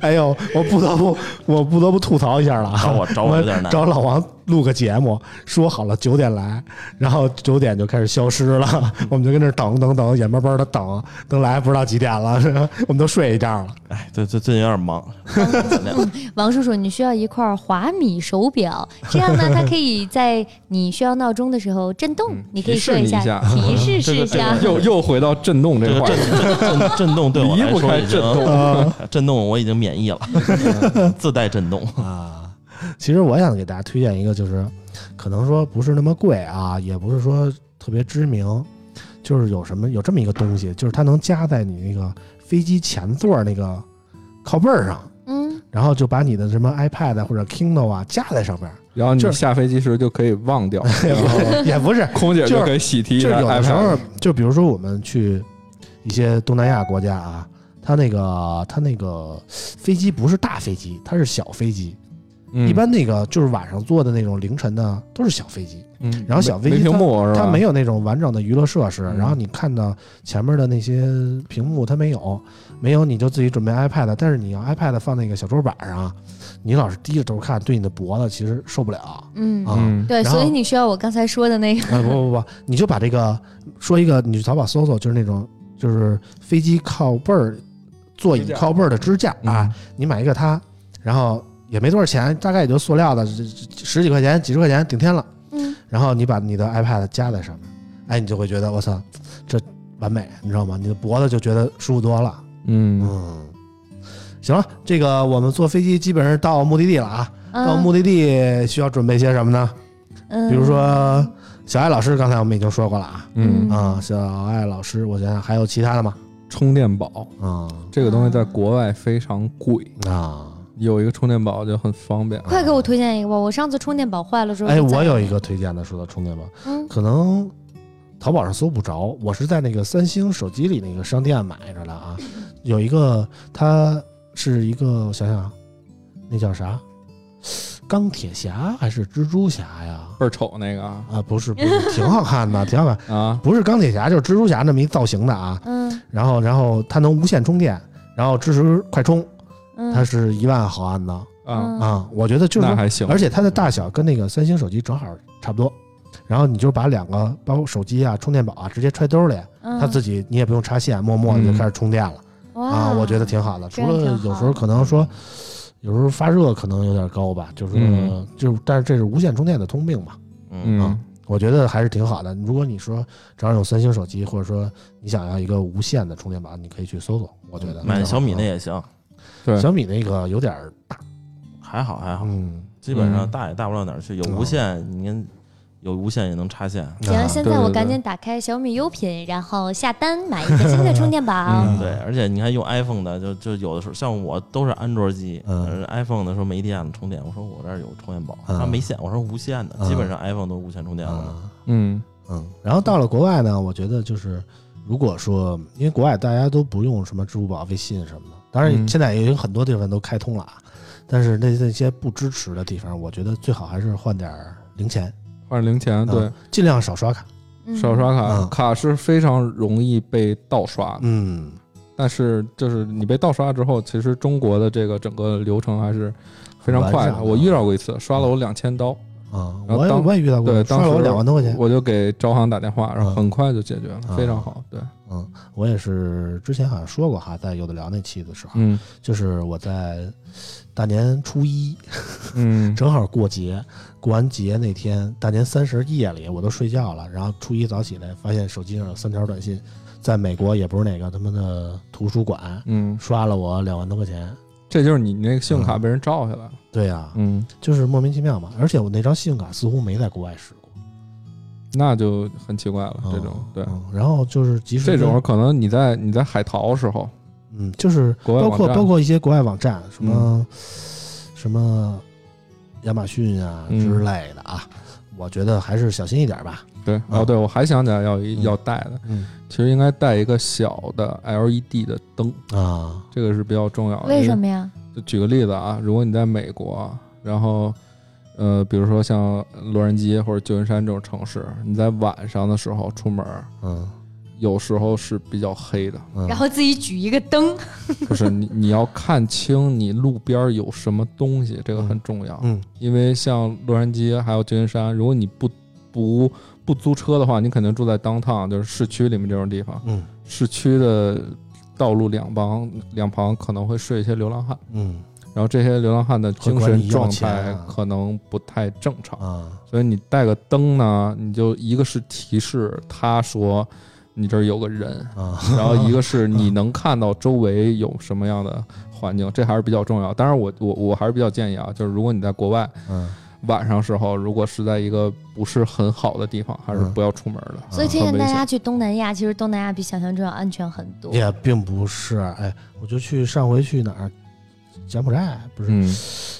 [SPEAKER 2] 哎呦，我不得不我不得不吐槽一下了啊，
[SPEAKER 4] 找我找我有点难
[SPEAKER 2] 找老王录个节目，说好了九点来，然后九点就开始消失了， 我们就跟这儿等等等，眼巴巴的等，等来不知道几点了， 我们都睡一觉了。
[SPEAKER 4] 哎，对对，最近有点忙，尽量
[SPEAKER 3] 王叔叔，你需要一块华米手表，这样呢，它可以在你需要闹钟的时候震动，你可以
[SPEAKER 5] 嗯提示
[SPEAKER 3] 设
[SPEAKER 5] 你
[SPEAKER 3] 一
[SPEAKER 5] 一
[SPEAKER 3] 下
[SPEAKER 5] 下，
[SPEAKER 3] 提示试一下。
[SPEAKER 5] 又又回到震动这
[SPEAKER 4] 这
[SPEAKER 5] 块
[SPEAKER 4] 个
[SPEAKER 5] 儿了，
[SPEAKER 4] 震震震震动对我来
[SPEAKER 5] 离不
[SPEAKER 4] 说
[SPEAKER 5] 开
[SPEAKER 4] 已经
[SPEAKER 5] 震 动啊
[SPEAKER 4] 震动我已经免 疫了，自带震动。
[SPEAKER 2] 啊，其实我想给大家推荐一个，就是可能说不是那么贵啊，也不是说特别知名，就是有什么有这么一个东西，就是它能夹在你那个飞机前座那个靠背儿上，
[SPEAKER 3] 嗯，
[SPEAKER 2] 然后就把你的什么 iPad 啊或者 Kindle 啊夹在上面 儿，
[SPEAKER 5] 然后你
[SPEAKER 2] 就是
[SPEAKER 5] 下飞机时就可以 忘掉，
[SPEAKER 2] 也 不也不是，
[SPEAKER 5] 空姐
[SPEAKER 2] 就是
[SPEAKER 5] 可以喜提一
[SPEAKER 2] 就
[SPEAKER 5] 下
[SPEAKER 2] 是有的时候
[SPEAKER 5] iPad。，
[SPEAKER 2] 就比如说我们去一些东南亚国家啊，它那个它那个飞机不是大飞机，它是小飞机，
[SPEAKER 5] 嗯
[SPEAKER 2] 一般那个就是晚上坐的那种凌晨的都是小飞机。
[SPEAKER 5] 嗯
[SPEAKER 2] 然后小
[SPEAKER 5] 没
[SPEAKER 2] 飞机
[SPEAKER 5] 没屏幕是吧？
[SPEAKER 2] 它没有那种完整的娱乐设施，
[SPEAKER 5] 嗯
[SPEAKER 2] 然后你看到前面的那些屏幕它没有，没有你就自己准备 iPad，但是你要 iPad 放那个小桌板上，你老是低着头看，对你的脖子其实受不了啊。
[SPEAKER 3] 嗯，
[SPEAKER 5] 嗯
[SPEAKER 3] 对，
[SPEAKER 2] 然后
[SPEAKER 3] 所以你需要我刚才说的那个，
[SPEAKER 2] 啊不不不，你就把这个说一个，你去淘宝搜搜，就是那种就是飞机靠背儿座椅
[SPEAKER 5] 支架
[SPEAKER 2] 靠背儿的支架啊，
[SPEAKER 5] 嗯
[SPEAKER 2] 你买一个它，然后也没多少钱，大概也就塑料的这这这十几块钱、几十块钱顶天了。
[SPEAKER 3] 嗯，
[SPEAKER 2] 然后你把你的 iPad 夹在上面哎，你就会觉得我操，这完美，你知道吗？你的脖子就觉得舒服多了。
[SPEAKER 5] 嗯，
[SPEAKER 2] 嗯，行了，这个我们坐飞机基本上到目的地了啊。
[SPEAKER 3] 嗯
[SPEAKER 2] 到目的地需要准备些什么呢？
[SPEAKER 1] 嗯，
[SPEAKER 2] 比如说小艾老师，刚才我们已经说过了啊。
[SPEAKER 5] 嗯
[SPEAKER 2] 啊，小艾老师，我想想还有其他的吗？
[SPEAKER 5] 充电宝
[SPEAKER 2] 啊
[SPEAKER 5] 这个东西在国外非常贵，
[SPEAKER 2] 啊，
[SPEAKER 5] 有一个充电宝就很方便。
[SPEAKER 3] 快给我推荐一个吧！我上次充电宝坏了之后，
[SPEAKER 2] 哎，我有一个推荐的，说到充电宝，
[SPEAKER 3] 嗯
[SPEAKER 2] 可能淘宝上搜不着，我是在那个三星手机里那个商店买着的啊。有一个，它是一个，我想想啊，那叫啥？钢铁侠还是蜘蛛侠呀？
[SPEAKER 5] 倍儿丑那个啊
[SPEAKER 2] 啊，不是，不是，挺好看的，挺好看。
[SPEAKER 5] 啊，
[SPEAKER 2] 不是钢铁侠，就是蜘蛛侠那么一造型的啊。
[SPEAKER 3] 嗯
[SPEAKER 2] 然后，然后它能无线充电，然后支持快充，它
[SPEAKER 3] 嗯
[SPEAKER 2] 是一万毫安的
[SPEAKER 5] 啊，
[SPEAKER 2] 啊。我觉得就是
[SPEAKER 5] 那
[SPEAKER 2] 说
[SPEAKER 5] 还行，
[SPEAKER 2] 而且它的大小跟那个三星手机正好差不多。然后你就把两个包括手机啊、充电宝啊直接揣兜里，
[SPEAKER 3] 嗯，
[SPEAKER 2] 它自己你也不用插线，默默地
[SPEAKER 4] 嗯
[SPEAKER 2] 就开始充电了、啊。我觉得挺好的，除
[SPEAKER 3] 这样
[SPEAKER 2] 了
[SPEAKER 3] 挺好
[SPEAKER 2] 有时候可能说，有时候发热可能有点高吧，就是说、
[SPEAKER 5] 嗯
[SPEAKER 2] 就是，但是这是无线充电的通病嘛。
[SPEAKER 5] 嗯
[SPEAKER 2] 啊，我觉得还是挺好的。如果你说正好有三星手机，或者说你想要一个无线的充电宝，你可以去搜搜。我觉得
[SPEAKER 4] 嗯买小米那
[SPEAKER 2] 那
[SPEAKER 4] 也行，
[SPEAKER 5] 对，
[SPEAKER 2] 小米那个有点儿大，
[SPEAKER 4] 还好还好，
[SPEAKER 2] 嗯，
[SPEAKER 4] 基本上
[SPEAKER 5] 嗯
[SPEAKER 4] 大也大不了哪儿去。有
[SPEAKER 2] 嗯
[SPEAKER 4] 无线，你看有无线也能插线。
[SPEAKER 1] 行，
[SPEAKER 2] 啊
[SPEAKER 1] 现
[SPEAKER 5] 对
[SPEAKER 1] 在
[SPEAKER 5] 对
[SPEAKER 1] 我
[SPEAKER 5] 对
[SPEAKER 1] 赶紧打开小米优品，然后下单买一个新的充电宝。
[SPEAKER 5] 嗯
[SPEAKER 4] 对，而且你看用 iPhone 的，就就有的时候像我都是安卓机，
[SPEAKER 2] 嗯
[SPEAKER 4] 而 iPhone 的说没电了充电，我说我这儿有充电宝，
[SPEAKER 2] 嗯
[SPEAKER 4] 他没线，我说无线的，
[SPEAKER 2] 嗯
[SPEAKER 4] 基本上 iPhone 都是无线充电了嘛。
[SPEAKER 2] 啊
[SPEAKER 5] 嗯
[SPEAKER 2] 嗯，然后到了国外呢，我觉得就是如果说，因为国外大家都不用什么支付宝、微信什么的，当然
[SPEAKER 5] 嗯
[SPEAKER 2] 现在也有很多地方都开通了啊，但是那那些不支持的地方，我觉得最好还是换点儿零钱，
[SPEAKER 5] 换成零钱，对
[SPEAKER 2] 啊，尽量少刷卡。
[SPEAKER 5] 少刷卡，
[SPEAKER 2] 嗯
[SPEAKER 5] 卡是非常容易被盗刷的。
[SPEAKER 2] 嗯，
[SPEAKER 5] 但是就是你被盗刷之后，其实中国的这个整个流程还是非常快
[SPEAKER 2] 完善
[SPEAKER 5] 的。
[SPEAKER 2] 的
[SPEAKER 5] 我遇到过一次，刷了我两千刀，
[SPEAKER 2] 啊，
[SPEAKER 5] 然后
[SPEAKER 2] 我也
[SPEAKER 5] 当
[SPEAKER 2] 我也遇到过
[SPEAKER 5] 对，，
[SPEAKER 2] 刷
[SPEAKER 5] 当
[SPEAKER 2] 了
[SPEAKER 5] 时
[SPEAKER 2] 我两万多块钱。
[SPEAKER 5] 我就给招行打电话，然后
[SPEAKER 2] 嗯
[SPEAKER 5] 很快就解决了，
[SPEAKER 2] 啊
[SPEAKER 5] 非常好。对，
[SPEAKER 2] 嗯，我也是之前好像说过哈，在有的聊那期的时候，
[SPEAKER 5] 嗯
[SPEAKER 2] 就是我在大年初一
[SPEAKER 5] 嗯
[SPEAKER 2] 正好过节，过完节那天，大年三十夜里我都睡觉了，然后初一早起来，发现手机上有三条短信，在美国也不是哪个他妈的图书馆
[SPEAKER 5] 嗯，
[SPEAKER 2] 刷了我两万多块钱。
[SPEAKER 5] 这就是你那个信用
[SPEAKER 2] 嗯
[SPEAKER 5] 卡被人照下来了。
[SPEAKER 2] 对呀、
[SPEAKER 5] 嗯，
[SPEAKER 2] 就是莫名其妙嘛。而且我那张信用卡似乎没在国外使过，
[SPEAKER 5] 那就很奇怪了。这种
[SPEAKER 2] 嗯
[SPEAKER 5] 对，
[SPEAKER 2] 嗯然后就是即使
[SPEAKER 5] 这种可能你在你在海淘时候，
[SPEAKER 2] 嗯，就是
[SPEAKER 5] 国外
[SPEAKER 2] 包括
[SPEAKER 5] 网站嗯
[SPEAKER 2] 包括一些国外网站，什么、什么亚马逊啊
[SPEAKER 5] 嗯
[SPEAKER 2] 之类的啊，我觉得还是小心一点吧。
[SPEAKER 5] 对哦，对我还想起来要一
[SPEAKER 2] 啊嗯
[SPEAKER 5] 要带的，
[SPEAKER 2] 嗯
[SPEAKER 5] 其实应该带一个小的 LED 的灯，
[SPEAKER 2] 啊，
[SPEAKER 5] 这个是比较重要的。
[SPEAKER 3] 为什么呀？
[SPEAKER 5] 就举个例子啊，如果你在美国，啊然后呃，比如说像洛杉矶或者旧金山这种城市，你在晚上的时候出门，
[SPEAKER 2] 嗯，
[SPEAKER 5] 有时候是比较黑的，
[SPEAKER 2] 嗯啊
[SPEAKER 3] 然后自己举一个灯，
[SPEAKER 5] 不是你你要看清你路边有什么东西，这个很重要。
[SPEAKER 2] 嗯
[SPEAKER 5] 因为像洛杉矶还有旧金山，如果你不不不租车的话，你肯定住在 downtown，就是市区里面这种地方。
[SPEAKER 2] 嗯
[SPEAKER 5] 市区的道路两旁两旁可能会睡一些流浪汉。
[SPEAKER 2] 嗯
[SPEAKER 5] 然后这些流浪汉的精神
[SPEAKER 2] 会管
[SPEAKER 5] 状
[SPEAKER 2] 你
[SPEAKER 5] 态
[SPEAKER 2] 要钱啊
[SPEAKER 5] 可能不太正常，
[SPEAKER 2] 啊
[SPEAKER 5] 所以你带个灯呢，你就一个是提示他说你这儿有个人，
[SPEAKER 2] 啊，
[SPEAKER 5] 然后一个是你能看到周围有什么样的环境，这还是比较重要。当然我，我我还是比较建议啊，就是如果你在国外
[SPEAKER 2] 嗯，
[SPEAKER 5] 晚上时候，如果是在一个不是很好的地方，还是
[SPEAKER 2] 嗯
[SPEAKER 5] 不要出门的。
[SPEAKER 3] 所以推
[SPEAKER 5] 很
[SPEAKER 3] 荐
[SPEAKER 5] 危
[SPEAKER 3] 大
[SPEAKER 5] 险
[SPEAKER 3] 家去东南亚。其实东南亚比想象中要安全很多。
[SPEAKER 2] 也并不是。哎，我就去上回去哪儿，柬埔寨不是？嗯、
[SPEAKER 5] 嗯，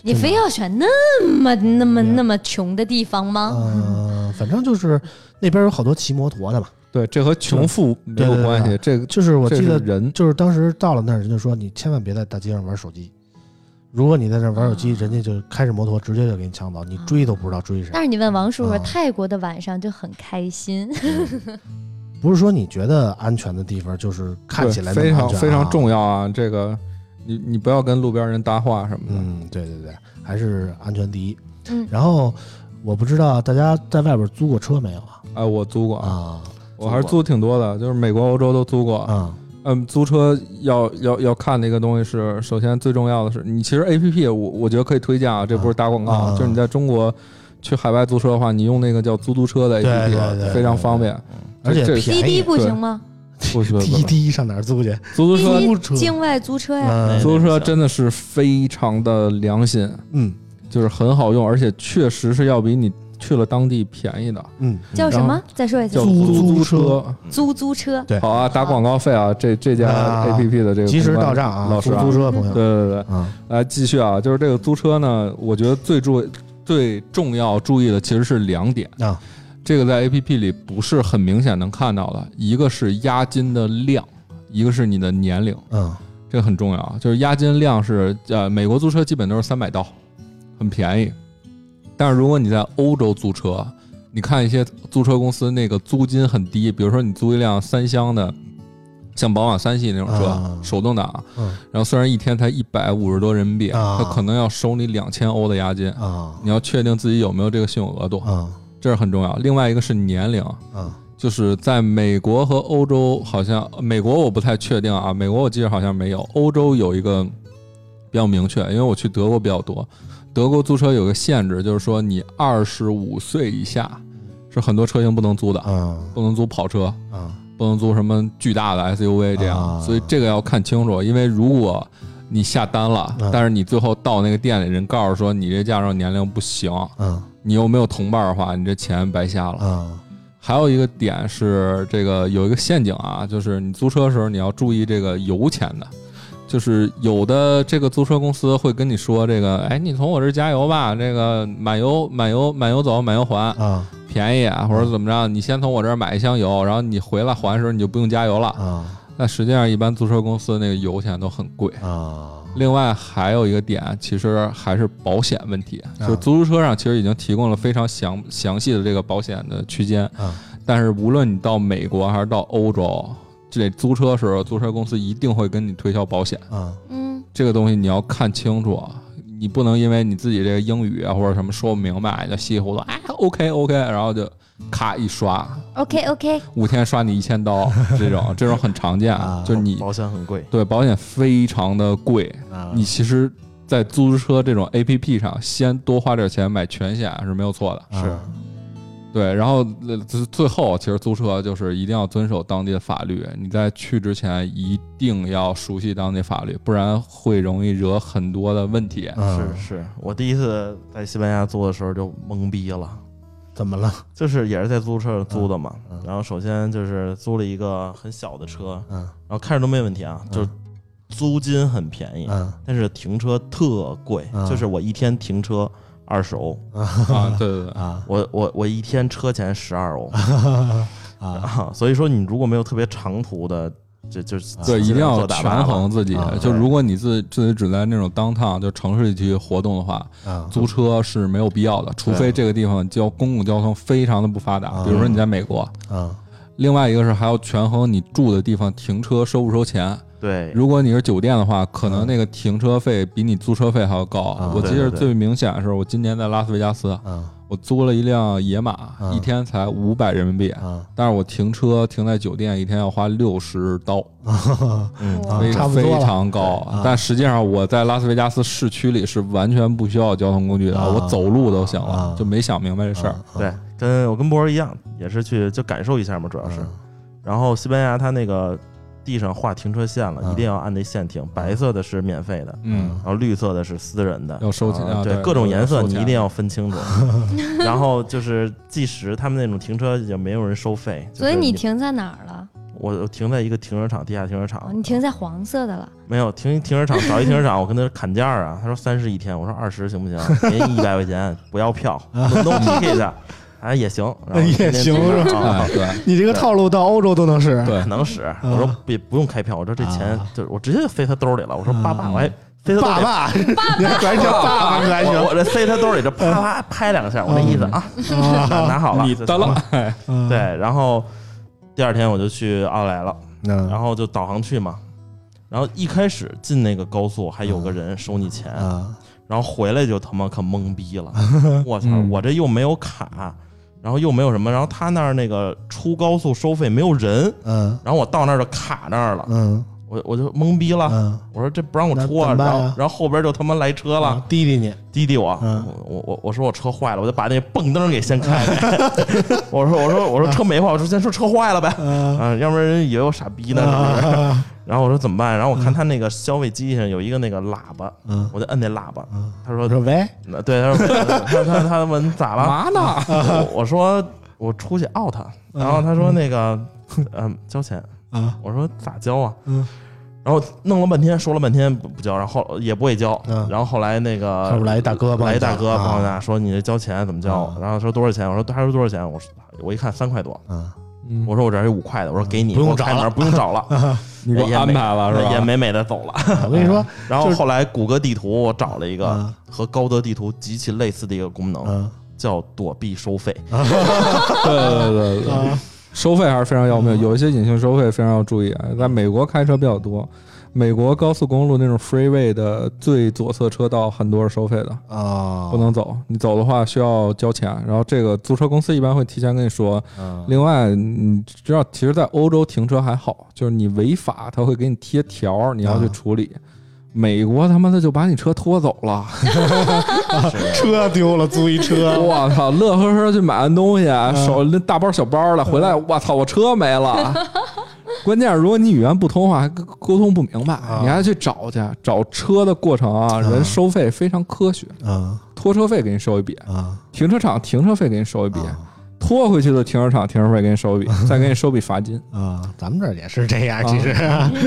[SPEAKER 3] 你非要选那么那么那么穷的地方
[SPEAKER 5] 嗯
[SPEAKER 2] 嗯
[SPEAKER 3] 吗？
[SPEAKER 2] 呃反正就是那边有好多骑摩托的嘛。
[SPEAKER 5] 对，这和穷富没
[SPEAKER 2] 对对
[SPEAKER 5] 有
[SPEAKER 2] 对
[SPEAKER 5] 关系，这个
[SPEAKER 2] 就是我
[SPEAKER 5] 这
[SPEAKER 2] 记得，
[SPEAKER 5] 是人，
[SPEAKER 2] 就是当时到了那儿，人家说你千万别在大街上玩手机。如果你在那儿玩手机，人家就开着摩托直接就给你抢走，你追都不知道追谁
[SPEAKER 3] 但。是你问王叔叔，
[SPEAKER 2] 啊
[SPEAKER 3] 泰国的晚上就很开心，
[SPEAKER 2] 嗯不是说你觉得安全的地方，就是看起来那
[SPEAKER 5] 对非
[SPEAKER 2] 么
[SPEAKER 5] 常
[SPEAKER 2] 安全啊
[SPEAKER 5] 非常。重要啊！这个你你不要跟路边人搭话什么的。
[SPEAKER 2] 嗯，对对对，还是安全第一。
[SPEAKER 3] 嗯
[SPEAKER 2] 然后我不知道大家在外边租过车没有啊？
[SPEAKER 5] 哎，我租过，
[SPEAKER 2] 啊
[SPEAKER 5] 我还是租挺多的，就是美国、欧洲都租过。
[SPEAKER 2] 啊
[SPEAKER 5] 嗯，租车要要要看的一个东西是，首先最重要的是，你其实 A P P 我我觉得可以推荐啊，这不是打广告，
[SPEAKER 2] 啊啊
[SPEAKER 5] 就是你在中国去海外租车的话，你用那个叫租租车的 A
[SPEAKER 2] 对
[SPEAKER 5] P
[SPEAKER 2] 对对
[SPEAKER 5] P 非常方便。
[SPEAKER 2] 而且
[SPEAKER 5] 这
[SPEAKER 2] 便
[SPEAKER 3] 滴
[SPEAKER 2] 宜
[SPEAKER 3] 滴不行吗？
[SPEAKER 5] 不不不
[SPEAKER 2] 滴滴上哪儿租去？
[SPEAKER 5] 出租车
[SPEAKER 2] 租
[SPEAKER 3] 滴
[SPEAKER 2] 车
[SPEAKER 3] 滴境外租车呀，
[SPEAKER 2] 嗯
[SPEAKER 5] 出租车真的是非常的良心，
[SPEAKER 2] 嗯
[SPEAKER 5] 就是很好用，而且确实是要比你去了当地便宜的，
[SPEAKER 2] 嗯，
[SPEAKER 3] 叫什么？再说一次
[SPEAKER 5] 叫，
[SPEAKER 2] 租
[SPEAKER 5] 租
[SPEAKER 2] 租
[SPEAKER 5] 车。
[SPEAKER 3] 租租车。
[SPEAKER 2] 嗯对
[SPEAKER 5] 好啊，打广告费啊，这这家
[SPEAKER 2] 啊
[SPEAKER 5] A P P 的这个
[SPEAKER 2] 及时
[SPEAKER 5] 公关
[SPEAKER 2] 到账啊，
[SPEAKER 5] 老
[SPEAKER 2] 出
[SPEAKER 5] 师啊
[SPEAKER 2] 租，车朋
[SPEAKER 5] 对
[SPEAKER 2] 友
[SPEAKER 5] 对对，
[SPEAKER 2] 啊，
[SPEAKER 5] 来继续啊，就是这个租车呢，我觉得最注最重要注意的其实是两点
[SPEAKER 2] 啊，
[SPEAKER 5] 这个在 A P P 里不是很明显能看到的，一个是押金的量，一个是你的年龄。
[SPEAKER 2] 嗯
[SPEAKER 5] 这个很重要啊，就是押金量是呃，美国租车基本都是三百刀，很便宜。但是如果你在欧洲租车，你看一些租车公司那个租金很低，比如说你租一辆三厢的，像宝马三系那种车，
[SPEAKER 2] 啊
[SPEAKER 5] 手动挡，
[SPEAKER 2] 嗯
[SPEAKER 5] 然后虽然一天才一百五十多人民币，
[SPEAKER 2] 啊
[SPEAKER 5] 它可能要收你两千欧的押金。
[SPEAKER 2] 啊
[SPEAKER 5] 你要确定自己有没有这个信用额度，
[SPEAKER 2] 啊
[SPEAKER 5] 这是很重要。另外一个是年龄，
[SPEAKER 2] 啊
[SPEAKER 5] 就是在美国和欧洲，好像美国我不太确定啊，美国我记得好像没有，欧洲有一个比较明确，因为我去德国比较多，德国租车有个限制，就是说你二十五岁以下是很多车型不能租的，
[SPEAKER 2] 啊
[SPEAKER 5] 不能租跑车，
[SPEAKER 2] 啊
[SPEAKER 5] 不能租什么巨大的 SUV 这样，
[SPEAKER 2] 啊
[SPEAKER 5] 所以这个要看清楚，因为如果你下单了，
[SPEAKER 2] 嗯
[SPEAKER 5] 但是你最后到那个店里，人告诉说你这驾照年龄不行，
[SPEAKER 2] 啊
[SPEAKER 5] 你又没有同伴的话，你这钱白瞎了。
[SPEAKER 2] 啊
[SPEAKER 5] 还有一个点是，这个有一个陷阱啊，就是你租车的时候你要注意这个油钱的，就是有的这个租车公司会跟你说这个，哎，你从我这儿加油吧，这个满油满油满油走满油还
[SPEAKER 2] 啊
[SPEAKER 5] 便宜啊，或者怎么着，你先从我这儿买一箱油，然后你回来还的时候你就不用加油了。
[SPEAKER 2] 啊
[SPEAKER 5] 那实际上一般租车公司那个油钱都很贵。
[SPEAKER 2] 啊
[SPEAKER 5] 另外还有一个点，其实还是保险问题，
[SPEAKER 2] 啊
[SPEAKER 5] 就是出租车上其实已经提供了非常详详细的这个保险的区间，
[SPEAKER 2] 啊
[SPEAKER 5] 但是无论你到美国还是到欧洲，这租车时候，租车公司一定会跟你推销保险，
[SPEAKER 2] 啊
[SPEAKER 3] 嗯，
[SPEAKER 5] 这个东西你要看清楚啊。你不能因为你自己这个英语啊或者什么说不明白，就稀里糊涂啊，OK OK，然后就咔一刷，
[SPEAKER 3] OK OK，
[SPEAKER 5] 五天刷你一千刀，这种这种很常见，
[SPEAKER 2] 啊
[SPEAKER 5] 就是你
[SPEAKER 4] 保险很贵，
[SPEAKER 5] 对保险非常的贵，
[SPEAKER 2] 啊
[SPEAKER 5] 你其实，在租租车这种 A P P 上，先多花点钱买全险是没有错的。
[SPEAKER 2] 是
[SPEAKER 5] 对，然后呃最最后，其实租车就是一定要遵守当地的法律。你在去之前一定要熟悉当地法律，不然会容易惹很多的 问题。
[SPEAKER 2] 啊
[SPEAKER 4] 是是，嗯我第一次在西班牙租的时候就懵逼了。
[SPEAKER 2] 怎么了？
[SPEAKER 4] 就是也是在租车上租的嘛
[SPEAKER 2] 嗯嗯，
[SPEAKER 4] 然后首先就是租了一个很小的车，
[SPEAKER 2] 嗯
[SPEAKER 4] 然后开着都没问题啊，就租金很便宜，
[SPEAKER 2] 啊
[SPEAKER 4] 但是停车特贵
[SPEAKER 2] 嗯，
[SPEAKER 4] 就是我一天停车二十欧，
[SPEAKER 5] 啊，对 对对，
[SPEAKER 2] 啊
[SPEAKER 4] 我我我一天车钱十二欧
[SPEAKER 2] 啊
[SPEAKER 4] 啊，所以说你如果没有特别长途的，这就是
[SPEAKER 5] 对，一定要权衡自己
[SPEAKER 2] 啊对。
[SPEAKER 5] 就如果你自自己只在那种当趟就城市地区活动的话，
[SPEAKER 2] 啊
[SPEAKER 5] 租车是没有必要的，除非这个地方交公共交通非常的不发达，
[SPEAKER 2] 啊
[SPEAKER 5] 比如说你在美国。
[SPEAKER 2] 啊
[SPEAKER 5] 另外一个是还要权衡你住的地方停车收不收钱。
[SPEAKER 4] 对，
[SPEAKER 5] 如果你是酒店的话，可能那个停车费比你租车费还要高
[SPEAKER 2] 啊。
[SPEAKER 5] 我记
[SPEAKER 4] 对
[SPEAKER 5] 得
[SPEAKER 4] 对对
[SPEAKER 5] 最明显的是，我今年在拉斯维加斯，
[SPEAKER 2] 啊
[SPEAKER 5] 我租了一辆野马，
[SPEAKER 2] 啊
[SPEAKER 5] 一天才五百人民币，
[SPEAKER 2] 啊
[SPEAKER 5] 但是我停车停在酒店一天要花六十刀，
[SPEAKER 4] 嗯
[SPEAKER 2] 啊
[SPEAKER 5] 非
[SPEAKER 2] 差不多
[SPEAKER 5] 非
[SPEAKER 2] 了啊
[SPEAKER 5] 常高。啊但实际上我在拉斯维加斯市区里是完全不需要交通工具的，
[SPEAKER 2] 啊
[SPEAKER 5] 我走路都行了
[SPEAKER 2] 啊，
[SPEAKER 5] 就没想明白这事儿。
[SPEAKER 4] 对，跟我跟博儿一样，也是去就感受一下嘛，主要
[SPEAKER 2] 嗯
[SPEAKER 4] 是。然后西班牙它那个地上画停车线了，
[SPEAKER 2] 嗯
[SPEAKER 4] 一定要按那线停，白色的是免费的，
[SPEAKER 5] 嗯
[SPEAKER 4] 然后绿色的是私人的，
[SPEAKER 5] 要收钱
[SPEAKER 4] 啊
[SPEAKER 5] 啊
[SPEAKER 4] 对
[SPEAKER 5] 对
[SPEAKER 4] 各种颜色
[SPEAKER 5] 要收
[SPEAKER 4] 你
[SPEAKER 5] 钱
[SPEAKER 4] 一定要分清楚。然后就是计时，他们那种停车也没有人收费，就是
[SPEAKER 3] 所以
[SPEAKER 4] 你
[SPEAKER 3] 你停在哪儿了？
[SPEAKER 4] 我我停在一个停车场，地下停车场
[SPEAKER 3] 哦，你停在黄色的了。
[SPEAKER 4] 没有停停车场找一停车场，我跟他砍价啊，他说三十一天，我说二十行不行？便宜一百块钱，不要票，弄 PK 的，哎也行，然后
[SPEAKER 2] 也
[SPEAKER 4] 天天啊
[SPEAKER 2] 行
[SPEAKER 4] 停车
[SPEAKER 2] 是
[SPEAKER 4] 场
[SPEAKER 5] 哎，对。
[SPEAKER 2] 你这个套路到欧洲都能使
[SPEAKER 5] 对
[SPEAKER 4] 可能使。我说别不用开票，我说这钱
[SPEAKER 2] 啊
[SPEAKER 4] 就是我直接就塞他兜里了。我说爸爸，我还塞他兜
[SPEAKER 2] 爸
[SPEAKER 4] 里，
[SPEAKER 2] 爸，你还管叫爸爸来嗯
[SPEAKER 4] 我
[SPEAKER 2] 行
[SPEAKER 4] 我这塞他兜里就啪啪拍两下，我这意思啊，
[SPEAKER 2] 嗯
[SPEAKER 4] 拿拿好了，
[SPEAKER 5] 你
[SPEAKER 4] 就
[SPEAKER 5] 得
[SPEAKER 4] 行
[SPEAKER 5] 了。，
[SPEAKER 2] 啊
[SPEAKER 4] 对，然后第二天我就去奥莱了，
[SPEAKER 2] 嗯
[SPEAKER 4] 然后就导航去嘛。然后一开始进那个高速还有个
[SPEAKER 2] 嗯
[SPEAKER 4] 人收你钱，
[SPEAKER 2] 啊
[SPEAKER 4] 然后回来就他妈可懵逼 了，我操
[SPEAKER 5] 嗯，
[SPEAKER 4] 我这又没有卡，然后又没有什么，然后他那儿那个出高速收费没有人，
[SPEAKER 2] 嗯
[SPEAKER 4] 然后我到那儿就卡那儿了，
[SPEAKER 2] 嗯
[SPEAKER 4] 我我就懵逼了，
[SPEAKER 2] 嗯，
[SPEAKER 4] 我说这不让我出
[SPEAKER 2] 那怎么办
[SPEAKER 4] 然
[SPEAKER 2] 啊
[SPEAKER 4] 后然后后边就他妈来车了，
[SPEAKER 2] 滴滴你，
[SPEAKER 4] 滴滴我，
[SPEAKER 2] 嗯
[SPEAKER 4] 我我我我说我车坏了，我就把那蹦灯给先开开， 我说我说我说车没坏，我说先说车坏了呗，
[SPEAKER 2] 嗯
[SPEAKER 4] 啊，要不然人以为我傻逼呢，是 不是？
[SPEAKER 2] 啊
[SPEAKER 4] 然后我说怎么办？然后我看他那个消费机上有一个那个喇叭，
[SPEAKER 2] 嗯
[SPEAKER 4] 我就摁那喇叭，
[SPEAKER 2] 嗯
[SPEAKER 4] 他说
[SPEAKER 2] 我说喂，
[SPEAKER 4] 那对，他说他他他问咋了？
[SPEAKER 5] 嘛呢？
[SPEAKER 4] 我我说我出去 out，然后他说那个嗯交钱，
[SPEAKER 2] 嗯啊
[SPEAKER 4] 我说咋交啊？
[SPEAKER 2] 嗯，
[SPEAKER 4] 然后弄了半天，说了半天不不交，然后也不会交
[SPEAKER 2] 嗯，
[SPEAKER 4] 然后后来那个
[SPEAKER 2] 后边来一大哥帮你
[SPEAKER 4] 来一大哥
[SPEAKER 2] 交啊
[SPEAKER 4] 帮我拿，说你这交钱怎么交
[SPEAKER 2] 啊？
[SPEAKER 4] 然后说多少钱？我说他说多少钱？我说我一看三块多，
[SPEAKER 2] 嗯，
[SPEAKER 5] 嗯
[SPEAKER 4] 我说我这儿有五块的，我说给你，
[SPEAKER 2] 不用
[SPEAKER 4] 我说开
[SPEAKER 2] 找了
[SPEAKER 4] 门不用 找了，
[SPEAKER 5] 你给我安排了是吧？
[SPEAKER 4] 也美美的走了。
[SPEAKER 2] 我跟你说，
[SPEAKER 4] 然后
[SPEAKER 2] 就是
[SPEAKER 4] 后来谷歌地图我找了一个
[SPEAKER 2] 啊
[SPEAKER 4] 和高德地图极其类似的一个功能，
[SPEAKER 2] 嗯
[SPEAKER 4] 叫躲避收费。啊
[SPEAKER 5] 对对对对对，收费还是非常要命，有一些隐性收费非常要注意啊。在美国开车比较多，美国高速公路那种 freeway 的最左侧车道很多是收费的，
[SPEAKER 2] 啊，
[SPEAKER 5] 不能走，你走的话需要交钱。然后这个租车公司一般会提前跟你说。
[SPEAKER 2] 嗯
[SPEAKER 5] 另外，你知道，其实，在欧洲停车还好，就是你违法，他会给你贴条儿，你要去处理。美国他妈的就把你车拖走了，
[SPEAKER 2] 车丢了租一车，
[SPEAKER 5] 我操，乐呵呵去买完东西，啊手拎大包小包的，回来，我操，我车没了。啊关键是如果你语言不通的话，还沟沟通不明白，你还去找去找车的过程啊，人收费非常科学，
[SPEAKER 2] 嗯
[SPEAKER 5] 拖车费给你收一笔，
[SPEAKER 2] 嗯
[SPEAKER 5] 停车场停车费给你收一笔，拖回去的停车场停车费给你收一笔，再给你收笔罚金，
[SPEAKER 2] 嗯，咱们这儿也是这样，其实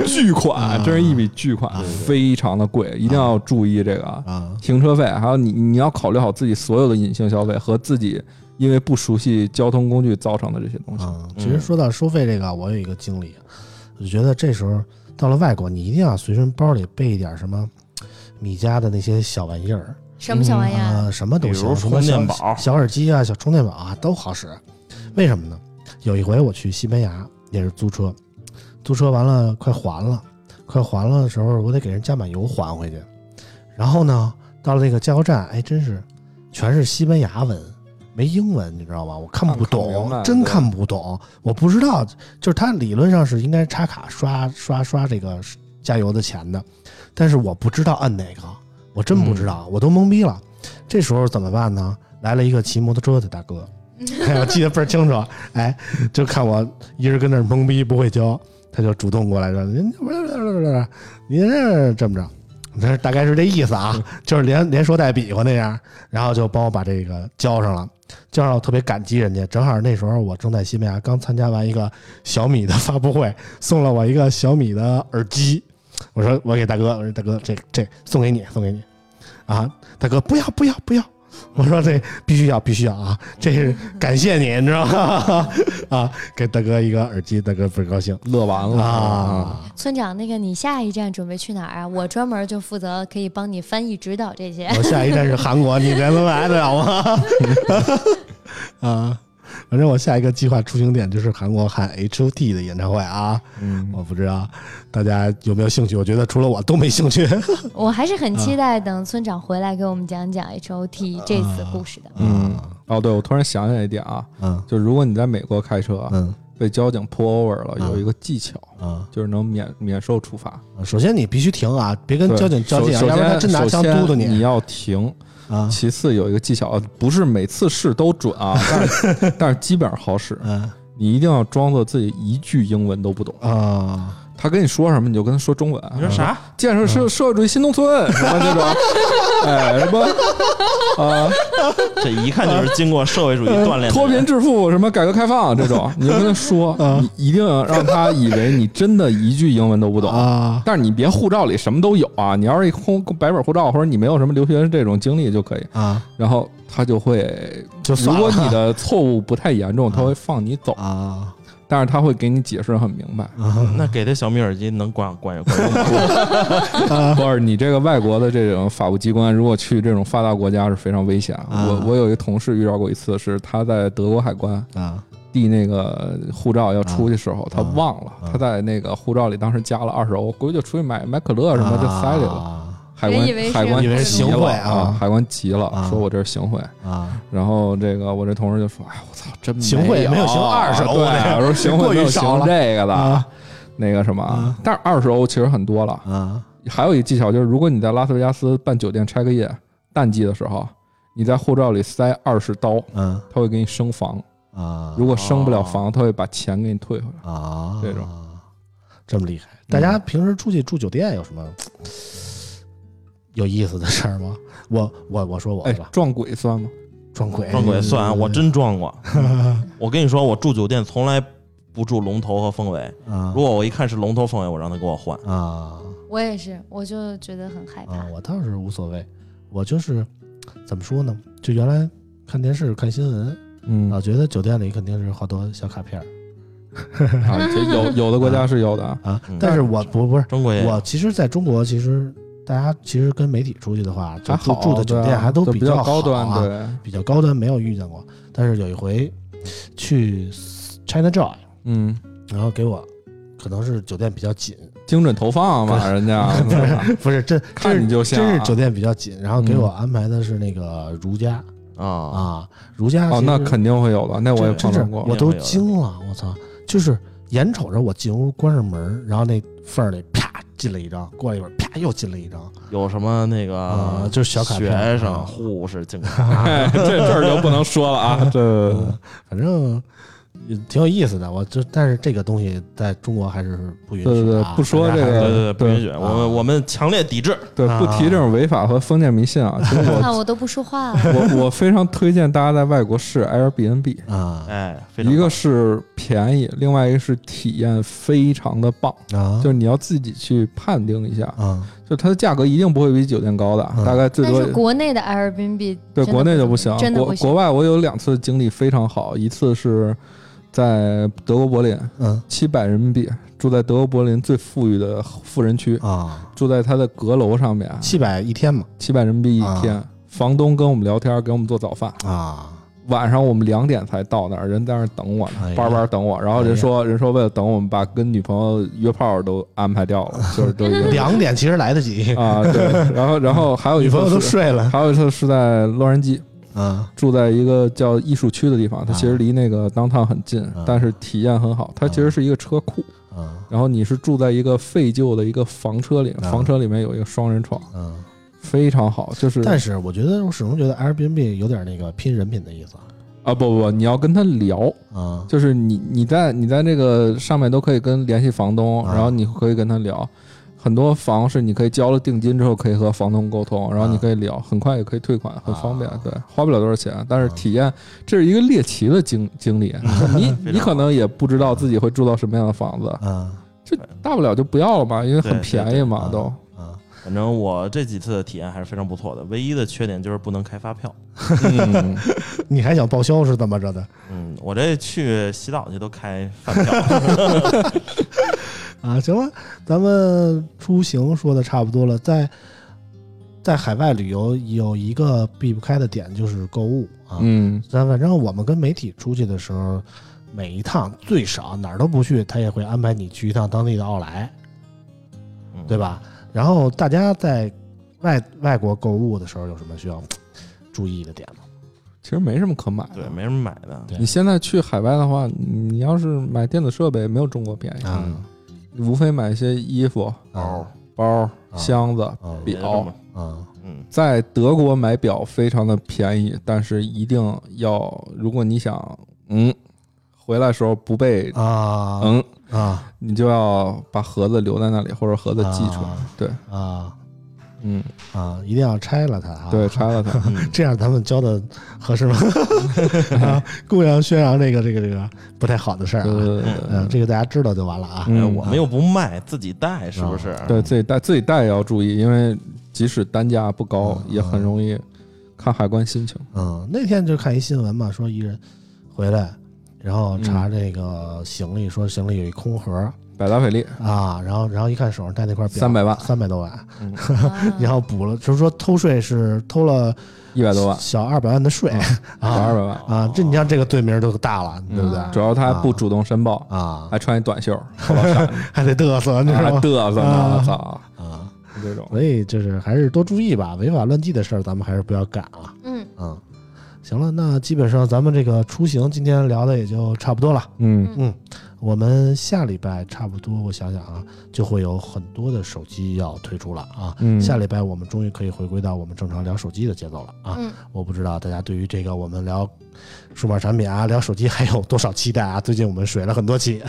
[SPEAKER 5] 巨款，真是一笔巨款，非常的贵，一定要注意这个啊。
[SPEAKER 2] 啊
[SPEAKER 5] 停车费，还有你你要考虑好自己所有的隐性消费和自己因为不熟悉交通工具造成的这些东西。
[SPEAKER 2] 啊，其实说到收费这个，我有一个经历，我就觉得这时候到了外国，你一定要随身包里备一点什么米家的那些小玩意儿，
[SPEAKER 3] 什么小玩意儿？
[SPEAKER 2] 啊，什么都
[SPEAKER 4] 比
[SPEAKER 2] 行，
[SPEAKER 4] 如
[SPEAKER 2] 什么
[SPEAKER 4] 充
[SPEAKER 2] 小
[SPEAKER 4] 电宝
[SPEAKER 2] 小耳机啊、小充电宝啊都好使。为什么呢？有一回我去西班牙也是租车，租车完了快还了，快还了的时候我得给人加满油还回去。然后呢，到了那个加油站，哎，真是全是西班牙文。没英文，你知道吧？我看不
[SPEAKER 5] 看啊不明
[SPEAKER 2] 懂
[SPEAKER 5] 白，
[SPEAKER 2] 真
[SPEAKER 5] 对
[SPEAKER 2] 看不懂。我不知道，就是它理论上是应该插卡刷刷刷这个加油的钱的，但是我不知道按哪个，我真不知
[SPEAKER 5] 嗯
[SPEAKER 2] 道，我都懵逼了。这时候怎么办呢？来了一个骑摩托车的大哥，哎，我记得倍儿清楚。哎，就看我一人跟那儿懵逼不会教，他就主动过来说：“您不是不是不是，您这这么着。”这大概是这意思啊， 就是连连说带比划那样，然后就帮我把这个交上了，交上了我特别感激人家。正好那时候我正在西班牙刚参加完一个小米的发布会，送了我一个小米的耳机，我说我给大哥，我说大哥这这送给你送给你，啊，大哥不要不要不要，我说这必须要必须要啊，这是感谢你，你知道吗？ 啊，给大哥一个耳机，大哥倍儿高兴
[SPEAKER 5] 乐完了，
[SPEAKER 2] 啊，
[SPEAKER 3] 村长，那个你下一站准备去哪 儿啊？我专门就负责可以帮你翻译指导这些。
[SPEAKER 5] 嗯
[SPEAKER 2] 我下一站是韩国，你这能来得了吗？ 啊，反正我下一个计划出行点就是韩国喊 H O T 的演唱会啊，
[SPEAKER 5] 嗯，
[SPEAKER 2] 我不知道大家有没有兴趣？我觉得除了我都没兴趣。
[SPEAKER 3] 我还是很期待等村长回来给我们讲讲 H O T 这次故事的。
[SPEAKER 5] 嗯，哦，对，我突然想起来一点啊，
[SPEAKER 2] 嗯
[SPEAKER 5] 就如果你在美国开车
[SPEAKER 2] 嗯
[SPEAKER 5] 被交警 pull over 了，
[SPEAKER 2] 嗯
[SPEAKER 5] 有一个技巧
[SPEAKER 2] 啊，
[SPEAKER 5] 就是能免免受处罚。
[SPEAKER 2] 首先你必须停啊，别跟
[SPEAKER 5] 对
[SPEAKER 2] 交警较
[SPEAKER 5] 首
[SPEAKER 2] 劲啊，
[SPEAKER 5] 首
[SPEAKER 2] 要不然他
[SPEAKER 5] 先
[SPEAKER 2] 真拿
[SPEAKER 5] 首
[SPEAKER 2] 枪
[SPEAKER 5] 先
[SPEAKER 2] 嘟嘟
[SPEAKER 5] 你
[SPEAKER 2] 你
[SPEAKER 5] 要停。
[SPEAKER 2] 啊。
[SPEAKER 5] 其次有一个技巧，呃不是每次试都准啊，但是 但是基本上好使。
[SPEAKER 2] 嗯
[SPEAKER 5] 你一定要装作自己一句英文都不懂，
[SPEAKER 2] 啊，
[SPEAKER 5] 他跟你说什么你就跟他说中文。
[SPEAKER 4] 你说啥？
[SPEAKER 5] 建设
[SPEAKER 2] 嗯
[SPEAKER 5] 社社会主义新农村什么这种，哎什么啊
[SPEAKER 4] 这一看就是经过社会主义锻炼 的人，
[SPEAKER 5] 脱贫致富什么改革开放 这种，你就跟他说，
[SPEAKER 2] 嗯
[SPEAKER 5] 你一定要让他以为你真的一句英文都不懂。
[SPEAKER 2] 啊
[SPEAKER 5] 但是你别护照里什么都有啊！你要是一空白本护照，或者你没有什么留学这种经历就可以。
[SPEAKER 2] 啊，
[SPEAKER 5] 然后他就会，
[SPEAKER 2] 就
[SPEAKER 5] 如
[SPEAKER 2] 算
[SPEAKER 5] 果
[SPEAKER 2] 了嗯
[SPEAKER 5] 你的错误不太严 重，他会放你走，
[SPEAKER 2] 啊
[SPEAKER 5] 但是他会给你解释得很明白。
[SPEAKER 4] 那给他小米耳机能管管管用吗？
[SPEAKER 5] 不是你这个外国的这种法务机关，如果去这种发达国家是非常危险。
[SPEAKER 2] 啊
[SPEAKER 5] 我我有一个同事遇到过一次，是他在德国海关
[SPEAKER 2] 啊
[SPEAKER 5] 递那个护照要出去时候，他忘了，
[SPEAKER 2] 啊
[SPEAKER 5] 他在那个护照里当时加了二十欧，估计就出去买买可乐什么就塞里了。
[SPEAKER 2] 了
[SPEAKER 5] 海
[SPEAKER 3] 人以
[SPEAKER 5] 关
[SPEAKER 3] 为是
[SPEAKER 5] 海关
[SPEAKER 2] 啊以为是
[SPEAKER 5] 急
[SPEAKER 2] 行
[SPEAKER 5] 了
[SPEAKER 2] 贿啊
[SPEAKER 5] 啊！海关急了
[SPEAKER 2] 啊，
[SPEAKER 5] 说我这是行贿。
[SPEAKER 2] 啊
[SPEAKER 5] 然后这个我这同事就说：“哎，我操，真
[SPEAKER 2] 行贿
[SPEAKER 5] 没
[SPEAKER 2] 没有行20欧
[SPEAKER 5] 对，
[SPEAKER 2] 那个
[SPEAKER 5] 我说行贿
[SPEAKER 2] 过于
[SPEAKER 5] 没有
[SPEAKER 2] 少
[SPEAKER 5] 行
[SPEAKER 2] 了
[SPEAKER 5] 这个的。
[SPEAKER 2] 啊
[SPEAKER 5] 那个什么啊
[SPEAKER 2] 啊，
[SPEAKER 5] 但是二十欧其实很多了。
[SPEAKER 2] 啊
[SPEAKER 5] 还有一技巧就是，如果你在拉斯维加斯办酒店 check in 淡季的时候，你在护照里塞二十刀，
[SPEAKER 2] 嗯
[SPEAKER 5] 他会给你升房。
[SPEAKER 2] 啊
[SPEAKER 5] 如果升不了房，他会把钱给你退回来。
[SPEAKER 2] 啊
[SPEAKER 5] 这种
[SPEAKER 2] 这么厉害，大家平时出去住酒店有什么有意思的事儿吗？我我我说我
[SPEAKER 5] 哎
[SPEAKER 2] 吧，，
[SPEAKER 5] 撞鬼算吗？
[SPEAKER 2] 撞鬼嗯
[SPEAKER 4] 撞鬼算，我真撞过。我跟你说，我住酒店从来不住龙头和凤尾。
[SPEAKER 2] 啊
[SPEAKER 4] 如果我一看是龙头凤尾，我让他给我换。
[SPEAKER 2] 啊
[SPEAKER 3] 我也是，我就觉得很害怕。
[SPEAKER 2] 啊！我倒是无所谓，我就是怎么说呢？就原来看电视看新闻，
[SPEAKER 5] 嗯
[SPEAKER 2] 老觉得酒店里肯定是好多小卡片儿
[SPEAKER 5] 啊，这有有的国家是有的啊。
[SPEAKER 2] 啊
[SPEAKER 4] 嗯，
[SPEAKER 2] 但是我不不是
[SPEAKER 4] 中国也有
[SPEAKER 2] 我，其实在中国其实。大家其实跟媒体出去的话，就
[SPEAKER 5] 还
[SPEAKER 2] 住
[SPEAKER 5] 好
[SPEAKER 2] 住的酒
[SPEAKER 5] 对
[SPEAKER 2] 店
[SPEAKER 5] 啊
[SPEAKER 2] 还都
[SPEAKER 5] 就比
[SPEAKER 2] 较
[SPEAKER 5] 高端，
[SPEAKER 2] 好啊
[SPEAKER 5] 对，
[SPEAKER 2] 比较高端没有遇见过，但是有一回去 China Joy，
[SPEAKER 5] 嗯，
[SPEAKER 2] 然后给我可能是酒店比较紧，
[SPEAKER 5] 精准投放嘛，人家
[SPEAKER 2] 不是真
[SPEAKER 5] 看你就像啊嗯
[SPEAKER 2] 真是酒店比较紧，然后给我安排的是那个儒家、
[SPEAKER 4] 啊，
[SPEAKER 2] 啊，儒家
[SPEAKER 5] 哦，
[SPEAKER 2] 其实
[SPEAKER 5] 那肯定会有的，那我也
[SPEAKER 2] 真
[SPEAKER 5] 碰
[SPEAKER 2] 是
[SPEAKER 5] 到过。
[SPEAKER 2] 我都惊了，我操！就是眼瞅着我进屋关上门，然后那缝儿里啪进了一张，过了一会儿啪又进了一张
[SPEAKER 4] 有什么那
[SPEAKER 2] 啊
[SPEAKER 4] 个，
[SPEAKER 2] 就是小卡片
[SPEAKER 4] 学
[SPEAKER 2] 啊
[SPEAKER 4] 生、护士、警察，
[SPEAKER 5] 哎，这这儿就不能说了啊，这
[SPEAKER 2] 嗯反正也挺有意思的。我就但是这个东西在中国还是不允许
[SPEAKER 5] 对对
[SPEAKER 2] 的
[SPEAKER 5] 对
[SPEAKER 2] 啊，
[SPEAKER 5] 不说
[SPEAKER 2] 大家
[SPEAKER 5] 这
[SPEAKER 2] 还
[SPEAKER 5] 个
[SPEAKER 4] 对
[SPEAKER 2] 是
[SPEAKER 4] 对对，不允许，
[SPEAKER 2] 啊
[SPEAKER 4] 我们我们强烈抵制。
[SPEAKER 5] 对不提这种违法和封建迷信啊。 其实
[SPEAKER 3] 那
[SPEAKER 5] 我
[SPEAKER 3] 我都不说话了。
[SPEAKER 5] 我我非常推荐大家在外国试 Airbnb，
[SPEAKER 2] 啊
[SPEAKER 4] 哎，非常
[SPEAKER 5] 一个是便宜，另外一个是体验非常的棒，
[SPEAKER 4] 嗯
[SPEAKER 2] 啊
[SPEAKER 5] 就是你要自己去判定一下，
[SPEAKER 2] 啊
[SPEAKER 5] 就它的价格一定不会比酒店高的，
[SPEAKER 2] 嗯
[SPEAKER 5] 大概 最
[SPEAKER 3] 但
[SPEAKER 5] 多
[SPEAKER 3] 是国内的 Airbnb
[SPEAKER 5] 对，
[SPEAKER 3] 真的
[SPEAKER 5] 国内就不行，
[SPEAKER 3] 真的
[SPEAKER 5] 国
[SPEAKER 3] 不行
[SPEAKER 5] 国外我有两次经历非常好，一次是在德国柏林，
[SPEAKER 2] 嗯
[SPEAKER 5] 七百人民币住在德国柏林最富裕的富人
[SPEAKER 4] 嗯
[SPEAKER 5] 区，
[SPEAKER 2] 啊，
[SPEAKER 5] 住在他的阁楼上面，
[SPEAKER 2] 七百一天嘛
[SPEAKER 5] 七百人民币
[SPEAKER 4] 啊
[SPEAKER 5] 一天。房东跟我们聊天，给我们做早饭。
[SPEAKER 2] 啊
[SPEAKER 5] 晚上我们两点才到那儿，人在那儿等我
[SPEAKER 2] 哎
[SPEAKER 5] 呢
[SPEAKER 2] 呀，哎
[SPEAKER 5] 班班等我。然后人说，人说为了等我们，把跟女朋友约炮都安排掉 了，就是都已经
[SPEAKER 2] 两点其实来得及，
[SPEAKER 5] 啊，对。然后，然后还有一
[SPEAKER 2] 女
[SPEAKER 5] 次
[SPEAKER 2] 朋哦友都
[SPEAKER 5] 是，
[SPEAKER 2] 睡了
[SPEAKER 5] 还有一次是在洛杉矶，
[SPEAKER 2] 啊
[SPEAKER 5] 住在一个叫艺术区的地方，它其实离那个 downtown 很近，
[SPEAKER 2] 啊
[SPEAKER 5] 但是体验很好。它其实是一个车库，
[SPEAKER 2] 啊
[SPEAKER 5] 然后你是住在一个废旧的一个房车里，
[SPEAKER 2] 啊
[SPEAKER 5] 房车里面有一个双人床，
[SPEAKER 2] 啊！
[SPEAKER 5] 非常好。就是
[SPEAKER 2] 但是我觉得我始终觉得 Airbnb 有点那个拼人品的意思
[SPEAKER 5] 啊，不不不，你要跟他聊，
[SPEAKER 2] 啊
[SPEAKER 5] 就是你你在你在这个上面都可以跟联系房东，
[SPEAKER 2] 啊
[SPEAKER 5] 然后你可以跟他聊。很多房是你可以交了定金之后可以和房东沟通，然后你可以聊，很快也可以退款，很方便
[SPEAKER 2] 啊，
[SPEAKER 5] 对，花不了多少钱。但是体验这是一个猎奇的经经历，
[SPEAKER 2] 嗯
[SPEAKER 5] 你你可能也不知道自己会住到什么样的房子，
[SPEAKER 2] 啊
[SPEAKER 5] 就大不了就不要了嘛，因为很
[SPEAKER 4] 对
[SPEAKER 5] 便宜嘛
[SPEAKER 2] 对对
[SPEAKER 5] 都。
[SPEAKER 2] 啊！
[SPEAKER 4] 反正我这几次的体验还是非常不错的，唯一的缺点就是不能开发票。
[SPEAKER 5] 嗯，
[SPEAKER 2] 你还想报销是怎么着的
[SPEAKER 4] 嗯，我这去洗澡去都开饭 票，
[SPEAKER 2] 啊？行了，咱们出行说的差不多了，在在海外旅游有一个避不开的点就是购物啊。
[SPEAKER 5] 嗯，
[SPEAKER 2] 咱反正我们跟媒体出去的时候，每一趟最少哪儿都不去，他也会安排你去一趟当地的奥莱，
[SPEAKER 4] 嗯
[SPEAKER 2] 对？吧？然后大家在外外国购物的时候有什么需要注意的点吗？
[SPEAKER 5] 其实没什么可买的
[SPEAKER 4] 对，。没什么买的。
[SPEAKER 2] 对
[SPEAKER 5] 你现在去海外的话，你要是买电子设备，没有中国便宜，
[SPEAKER 2] 啊
[SPEAKER 5] 无非买一些衣服、
[SPEAKER 2] 啊
[SPEAKER 5] 包、
[SPEAKER 2] 啊
[SPEAKER 5] 箱子、
[SPEAKER 2] 啊
[SPEAKER 4] 别的
[SPEAKER 5] 表
[SPEAKER 4] 嘛
[SPEAKER 2] 啊
[SPEAKER 4] 嗯，
[SPEAKER 5] 在德国买表非常的便宜，但是一定要，如果你想，嗯，回来的时候不被，
[SPEAKER 2] 啊
[SPEAKER 5] 嗯，
[SPEAKER 2] 啊
[SPEAKER 5] 你就要把盒子留在那里，或者盒子寄出来。
[SPEAKER 2] 啊
[SPEAKER 5] 对，
[SPEAKER 2] 啊
[SPEAKER 5] 嗯，
[SPEAKER 2] 啊！一定要拆了它啊！
[SPEAKER 5] 对，，拆了它。
[SPEAKER 4] 嗯
[SPEAKER 2] 这样咱们教的合适吗？ 啊，公然宣扬这个这个这个不太好的事儿
[SPEAKER 5] 对
[SPEAKER 2] 啊。
[SPEAKER 5] 对对
[SPEAKER 2] 嗯，
[SPEAKER 5] 对
[SPEAKER 2] 这个大家知道就完了啊。
[SPEAKER 5] 嗯
[SPEAKER 4] 哎，我们又不卖，自己带是不是？
[SPEAKER 5] 对，自己带自己带也要注意，因为即使单价不高，
[SPEAKER 2] 嗯
[SPEAKER 5] 也很容易看海关心情。
[SPEAKER 2] 嗯，那天就看一新闻嘛，说一人回来，然后查这个行李，说行李有一空盒
[SPEAKER 5] 百达翡丽，
[SPEAKER 2] 啊， 然后然后一看手上戴那块表，
[SPEAKER 5] 300万
[SPEAKER 2] 三百多嗯万，
[SPEAKER 3] 啊
[SPEAKER 2] 然后补了，就是说偷税是偷了
[SPEAKER 5] 一百多万，
[SPEAKER 2] 小二百万的税
[SPEAKER 5] 小二
[SPEAKER 2] 啊
[SPEAKER 5] 百万，
[SPEAKER 2] 啊！这你像这个罪名都大了，对不对？
[SPEAKER 5] 主要他还不主动申报，
[SPEAKER 2] 啊，
[SPEAKER 5] 还穿一短袖，后老闪，
[SPEAKER 2] 还得嘚瑟，你知
[SPEAKER 5] 还
[SPEAKER 2] 道吗？
[SPEAKER 5] 嘚瑟呢，我操，
[SPEAKER 2] 啊，
[SPEAKER 5] 就这种。
[SPEAKER 2] 所以就是还是多注意吧，违法乱纪的事儿咱们还是不要干啊。
[SPEAKER 3] 嗯，
[SPEAKER 2] 嗯，行了，那基本上咱们这个出行今天聊的也就差不多了。
[SPEAKER 5] 嗯，
[SPEAKER 2] 嗯，我们下礼拜差不多，我想想啊，就会有很多的手机要推出了啊。
[SPEAKER 5] 嗯
[SPEAKER 2] 下礼拜我们终于可以回归到我们正常聊手机的节奏了啊。
[SPEAKER 3] 嗯
[SPEAKER 2] 我不知道大家对于这个我们聊数码产品啊、聊手机还有多少期待啊？最近我们水了很多期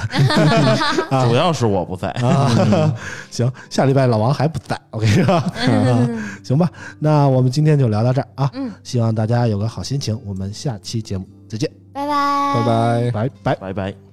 [SPEAKER 4] 主要是我不在，
[SPEAKER 2] 啊。 行，下礼拜老王还不在，OK 吧？ 行吧，那我们今天就聊到这儿啊。
[SPEAKER 3] 嗯，
[SPEAKER 2] 希望大家有个好心情，我们下期节目再见，
[SPEAKER 3] 拜
[SPEAKER 5] 拜
[SPEAKER 3] 拜，
[SPEAKER 5] 拜。
[SPEAKER 2] 拜拜。
[SPEAKER 4] 拜拜。